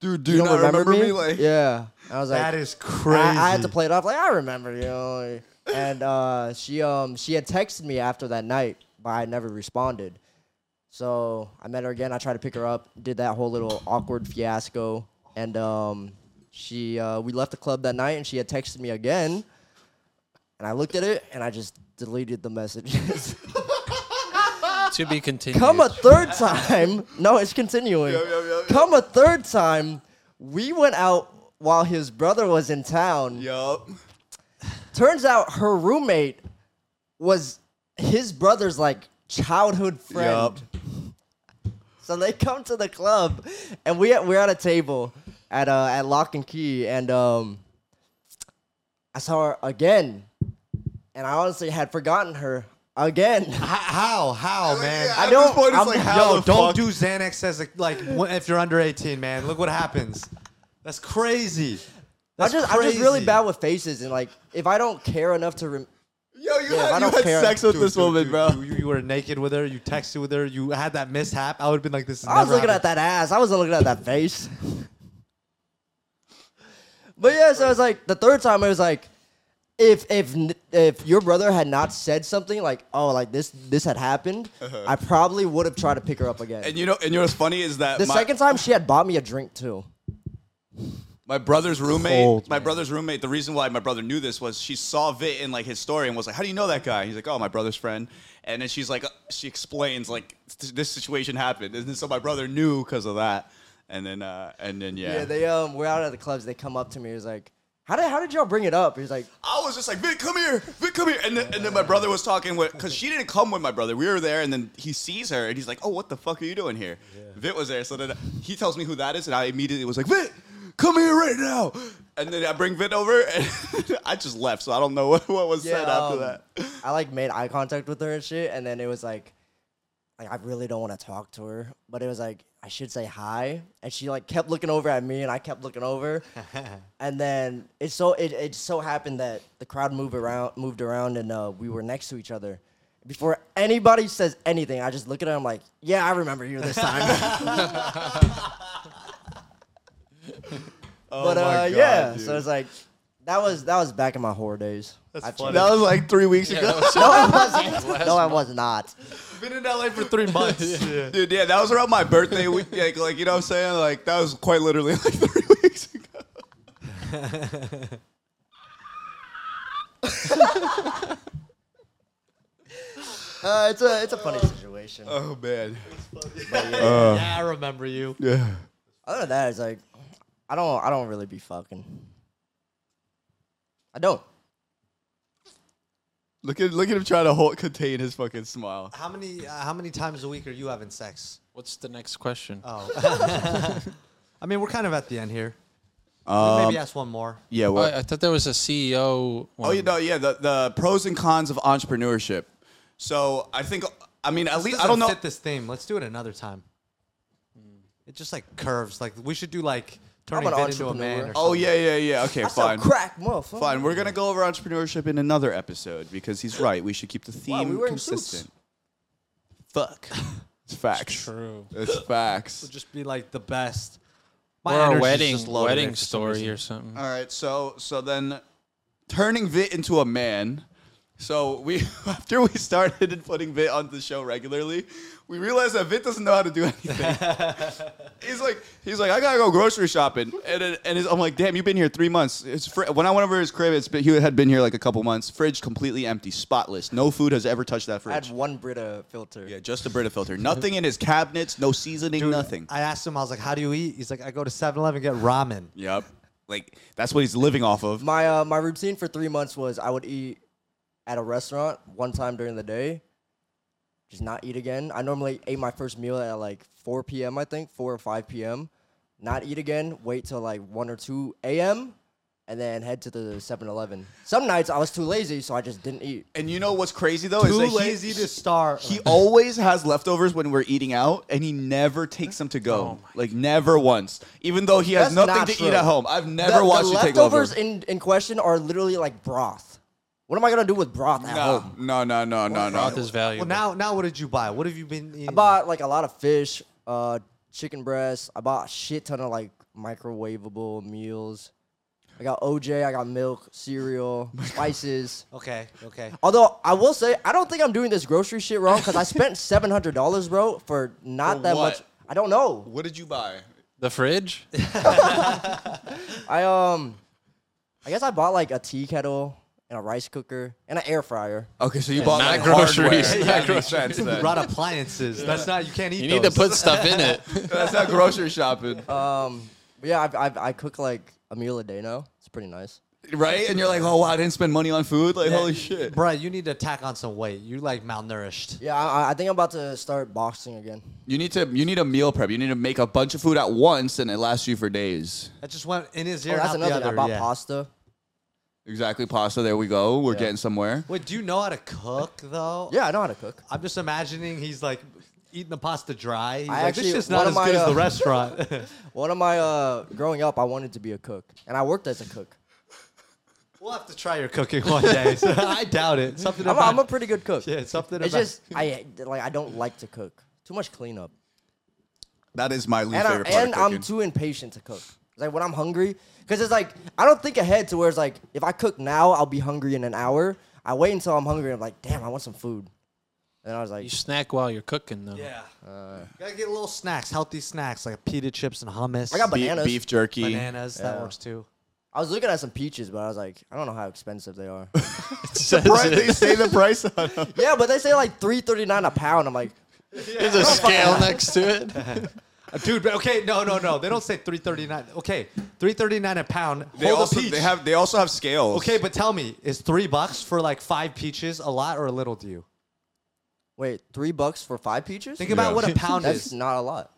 Speaker 1: Dude, do
Speaker 2: "You, don't remember, me?"
Speaker 1: Like,
Speaker 2: yeah. And I was
Speaker 3: that
Speaker 2: like,
Speaker 3: is
Speaker 2: I,
Speaker 3: crazy.
Speaker 2: I had to play it off like I remember you. And uh, she um she had texted me after that night, but I never responded. So I met her again. I tried to pick her up. Did that whole little awkward fiasco, and um, she uh, we left the club that night, and she had texted me again. And I looked at it, and I just deleted the messages.
Speaker 4: To be continued.
Speaker 2: Come a third time. No, it's continuing.
Speaker 1: Yup, yup, yup,
Speaker 2: Come a third time. We went out while his brother was in town.
Speaker 1: yup.
Speaker 2: Turns out her roommate was his brother's like childhood friend. So they come to the club, and we we're at a table at uh, at Lock and Key, and um, I saw her again, and I honestly had forgotten her again.
Speaker 3: H- how? How, man?
Speaker 1: Yeah,
Speaker 2: I
Speaker 1: at
Speaker 2: don't-
Speaker 1: this point, it's
Speaker 2: I'm-
Speaker 1: like,
Speaker 2: yo,
Speaker 1: how
Speaker 3: Yo,
Speaker 1: the
Speaker 3: don't
Speaker 1: fuck-
Speaker 3: do Xanax as a, like wh- if you're under 18, man. Look what happens. That's crazy.
Speaker 2: I
Speaker 3: That's
Speaker 2: just I'm just really
Speaker 3: crazy.
Speaker 2: bad with faces, and like if I don't care enough to. Rem-
Speaker 1: Yo, you
Speaker 2: Yeah, I
Speaker 1: had, you
Speaker 2: don't
Speaker 1: had
Speaker 2: care.
Speaker 1: sex with
Speaker 3: Dude,
Speaker 1: this
Speaker 3: dude,
Speaker 1: woman,
Speaker 3: dude,
Speaker 1: bro.
Speaker 3: dude, You, you were naked with her. You texted with her. You had that mishap. I would have been like, this is
Speaker 2: I was
Speaker 3: never
Speaker 2: looking at
Speaker 3: happened.
Speaker 2: that ass. I wasn't looking at that face. but yeah, so it's like the third time it was like, if if n- if your brother had not said something like, oh, like this this had happened, I probably would have tried to pick her up again.
Speaker 1: Uh-huh. And you know, and you know what's funny is that
Speaker 2: the
Speaker 1: my,
Speaker 2: second time she had bought me a drink too.
Speaker 1: my brother's roommate,
Speaker 3: Cold,
Speaker 1: my brother's roommate. The reason why my brother knew this was she saw Vit in like his story and was like, "How do you know that guy?" He's like, "Oh, my brother's friend." And then uh, she's like, she explains like this situation happened, and so my brother knew because of that. and then uh, and then yeah.
Speaker 2: Yeah. they um, we're out at the clubs. They come up to me. He's like, "How did how did y'all bring it up?" He's like,
Speaker 1: I was just like, Vic, come here, Vic, come here, and then, and then my brother was talking with because she didn't come with my brother. We were there, and then he sees her, and he's like, oh, what the fuck are you doing here? Vic was there, so then he tells me who that is, and I immediately was like, Vic, come here right now, and then I bring Vic over, and I just left, so I don't know what, what was said after
Speaker 2: um,
Speaker 1: that.
Speaker 2: I like made eye contact with her and shit, and then it was like, like I really don't want to talk to her, but it was like I should say hi, and she like kept looking over at me, and I kept looking over, and then it so it, it so happened that the crowd moved around moved around, and uh, we were next to each other. Before anybody says anything, I just look at her. I'm like, yeah, I remember you this time.
Speaker 1: Oh
Speaker 2: but uh, yeah, so it's like that was that was back in my horror days.
Speaker 3: That's
Speaker 2: I've
Speaker 3: funny.
Speaker 1: that was like three weeks
Speaker 4: Yeah,
Speaker 1: ago.
Speaker 4: that was-
Speaker 2: No, I wasn't. no, I was not.
Speaker 3: Been in LA for three months. yeah.
Speaker 1: Dude, yeah, that was around my birthday week. Like, like you know what I'm saying? Like, that was quite literally like three weeks ago.
Speaker 2: Uh, it's a it's a funny situation.
Speaker 1: Oh, man.
Speaker 3: yeah, I remember you.
Speaker 1: Yeah.
Speaker 2: Other than that, it's like I don't I don't really be fucking. I don't.
Speaker 1: Look at look at him trying to hold, contain his fucking smile.
Speaker 3: How many uh, how many times a week are you having sex?
Speaker 4: What's the next question?
Speaker 1: Uh,
Speaker 3: Oh. I mean, we're kind of at the end here.
Speaker 1: Um,
Speaker 3: Maybe ask one more.
Speaker 1: Yeah. Well,
Speaker 4: I, I thought there was a E CEO.
Speaker 1: Oh, you know, yeah, the, the pros and cons of entrepreneurship. So I think, I mean, at least I don't
Speaker 3: Doesn't
Speaker 1: know.
Speaker 3: Fit this theme. Let's do it another time. It just like curves. Like we should do like turning
Speaker 2: an
Speaker 3: it into a man.
Speaker 2: entrepreneur.
Speaker 3: Or
Speaker 1: Oh yeah, yeah, yeah. Okay,
Speaker 2: I
Speaker 1: fine,
Speaker 2: sell crack, motherfucker.
Speaker 1: fine. We're gonna go over entrepreneurship in another episode because he's right. We should keep the
Speaker 2: Wow, we
Speaker 1: theme
Speaker 2: were in suits.
Speaker 1: consistent. Fuck. It's facts.
Speaker 4: True.
Speaker 1: It's
Speaker 3: It'll
Speaker 1: facts.
Speaker 3: just be like the best. My
Speaker 4: Or a
Speaker 3: energy's
Speaker 4: wedding
Speaker 3: just loaded
Speaker 4: wedding
Speaker 3: for some reason.
Speaker 4: story or something.
Speaker 1: All right. So so then, turning Vit into a man. So we after we started putting Vit on the show regularly, we realized that Vit doesn't know how to do anything. he's like he's like I gotta go grocery shopping, and then- and his, I'm like, damn, you've been here three months. It's fr- when I went over his crib, it's been, he had been here like a couple months. Fridge completely empty, spotless. No food has ever touched that
Speaker 2: I had
Speaker 1: fridge.
Speaker 2: one Brita filter.
Speaker 1: Yeah, just a Brita filter. Nothing in his cabinets. No seasoning.
Speaker 3: Dude,
Speaker 1: nothing.
Speaker 3: I asked him. I was like, "How do you eat?" He's like, "I go to 7-Eleven and get ramen."
Speaker 1: yep. Like that's what he's living off of.
Speaker 2: My uh, my routine for three months was I would eat at a restaurant one time during the day, just not eat again. I normally ate my first meal at like 4 p.m. I think 4 or 5 p.m. Not eat again. Wait till like 1 or 2 a.m. and then head to the 7-Eleven. Some nights I was too lazy, so I just didn't eat.
Speaker 1: And you know what's crazy though is
Speaker 3: Too
Speaker 1: that he-
Speaker 3: lazy to start.
Speaker 1: He always has leftovers when we're eating out, and he never takes them to go. like never once, even though he has
Speaker 2: That's
Speaker 1: nothing
Speaker 2: not
Speaker 1: to
Speaker 2: true.
Speaker 1: eat at home. I've never watched
Speaker 2: the
Speaker 1: you take
Speaker 2: leftovers
Speaker 1: leftovers.
Speaker 2: in, in question are literally like broth. What am I gonna do with broth at
Speaker 1: No,
Speaker 2: home?
Speaker 1: no, no, no, no,
Speaker 4: Broth
Speaker 1: no.
Speaker 4: is valuable.
Speaker 3: well, now, now, what did you buy? What have you been eating?
Speaker 2: I bought like a lot of fish, uh, chicken breasts. I bought a shit ton of like microwavable meals. I got OJ. I got milk, cereal,
Speaker 1: Oh
Speaker 2: spices.
Speaker 3: Okay, okay.
Speaker 2: Although I will say, I don't think I'm doing this grocery shit wrong because I spent seven hundred dollars, bro, for not
Speaker 1: For
Speaker 2: that
Speaker 1: what?
Speaker 2: much. I don't know.
Speaker 1: What did you buy?
Speaker 4: the fridge.
Speaker 2: I um, I guess I bought like a tea kettle and a rice cooker and an air fryer.
Speaker 1: Okay, so you bought
Speaker 4: not
Speaker 1: like,
Speaker 4: groceries.
Speaker 1: hardware.
Speaker 4: Not
Speaker 1: That makes sense then.
Speaker 3: Brought appliances. That's not. You can't eat.
Speaker 4: You need to
Speaker 3: those.
Speaker 4: put stuff in it.
Speaker 1: That's not grocery shopping,
Speaker 2: Um, but yeah, I've, I've, I cook like a meal a day now. It's pretty nice.
Speaker 1: right? And you're like, oh wow, I didn't spend money on food. Like holy shit.
Speaker 3: Bruh, you need to tack on some weight. You like malnourished.
Speaker 2: Yeah, I, I- I think I'm about to start boxing again.
Speaker 1: You need to you need a meal prep. You need to make a bunch of food at once, and it lasts you for days.
Speaker 3: That just went in his
Speaker 2: Oh,
Speaker 3: ear.
Speaker 2: that's
Speaker 3: not
Speaker 2: another
Speaker 3: the
Speaker 2: thing. I
Speaker 3: other.
Speaker 2: bought
Speaker 3: yeah.
Speaker 2: pasta.
Speaker 1: Exactly, pasta. There we go. We're getting somewhere.
Speaker 3: Wait, do you know how to cook though?
Speaker 2: Yeah, I know how to cook.
Speaker 3: I'm just imagining he's like eating the pasta dry. He's
Speaker 2: I
Speaker 3: like,
Speaker 2: actually-
Speaker 3: this shit's
Speaker 2: one
Speaker 3: not
Speaker 2: of
Speaker 3: as
Speaker 2: my,
Speaker 3: good as
Speaker 2: uh,
Speaker 3: the restaurant.
Speaker 2: One of my uh, growing up, I wanted to be a cook, and I worked as a cook.
Speaker 3: we'll have to try your cooking one day. So I doubt it. Something
Speaker 2: I'm a,
Speaker 3: about
Speaker 2: I'm a pretty good cook.
Speaker 3: yeah, something
Speaker 2: It's
Speaker 3: about
Speaker 2: just I like I don't like to cook. Too much cleanup,
Speaker 1: That is my least
Speaker 2: and, I,
Speaker 1: favorite part.
Speaker 2: and
Speaker 1: of
Speaker 2: I'm
Speaker 1: cooking.
Speaker 2: too impatient to cook. It's like when I'm hungry, because it's like I don't think ahead to where it's like if I cook now, I'll be hungry in an hour. I wait until I'm hungry. I'm like, damn, I want some food. And I was like,
Speaker 4: You snack while you're cooking though.
Speaker 3: yeah. Gotta get little snacks, healthy snacks like pita chips and hummus.
Speaker 2: I got
Speaker 1: Be-
Speaker 2: bananas.
Speaker 1: beef jerky.
Speaker 3: bananas. That
Speaker 2: Yeah.
Speaker 3: works too.
Speaker 2: I was looking at some peaches, but I was like, I don't know how expensive they are.
Speaker 4: It says
Speaker 1: Right,
Speaker 4: it.
Speaker 1: they say the price on them.
Speaker 2: yeah, but they say like three thirty nine a pound. I'm like,
Speaker 4: There's a scale next to it.
Speaker 3: Uh, dude. but Okay, no, no, no. They don't say three thirty nine. Okay, three thirty nine a pound.
Speaker 1: They
Speaker 3: Hold
Speaker 1: also
Speaker 3: a peach.
Speaker 1: they have they also have scales.
Speaker 3: okay, but tell me, is three bucks for like five peaches a lot or a little to you?
Speaker 2: Wait, three bucks for five peaches?
Speaker 3: Think about
Speaker 1: Yeah.
Speaker 3: what a pound
Speaker 2: That's
Speaker 3: is.
Speaker 2: not a lot.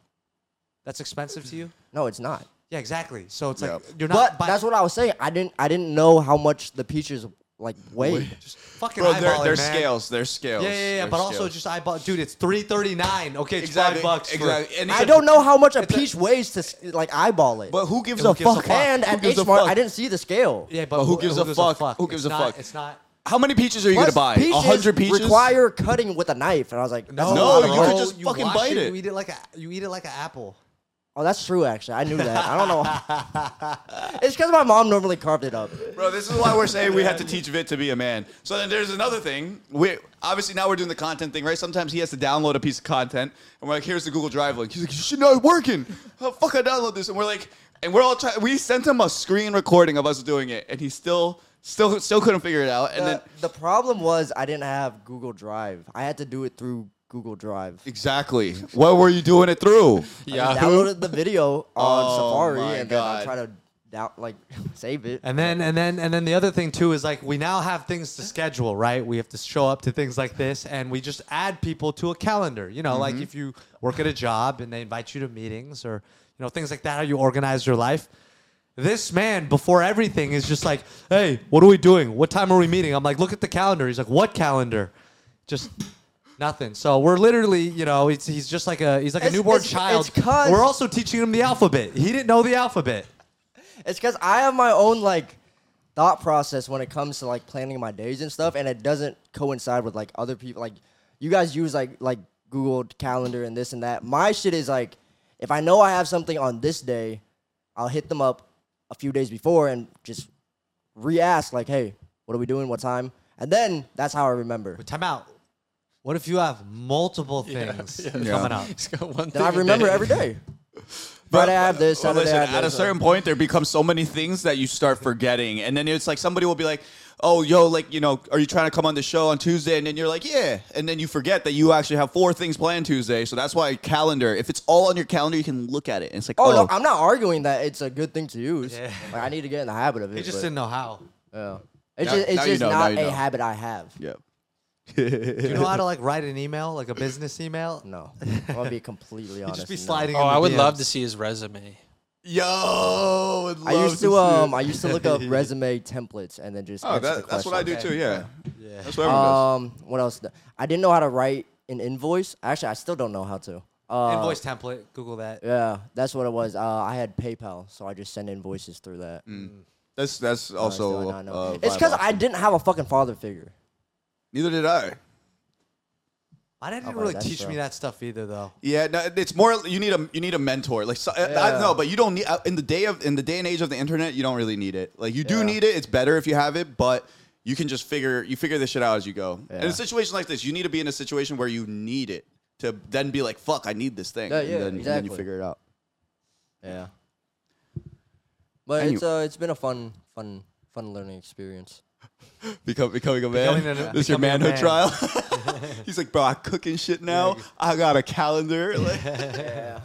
Speaker 3: That's expensive to you.
Speaker 2: No, it's not.
Speaker 3: Yeah, exactly. So it's like
Speaker 1: Yeah.
Speaker 3: you're not.
Speaker 2: But
Speaker 3: buy-
Speaker 2: that's what I was saying. I didn't. I didn't know how much the peaches like weighed.
Speaker 3: Just fucking
Speaker 1: bro,
Speaker 3: eyeball
Speaker 1: they're,
Speaker 3: it,
Speaker 1: they're
Speaker 3: man.
Speaker 1: scales. They're scales.
Speaker 3: Yeah, yeah, yeah.
Speaker 1: They're
Speaker 3: But also
Speaker 1: scales.
Speaker 3: just eyeball, dude. It's three thirty nine. Okay, it's
Speaker 1: exactly
Speaker 3: five bucks. for-
Speaker 1: Exactly. And
Speaker 2: I
Speaker 1: it's-
Speaker 2: don't know how much a
Speaker 3: it's a-
Speaker 2: peach weighs to s- like eyeball it.
Speaker 1: But who gives,
Speaker 3: Who
Speaker 1: a,
Speaker 3: gives a
Speaker 1: fuck?
Speaker 3: fuck?
Speaker 2: and
Speaker 1: who
Speaker 2: at
Speaker 1: gives a
Speaker 2: H Mart,
Speaker 1: fuck?
Speaker 2: I didn't see the scale.
Speaker 3: Yeah,
Speaker 1: But
Speaker 3: but
Speaker 1: who gives a fuck? Who gives
Speaker 3: it's
Speaker 1: a
Speaker 3: not-
Speaker 1: fuck?
Speaker 3: It's not.
Speaker 1: How many peaches are you gonna
Speaker 2: Plus,
Speaker 1: buy? A
Speaker 2: peaches
Speaker 1: hundred peaches.
Speaker 2: require cutting with a knife, and I was like, that's a
Speaker 1: No,
Speaker 2: lot,
Speaker 1: you
Speaker 2: bro.
Speaker 1: could just- fucking
Speaker 3: wash
Speaker 1: bite it.
Speaker 3: You eat it like a. You eat it like an apple.
Speaker 2: Oh, that's true. Actually, I knew that. I don't know. why. it's because my mom normally carved it up.
Speaker 1: Bro, this is why we're saying we have to teach Vit to be a man. So then there's another thing. We obviously now we're doing the content thing, right? Sometimes he has to download a piece of content, and we're like, "Here's the Google Drive link." He's like, "Shit, not working. How the fuck I download this?" And we're like, and we're all trying. We sent him a screen recording of us doing it, and he still, still, still couldn't figure it out. And then
Speaker 2: The, the problem was I didn't have Google Drive. I had to do it through Google Drive.
Speaker 1: exactly, what were you doing it through?
Speaker 2: I downloaded the video on
Speaker 1: Oh my
Speaker 2: Safari and then I
Speaker 1: God.
Speaker 2: try to down, like save it.
Speaker 3: And then and then and then the other thing too is like we now have things to schedule, right? We have to show up to things like this and we just add people to a calendar. You know, like
Speaker 2: Mm-hmm.
Speaker 3: if you work at a job and they invite you to meetings or you know things like that how you organize your life. This man before everything is just like, "Hey, what are we doing? What time are we meeting?" I'm like, "Look at the calendar." He's like, "What calendar?" Just nothing. So we're literally, you know, it's, he's just like a he's like
Speaker 2: It's-
Speaker 3: a newborn
Speaker 2: it's-
Speaker 3: child.
Speaker 2: it's 'cause-
Speaker 3: we're also teaching him the alphabet. He didn't know the alphabet.
Speaker 2: It's because I have my own like thought process when it comes to like planning my days and stuff, and it doesn't coincide with like other people. Like you guys use like like Google Calendar and this and that. My shit is like if I know I have something on this day, I'll hit them up a few days before and just re-ask like, hey, what are we doing? What time? And then that's how I remember.
Speaker 3: But time out. What if you have multiple things coming up?
Speaker 4: He's got one
Speaker 2: Then I
Speaker 4: thing a
Speaker 2: remember
Speaker 4: day.
Speaker 2: every day. Friday I have this,
Speaker 1: Well,
Speaker 2: Saturday I have
Speaker 1: at a
Speaker 2: this. uh.
Speaker 1: certain point, there becomes so many things that you start forgetting, and then it's like somebody will be like, "Oh, yo, like you know, are you trying to come on the show on Tuesday?" And then you're like, "Yeah," and then you forget that you actually have four things planned Tuesday. So that's why calendar. If it's all on your calendar, you can look at it. And it's like,
Speaker 2: Oh,
Speaker 1: oh,
Speaker 2: no, I'm not arguing that it's a good thing to use. Like, I need to get in the habit of it.
Speaker 3: They just
Speaker 2: but-
Speaker 3: didn't know how.
Speaker 2: Yeah. It's
Speaker 1: Now-
Speaker 2: just, it's
Speaker 1: now you
Speaker 2: just
Speaker 1: know, now
Speaker 2: not
Speaker 1: you
Speaker 2: a
Speaker 1: know.
Speaker 2: habit I have.
Speaker 1: yeah.
Speaker 3: Do you know how to like write an email, like a business email?
Speaker 2: No. I'm going to be completely
Speaker 3: You
Speaker 2: honest.
Speaker 3: just be
Speaker 2: no.
Speaker 3: sliding.
Speaker 4: Oh,
Speaker 3: in the
Speaker 4: I would
Speaker 3: DMs.
Speaker 4: love to see his resume.
Speaker 1: Yo, would love
Speaker 2: I used to
Speaker 1: see
Speaker 2: um
Speaker 1: it.
Speaker 2: I used to look up resume templates and then just
Speaker 1: oh,
Speaker 2: answer the
Speaker 1: that, that's what I do
Speaker 2: question.
Speaker 1: too. Yeah,
Speaker 3: Yeah.
Speaker 1: that's what everyone does.
Speaker 2: Um what else? I didn't know how to write an invoice. Actually, I still don't know how to. Uh,
Speaker 3: Invoice template. Google that.
Speaker 2: Yeah, that's what it was. Uh, I had PayPal, so I just sent invoices through that.
Speaker 1: That's that's
Speaker 2: I still
Speaker 1: also.
Speaker 2: don't know.
Speaker 1: Mm. uh,
Speaker 2: it's because
Speaker 1: viable.
Speaker 2: I didn't have a fucking father figure.
Speaker 1: neither did I.
Speaker 3: I didn't
Speaker 2: Okay,
Speaker 3: really
Speaker 2: that's
Speaker 3: teach me
Speaker 2: true.
Speaker 3: that stuff either, though.
Speaker 1: Yeah, no, it's more you need a you need a mentor. Like so, I, I know, but you don't need uh, in the day of in the day and age of the internet, you don't really need it. Like you do
Speaker 2: Yeah.
Speaker 1: need it. It's better if you have it, but you can just figure you figure this shit out as you go. In
Speaker 2: Yeah.
Speaker 1: a situation like this, you need to be in a situation where you need it to then be like, "Fuck, I need this thing."
Speaker 2: Yeah,
Speaker 1: and
Speaker 2: yeah,
Speaker 1: then, and
Speaker 2: exactly.
Speaker 1: then you figure it out.
Speaker 2: Yeah. But
Speaker 1: And
Speaker 2: it's uh, it's been a fun, fun, fun learning experience.
Speaker 1: Become, becoming a man.
Speaker 3: Becoming a-
Speaker 1: this your
Speaker 3: becoming
Speaker 1: manhood
Speaker 3: a man.
Speaker 1: trial. He's like, "Bro, I cook and shit now. I got a calendar." Like,
Speaker 2: Yeah.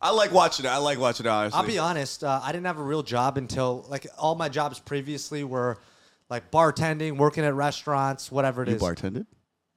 Speaker 1: I like watching it. I like watching it. Honestly,
Speaker 3: I'll be honest. Uh, I didn't have a real job until like all my jobs previously were like bartending, working at restaurants, whatever it is.
Speaker 1: you bartended,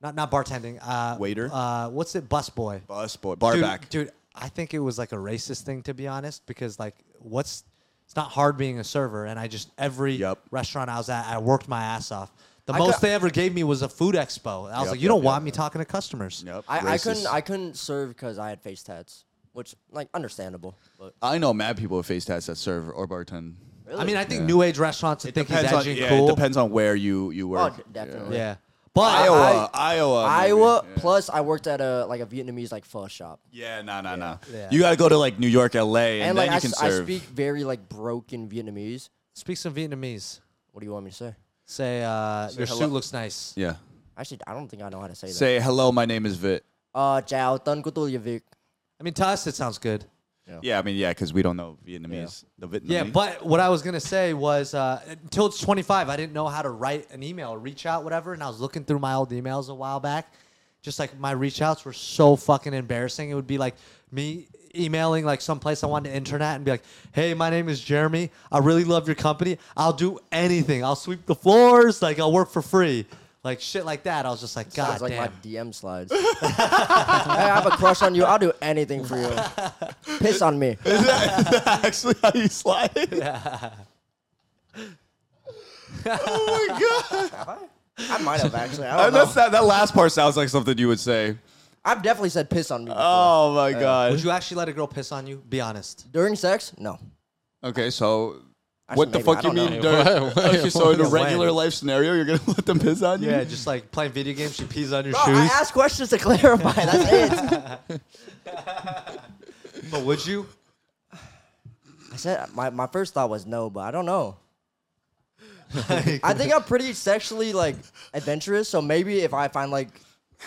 Speaker 3: Not not bartending. Uh,
Speaker 1: Waiter?
Speaker 3: Uh, what's it? Busboy.
Speaker 1: bus boy, bar
Speaker 3: dude,
Speaker 1: back.
Speaker 3: Dude, I think it was like a racist thing to be honest, because like what's it's not hard being a server, and I just every
Speaker 1: Yep.
Speaker 3: restaurant I was at, I worked my ass off. The
Speaker 2: I
Speaker 3: most
Speaker 2: got-
Speaker 3: they ever gave me was a food expo. I was
Speaker 1: Yep,
Speaker 3: like, you
Speaker 1: yep,
Speaker 3: don't
Speaker 1: yep,
Speaker 3: want me talking to customers.
Speaker 1: Yep,
Speaker 2: I, I couldn't
Speaker 1: racist.
Speaker 2: I couldn't serve because I had face tats, which like understandable. But
Speaker 1: I know mad people with face tats that serve or bartend.
Speaker 3: I mean, I think new age restaurants think he's
Speaker 1: on,
Speaker 3: edgy and
Speaker 1: yeah,
Speaker 3: cool.
Speaker 1: it depends on where you you
Speaker 2: oh,
Speaker 1: work.
Speaker 2: d- definitely
Speaker 3: Yeah, but
Speaker 1: Iowa, Iowa, maybe.
Speaker 2: Iowa.
Speaker 1: Yeah.
Speaker 2: Plus, I worked at a like a Vietnamese like pho shop,
Speaker 1: Yeah, no, no, no.
Speaker 3: Yeah.
Speaker 1: You gotta go to like New York, LA, and,
Speaker 2: and,
Speaker 1: then
Speaker 2: like I,
Speaker 1: you can
Speaker 2: s- I
Speaker 1: serve.
Speaker 2: speak very like broken Vietnamese.
Speaker 3: speak some Vietnamese.
Speaker 2: What do you want me to say?
Speaker 3: Say, uh, your
Speaker 1: hello.
Speaker 3: suit looks nice.
Speaker 1: yeah.
Speaker 2: Actually, I don't think I know how to say that.
Speaker 1: Say hello. My name is Vit.
Speaker 2: uh, chào tân của tôi là Vic.
Speaker 3: I mean, to us, it sounds good.
Speaker 1: Yeah, I mean, yeah, because we don't know Vietnamese. The Vietnamese.
Speaker 3: Yeah, but what I was gonna say was uh, until it's 25, I didn't know how to write an email, reach out, whatever. And I was looking through my old emails a while back. Just like my reach outs were so fucking embarrassing. It would be like me emailing like someplace I want to internet and be like, "Hey, my name is Jeremy. I really love your company. I'll do anything. I'll sweep the floors. Like I'll work for free. Like shit like that." I was just like, "God
Speaker 2: Sounds like my
Speaker 3: damn."
Speaker 2: DM slides. hey, I have a crush on you. I'll do anything for you. Piss on me.
Speaker 1: actually how you slide? oh my god!
Speaker 2: I might have actually. I
Speaker 1: I
Speaker 2: don't
Speaker 1: know.
Speaker 2: know.
Speaker 1: That, that last part sounds like something you would say.
Speaker 2: I've definitely said piss on me. Before.
Speaker 1: Oh my god.
Speaker 3: Would you actually let a girl piss on you? Be honest.
Speaker 2: During sex? No.
Speaker 1: okay, so
Speaker 2: Actually,
Speaker 1: what the
Speaker 2: maybe, I
Speaker 1: fuck you
Speaker 2: don't know.
Speaker 1: mean?
Speaker 4: know.
Speaker 1: during-
Speaker 4: Wait, what?
Speaker 1: okay, so in a
Speaker 3: When?
Speaker 1: regular life scenario, you're gonna let them piss on you?
Speaker 3: Yeah, just like playing video games, she pees on your
Speaker 2: Bro, I
Speaker 3: shoes.
Speaker 2: ask questions to clarify. That's it.
Speaker 3: But would you?
Speaker 2: I said my, my first thought was no, but I don't know.
Speaker 3: Like,
Speaker 2: I think I'm pretty sexually like adventurous, so maybe if I find like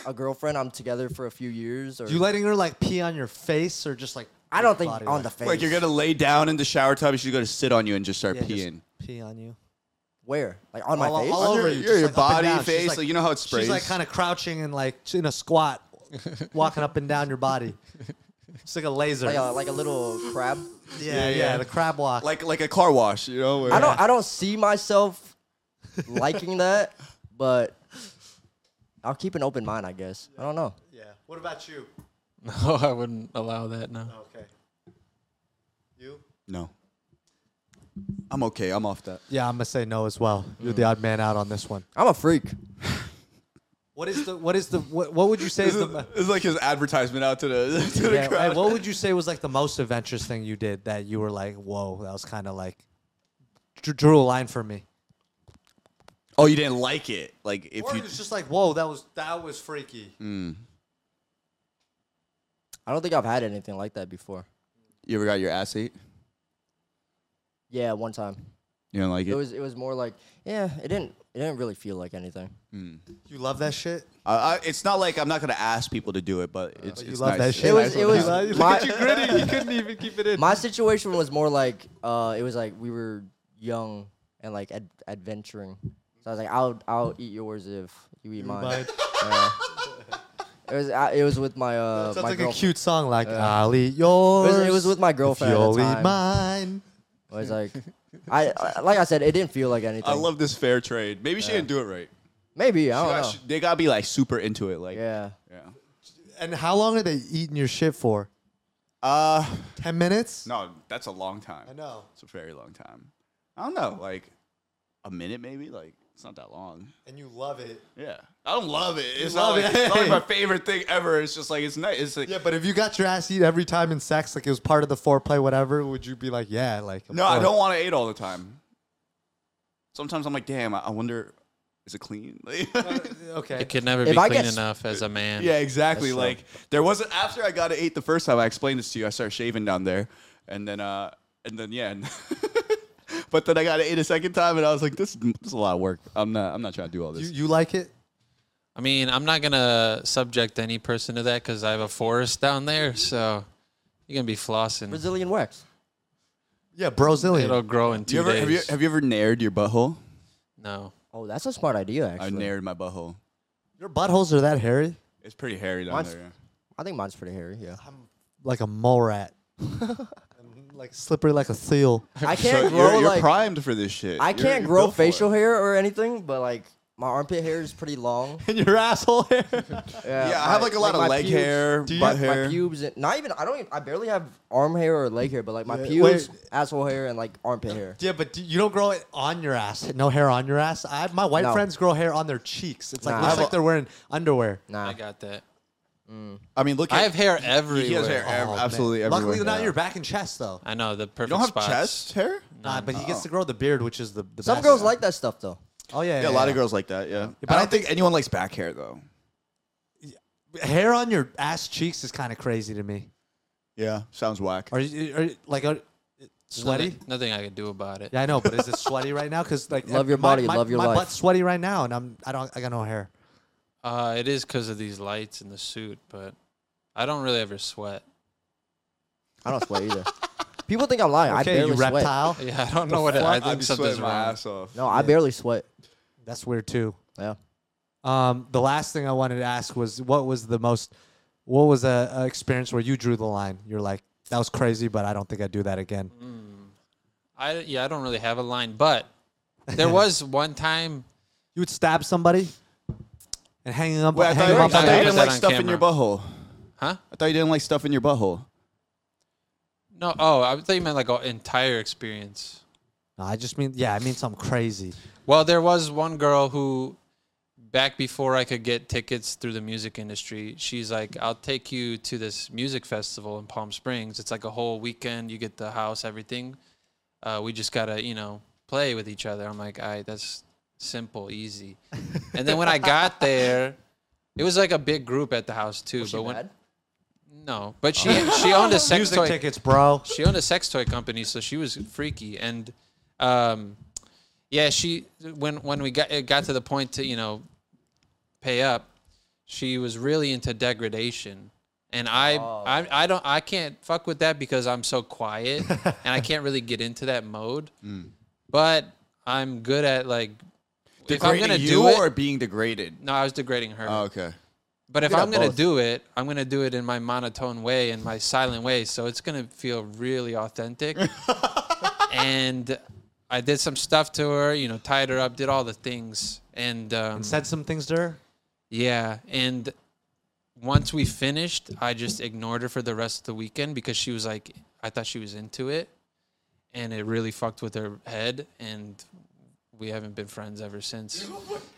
Speaker 2: a girlfriend, I'm together for a few years. Or
Speaker 3: you letting her like pee on your face or just like?
Speaker 2: I don't think
Speaker 3: body
Speaker 2: on
Speaker 3: weight?
Speaker 2: the face.
Speaker 1: Like you're gonna lay down in the shower tub and she's gonna sit on you and just start
Speaker 3: Yeah, just
Speaker 1: peeing.
Speaker 3: pee on you.
Speaker 2: where like on my
Speaker 3: All-
Speaker 2: face.
Speaker 3: all
Speaker 1: On your-
Speaker 3: over you,
Speaker 1: your-
Speaker 3: just,
Speaker 1: your
Speaker 3: like, up and
Speaker 1: body,
Speaker 3: down. She's,
Speaker 1: face, like, you know how it
Speaker 3: She's like
Speaker 1: sprays?
Speaker 3: kind of crouching and like in a squat, walking up and down your body. It's like a laser.
Speaker 2: like a, like a little crab.
Speaker 3: yeah,
Speaker 1: yeah,
Speaker 3: yeah,
Speaker 1: yeah.
Speaker 3: the crab walk.
Speaker 1: Like like a car wash, you know? where-
Speaker 2: I don't I don't see myself liking that, but I'll keep an open mind, I guess. I don't know.
Speaker 3: yeah. What about you?
Speaker 4: No, I wouldn't allow that. No.
Speaker 3: Okay. You?
Speaker 1: No. I'm okay. I'm off that.
Speaker 3: Yeah, I'm gonna say no as well. You're the odd man out on this one.
Speaker 2: I'm a freak.
Speaker 3: What is the? What is the? What, what would you say is the? mo-
Speaker 1: It's like his advertisement out to the to the
Speaker 3: Yeah,
Speaker 1: crowd.
Speaker 3: hey, what would you say was like the most adventurous thing you did that you were like, whoa, that was kind of like drew, drew a line for me.
Speaker 1: Oh, you didn't like it. Like if
Speaker 3: Or
Speaker 1: you
Speaker 3: it's just like, whoa, that was that was freaky.
Speaker 2: Mm. I don't think I've had anything like that before.
Speaker 1: you ever got your ass ate,
Speaker 2: Yeah, one time.
Speaker 1: you don't like
Speaker 2: It
Speaker 1: it.
Speaker 2: was it was more like, yeah, it didn't it didn't really feel like anything.
Speaker 3: You love that shit.
Speaker 1: I, I, it's not like I'm not gonna ask people to do it, but it's,
Speaker 3: you
Speaker 1: it's nice.
Speaker 3: love that
Speaker 1: It's
Speaker 2: It
Speaker 3: shit.
Speaker 1: nice
Speaker 2: was
Speaker 1: when
Speaker 2: it was
Speaker 1: happens.
Speaker 2: my,
Speaker 3: gritty. He couldn't even keep it in.
Speaker 2: my situation was more like uh it was like we were young and like ad- adventuring. So I was like, I'll I'll eat yours if you eat mine. Yeah. It was I it was with my uh
Speaker 3: Sounds
Speaker 2: my
Speaker 3: like a
Speaker 2: girlfriend.
Speaker 3: cute song, like
Speaker 2: Yeah.
Speaker 3: "I'll eat yours."
Speaker 2: It was- it was with my girlfriend at
Speaker 3: If
Speaker 2: the
Speaker 3: you'll eat
Speaker 2: time.
Speaker 3: mine.
Speaker 2: It was like, I I- like I said, it didn't feel like anything.
Speaker 1: I love this fair trade. Maybe she didn't do it right.
Speaker 2: Maybe I
Speaker 3: Oh,
Speaker 1: She
Speaker 2: don't
Speaker 1: got-
Speaker 2: know.
Speaker 1: she- they gotta be like super into it. Like
Speaker 2: yeah,
Speaker 1: yeah.
Speaker 3: And how long are they eating your shit for?
Speaker 1: Uh,
Speaker 3: Ten minutes?
Speaker 1: no, that's a long time.
Speaker 3: I know.
Speaker 1: It's a very long time. I don't know, like a minute maybe. Like it's not that long.
Speaker 3: And you love it.
Speaker 1: Yeah, I don't love it. It's not,
Speaker 3: love
Speaker 1: like,
Speaker 3: it.
Speaker 1: it's not like my favorite thing ever. It's just like it's nice. It's like
Speaker 3: Yeah, but if you got your ass eat every time in sex, like it was part of the foreplay, whatever, would you be like, yeah, like? of
Speaker 1: No, I
Speaker 3: course.
Speaker 1: don't want to eat all the time. Sometimes I'm like, damn, I I wonder, is it clean? Like-
Speaker 3: Okay.
Speaker 4: It could never
Speaker 2: If
Speaker 4: be
Speaker 2: I
Speaker 4: clean
Speaker 2: get s-
Speaker 4: enough as a man.
Speaker 1: yeah, exactly.
Speaker 2: That's true.
Speaker 1: Like there wasn't after I got to eat the first time. I explained this to you. I started shaving down there, and then uh, and then yeah. and- But then I got to eat a second time, and I was like, "This, this is a lot of work. I'm not. I'm not trying to do all
Speaker 3: You
Speaker 1: this."
Speaker 3: you like it?
Speaker 4: I mean, I'm not gonna subject any person to that because I have a forest down there, so you're gonna be flossing.
Speaker 2: Brazilian wax.
Speaker 3: Yeah, Brazilian.
Speaker 4: It'll grow in two
Speaker 1: You ever,
Speaker 4: days.
Speaker 1: have you have you ever nared your butthole?
Speaker 4: no.
Speaker 2: Oh, that's a smart idea.
Speaker 1: I
Speaker 2: Actually,
Speaker 1: nared my butthole.
Speaker 3: Your buttholes are that hairy?
Speaker 1: It's pretty hairy down
Speaker 2: Mine's-
Speaker 1: there. yeah.
Speaker 2: I think mine's pretty hairy. Yeah,
Speaker 3: Like a mole rat. like slippery like a seal.
Speaker 2: I can't
Speaker 1: So
Speaker 2: grow
Speaker 1: you're, you're
Speaker 2: like
Speaker 1: primed for this shit.
Speaker 2: I
Speaker 1: You're-
Speaker 2: can't
Speaker 1: you're
Speaker 2: grow
Speaker 1: built for it.
Speaker 2: facial hair or anything, but like my armpit hair is pretty long.
Speaker 3: And your asshole hair.
Speaker 2: Yeah,
Speaker 1: Yeah, I
Speaker 2: my-
Speaker 1: have like a lot
Speaker 2: my
Speaker 1: of leg
Speaker 2: pubes-
Speaker 1: hair,
Speaker 3: you-
Speaker 1: butt
Speaker 2: My
Speaker 1: hair.
Speaker 2: pubes, and, not even. I don't. Even, I barely have arm hair or leg hair, but like my
Speaker 3: Yeah, wait.
Speaker 2: pubes, asshole hair, and like armpit hair.
Speaker 3: yeah, but do- you don't grow it on your ass. No hair on your ass. I my white
Speaker 2: No.
Speaker 3: friends grow hair on their cheeks. It's like
Speaker 2: Nah. I
Speaker 3: looks
Speaker 2: have
Speaker 3: like
Speaker 1: a-
Speaker 3: they're wearing underwear.
Speaker 2: Nah,
Speaker 4: I got that.
Speaker 1: I mean, look.
Speaker 4: I
Speaker 1: at-
Speaker 4: have hair everywhere.
Speaker 1: He has hair ev-
Speaker 3: Oh, man.
Speaker 1: absolutely everywhere.
Speaker 3: Luckily not your back and chest though.
Speaker 4: I know the perfect
Speaker 1: You don't have
Speaker 4: spots.
Speaker 1: chest hair?
Speaker 3: Nah, but he gets to grow the beard, which is the, the
Speaker 2: some
Speaker 3: best.
Speaker 2: girls like that stuff though.
Speaker 3: Oh yeah,
Speaker 1: Yeah, a lot of girls like that. Yeah,
Speaker 3: but
Speaker 1: I
Speaker 3: I
Speaker 1: don't think anyone likes back hair though.
Speaker 3: Hair on your ass cheeks is kind of crazy to me.
Speaker 1: Yeah, sounds whack.
Speaker 3: Are you, are you like are,
Speaker 4: There's
Speaker 3: sweaty?
Speaker 4: Nothing, nothing I could do about it.
Speaker 3: Yeah, I know, but is it sweaty right now? Because like, uh,
Speaker 2: Love your
Speaker 3: my-
Speaker 2: body,
Speaker 3: my,
Speaker 2: love your
Speaker 3: my
Speaker 2: life.
Speaker 3: butt's sweaty right now, and I'm I don't I got no hair.
Speaker 4: Uh, it is because of these lights and the suit, but I don't really ever sweat.
Speaker 2: I don't sweat either. People think I'm lying. I
Speaker 3: Okay,
Speaker 2: barely
Speaker 3: you
Speaker 2: sweat.
Speaker 3: reptile.
Speaker 4: Yeah, I don't know what it, I think something's wrong.
Speaker 1: off.
Speaker 2: No, I barely sweat.
Speaker 3: That's weird too.
Speaker 2: Yeah.
Speaker 3: Um, the last thing I wanted to ask was what was the most, what was a, a experience where you drew the line? You're like, That was crazy, but I don't think I'd do that again.
Speaker 4: I yeah, I don't really have a line, but there was one time
Speaker 3: You would stab somebody and hang them up.
Speaker 1: Wait, I
Speaker 3: hang
Speaker 1: thought,
Speaker 3: them
Speaker 1: you- I
Speaker 3: up
Speaker 4: on
Speaker 1: thought
Speaker 3: by
Speaker 1: you
Speaker 4: that.
Speaker 1: didn't
Speaker 4: Put
Speaker 1: like
Speaker 4: on
Speaker 1: stuff in your
Speaker 4: camera.
Speaker 1: butthole.
Speaker 4: Huh?
Speaker 1: I thought you didn't like stuff in your butthole.
Speaker 4: No, oh, I thought you meant like an entire experience.
Speaker 3: No, I just mean, yeah, I mean something crazy.
Speaker 4: Well, there was one girl who, back before I could get tickets through the music industry, she's like, I'll take you to this music festival in Palm Springs. It's like a whole weekend. You get the house, everything. Uh, we just got to, you know, play with each other. I'm like, all right, that's simple, easy. and then when I got there, it was like a big group at the house, too.
Speaker 2: Was she
Speaker 4: but when,
Speaker 2: bad?
Speaker 4: No, but she, she owned a sex
Speaker 3: Music
Speaker 4: toy
Speaker 3: tickets, bro.
Speaker 4: she owned a sex toy company, so she was freaky. And um, yeah, she when when we got it got to the point to you know pay up, she was really into degradation. And I, I I don't I can't fuck with that because I'm so quiet and I can't really get into that mode. But I'm good at like if I'm gonna
Speaker 1: you
Speaker 4: do
Speaker 1: or
Speaker 4: it.
Speaker 1: being degraded?
Speaker 4: No, I was degrading her.
Speaker 1: Oh, okay.
Speaker 4: But if
Speaker 2: Good at
Speaker 4: I'm gonna
Speaker 2: both.
Speaker 4: do it, I'm gonna do it in my monotone way, in my silent way. So it's gonna feel really authentic. and I did some stuff to her, you know, tied her up, did all the things, and um,
Speaker 3: Said some things to her.
Speaker 4: yeah. And once we finished, I just ignored her for the rest of the weekend because she was like, I thought she was into it, and it really fucked with her head, and we haven't been friends ever since.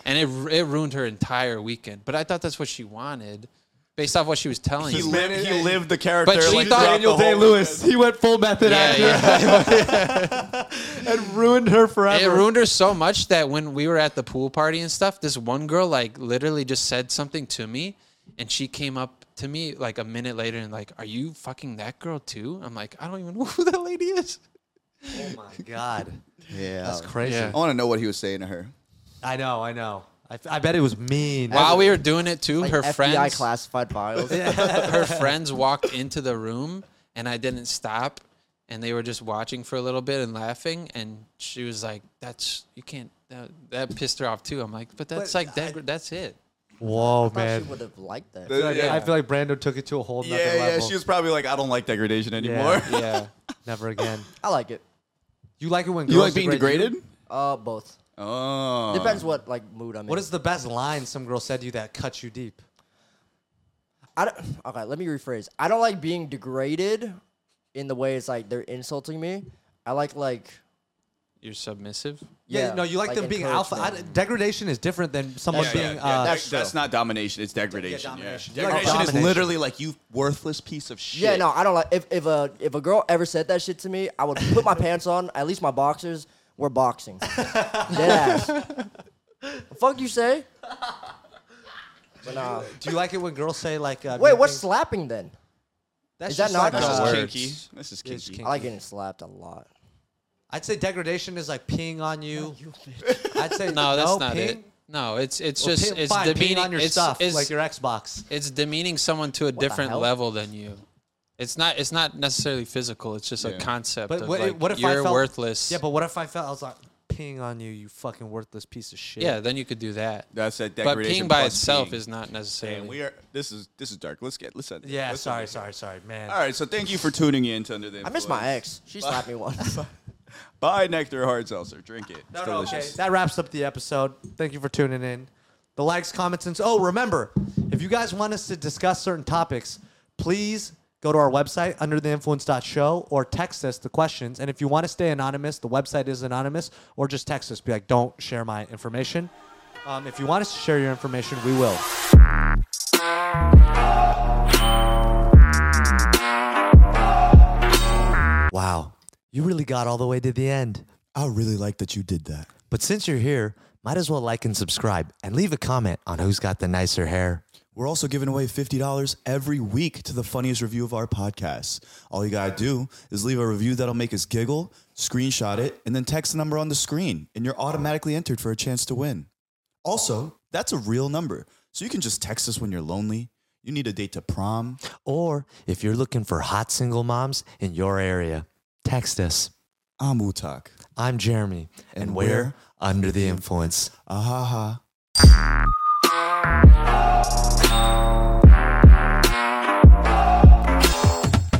Speaker 4: And it ru- it ruined her entire weekend. But I thought that's what she wanted, based off what she was telling
Speaker 1: He
Speaker 4: me.
Speaker 1: lived, he lived the character.
Speaker 4: But she
Speaker 1: like,
Speaker 4: thought-
Speaker 1: throughout
Speaker 4: Daniel
Speaker 1: the whole-
Speaker 3: He went full method
Speaker 4: yeah, yeah.
Speaker 3: and ruined her forever.
Speaker 4: It ruined her so much that when we were at the pool party and stuff, this one girl like literally just said something to me, and she came up to me like a minute later and like, "Are you fucking that girl too?" I'm like, "I don't even know who that lady is."
Speaker 3: oh my god,
Speaker 1: Yeah.
Speaker 3: that's crazy.
Speaker 4: Yeah.
Speaker 1: I want to know what he was saying to her.
Speaker 3: I know, I know. I, f- I bet it was mean.
Speaker 4: While we were doing it too,
Speaker 2: Like
Speaker 4: her
Speaker 2: FBI
Speaker 4: friends,
Speaker 2: classified files.
Speaker 4: her friends walked into the room, and I didn't stop, and they were just watching for a little bit and laughing, and she was like, "That's you can't." That, that pissed her off too. I'm like, "But that's
Speaker 3: But
Speaker 4: like that, that's it."
Speaker 3: Whoa,
Speaker 2: Man.
Speaker 3: man.
Speaker 2: She would have liked that.
Speaker 1: The-
Speaker 3: Like,
Speaker 1: yeah.
Speaker 3: I feel like Brando took it to a whole nother
Speaker 1: yeah, yeah.
Speaker 3: level.
Speaker 1: She was probably like, I don't like degradation anymore.
Speaker 3: yeah, yeah. Never again.
Speaker 2: I like it.
Speaker 3: You like it when
Speaker 1: You
Speaker 3: girls
Speaker 1: like being
Speaker 3: degrade you?
Speaker 1: degraded?
Speaker 2: Uh, both.
Speaker 1: Oh.
Speaker 2: Depends what like mood I'm in.
Speaker 3: What is the best line some girl said to you that cut you deep?
Speaker 2: I don't, okay, let me rephrase. I don't like being degraded in the way it's like they're insulting me. I like like
Speaker 4: You're submissive.
Speaker 2: yeah,
Speaker 3: no, you like, them being alpha. I,
Speaker 2: encourage them.
Speaker 3: degradation is different than someone
Speaker 1: Yeah,
Speaker 3: being.
Speaker 1: yeah,
Speaker 3: uh,
Speaker 1: that's, that's not domination. It's degradation. Yeah,
Speaker 3: domination. You like
Speaker 1: Degradation is
Speaker 3: domination.
Speaker 1: literally like you worthless piece of shit.
Speaker 2: yeah, no, I don't like if if a if a girl ever said that shit to me, I would put my pants on, at least my boxers were boxing. Dead ass. fuck you say? But nah.
Speaker 3: do you like it when girls say like? Uh,
Speaker 2: Wait,
Speaker 3: mean
Speaker 2: what's
Speaker 3: things?
Speaker 2: slapping then?
Speaker 3: That's
Speaker 2: is that
Speaker 3: just
Speaker 2: not
Speaker 3: like,
Speaker 1: This
Speaker 2: just
Speaker 3: uh,
Speaker 1: is
Speaker 2: Words.
Speaker 1: kinky. This is
Speaker 3: It's
Speaker 1: kinky.
Speaker 3: kinky.
Speaker 2: I like getting slapped a lot.
Speaker 3: I'd say degradation is like peeing on you. I'd say
Speaker 4: No, that's not
Speaker 3: peeing?
Speaker 4: it. No, it's it's
Speaker 3: Well,
Speaker 4: just
Speaker 3: peeing-
Speaker 4: it's
Speaker 3: fine, peeing
Speaker 4: demeaning
Speaker 3: on your
Speaker 4: it's,
Speaker 3: stuff
Speaker 4: it's,
Speaker 3: like your Xbox.
Speaker 4: it's demeaning someone to a different
Speaker 2: hell?
Speaker 4: level than you. It's not it's not necessarily physical. It's just
Speaker 1: Yeah.
Speaker 4: a concept.
Speaker 3: But
Speaker 4: of
Speaker 3: what,
Speaker 4: like,
Speaker 3: what if
Speaker 4: you're
Speaker 3: I felt
Speaker 4: worthless?
Speaker 3: Yeah, but what if I felt I was like peeing on you, you fucking worthless piece of shit.
Speaker 4: yeah, then you could do that.
Speaker 1: That's that
Speaker 4: But
Speaker 1: degradation.
Speaker 4: peeing by
Speaker 1: plus
Speaker 4: itself
Speaker 1: peeing.
Speaker 4: is not necessarily.
Speaker 1: And we are. This is this is dark. Let's get. Listen.
Speaker 3: Yeah. Sorry. Sorry. Sorry, man.
Speaker 1: All right. So thank you for tuning in to Under the.
Speaker 2: I miss
Speaker 1: Influence.
Speaker 2: my ex. She slapped me once.
Speaker 1: Buy nectar hard seltzer. Drink it.
Speaker 3: No,
Speaker 1: It's
Speaker 3: no, okay.
Speaker 1: delicious.
Speaker 3: That wraps up the episode. Thank you for tuning in. The likes, comments, and oh, remember, if you guys want us to discuss certain topics, please go to our website undertheinfluence.show or text us the questions. And if you want to stay anonymous, the website is anonymous, or just text us. Be like, don't share my information. Um, if you want us to share your information, we will. Wow, you really got all the way to the end.
Speaker 5: I really like that you did that.
Speaker 3: But since you're here, might as well like and subscribe and leave a comment on who's got the nicer hair.
Speaker 5: We're also giving away $50 every week to the funniest review of our podcast. All you got to do is leave a review that'll make us giggle, screenshot it, and then text the number on the screen, and you're automatically entered for a chance to win. Also, that's a real number, so you can just text us when you're lonely, you need a date to prom,
Speaker 3: Or if you're looking for hot single moms in your area, text us.
Speaker 5: I'm Utak.
Speaker 3: I'm Jeremy, and,
Speaker 5: And
Speaker 3: we're
Speaker 5: we're
Speaker 3: under the influence.
Speaker 5: Ahaha.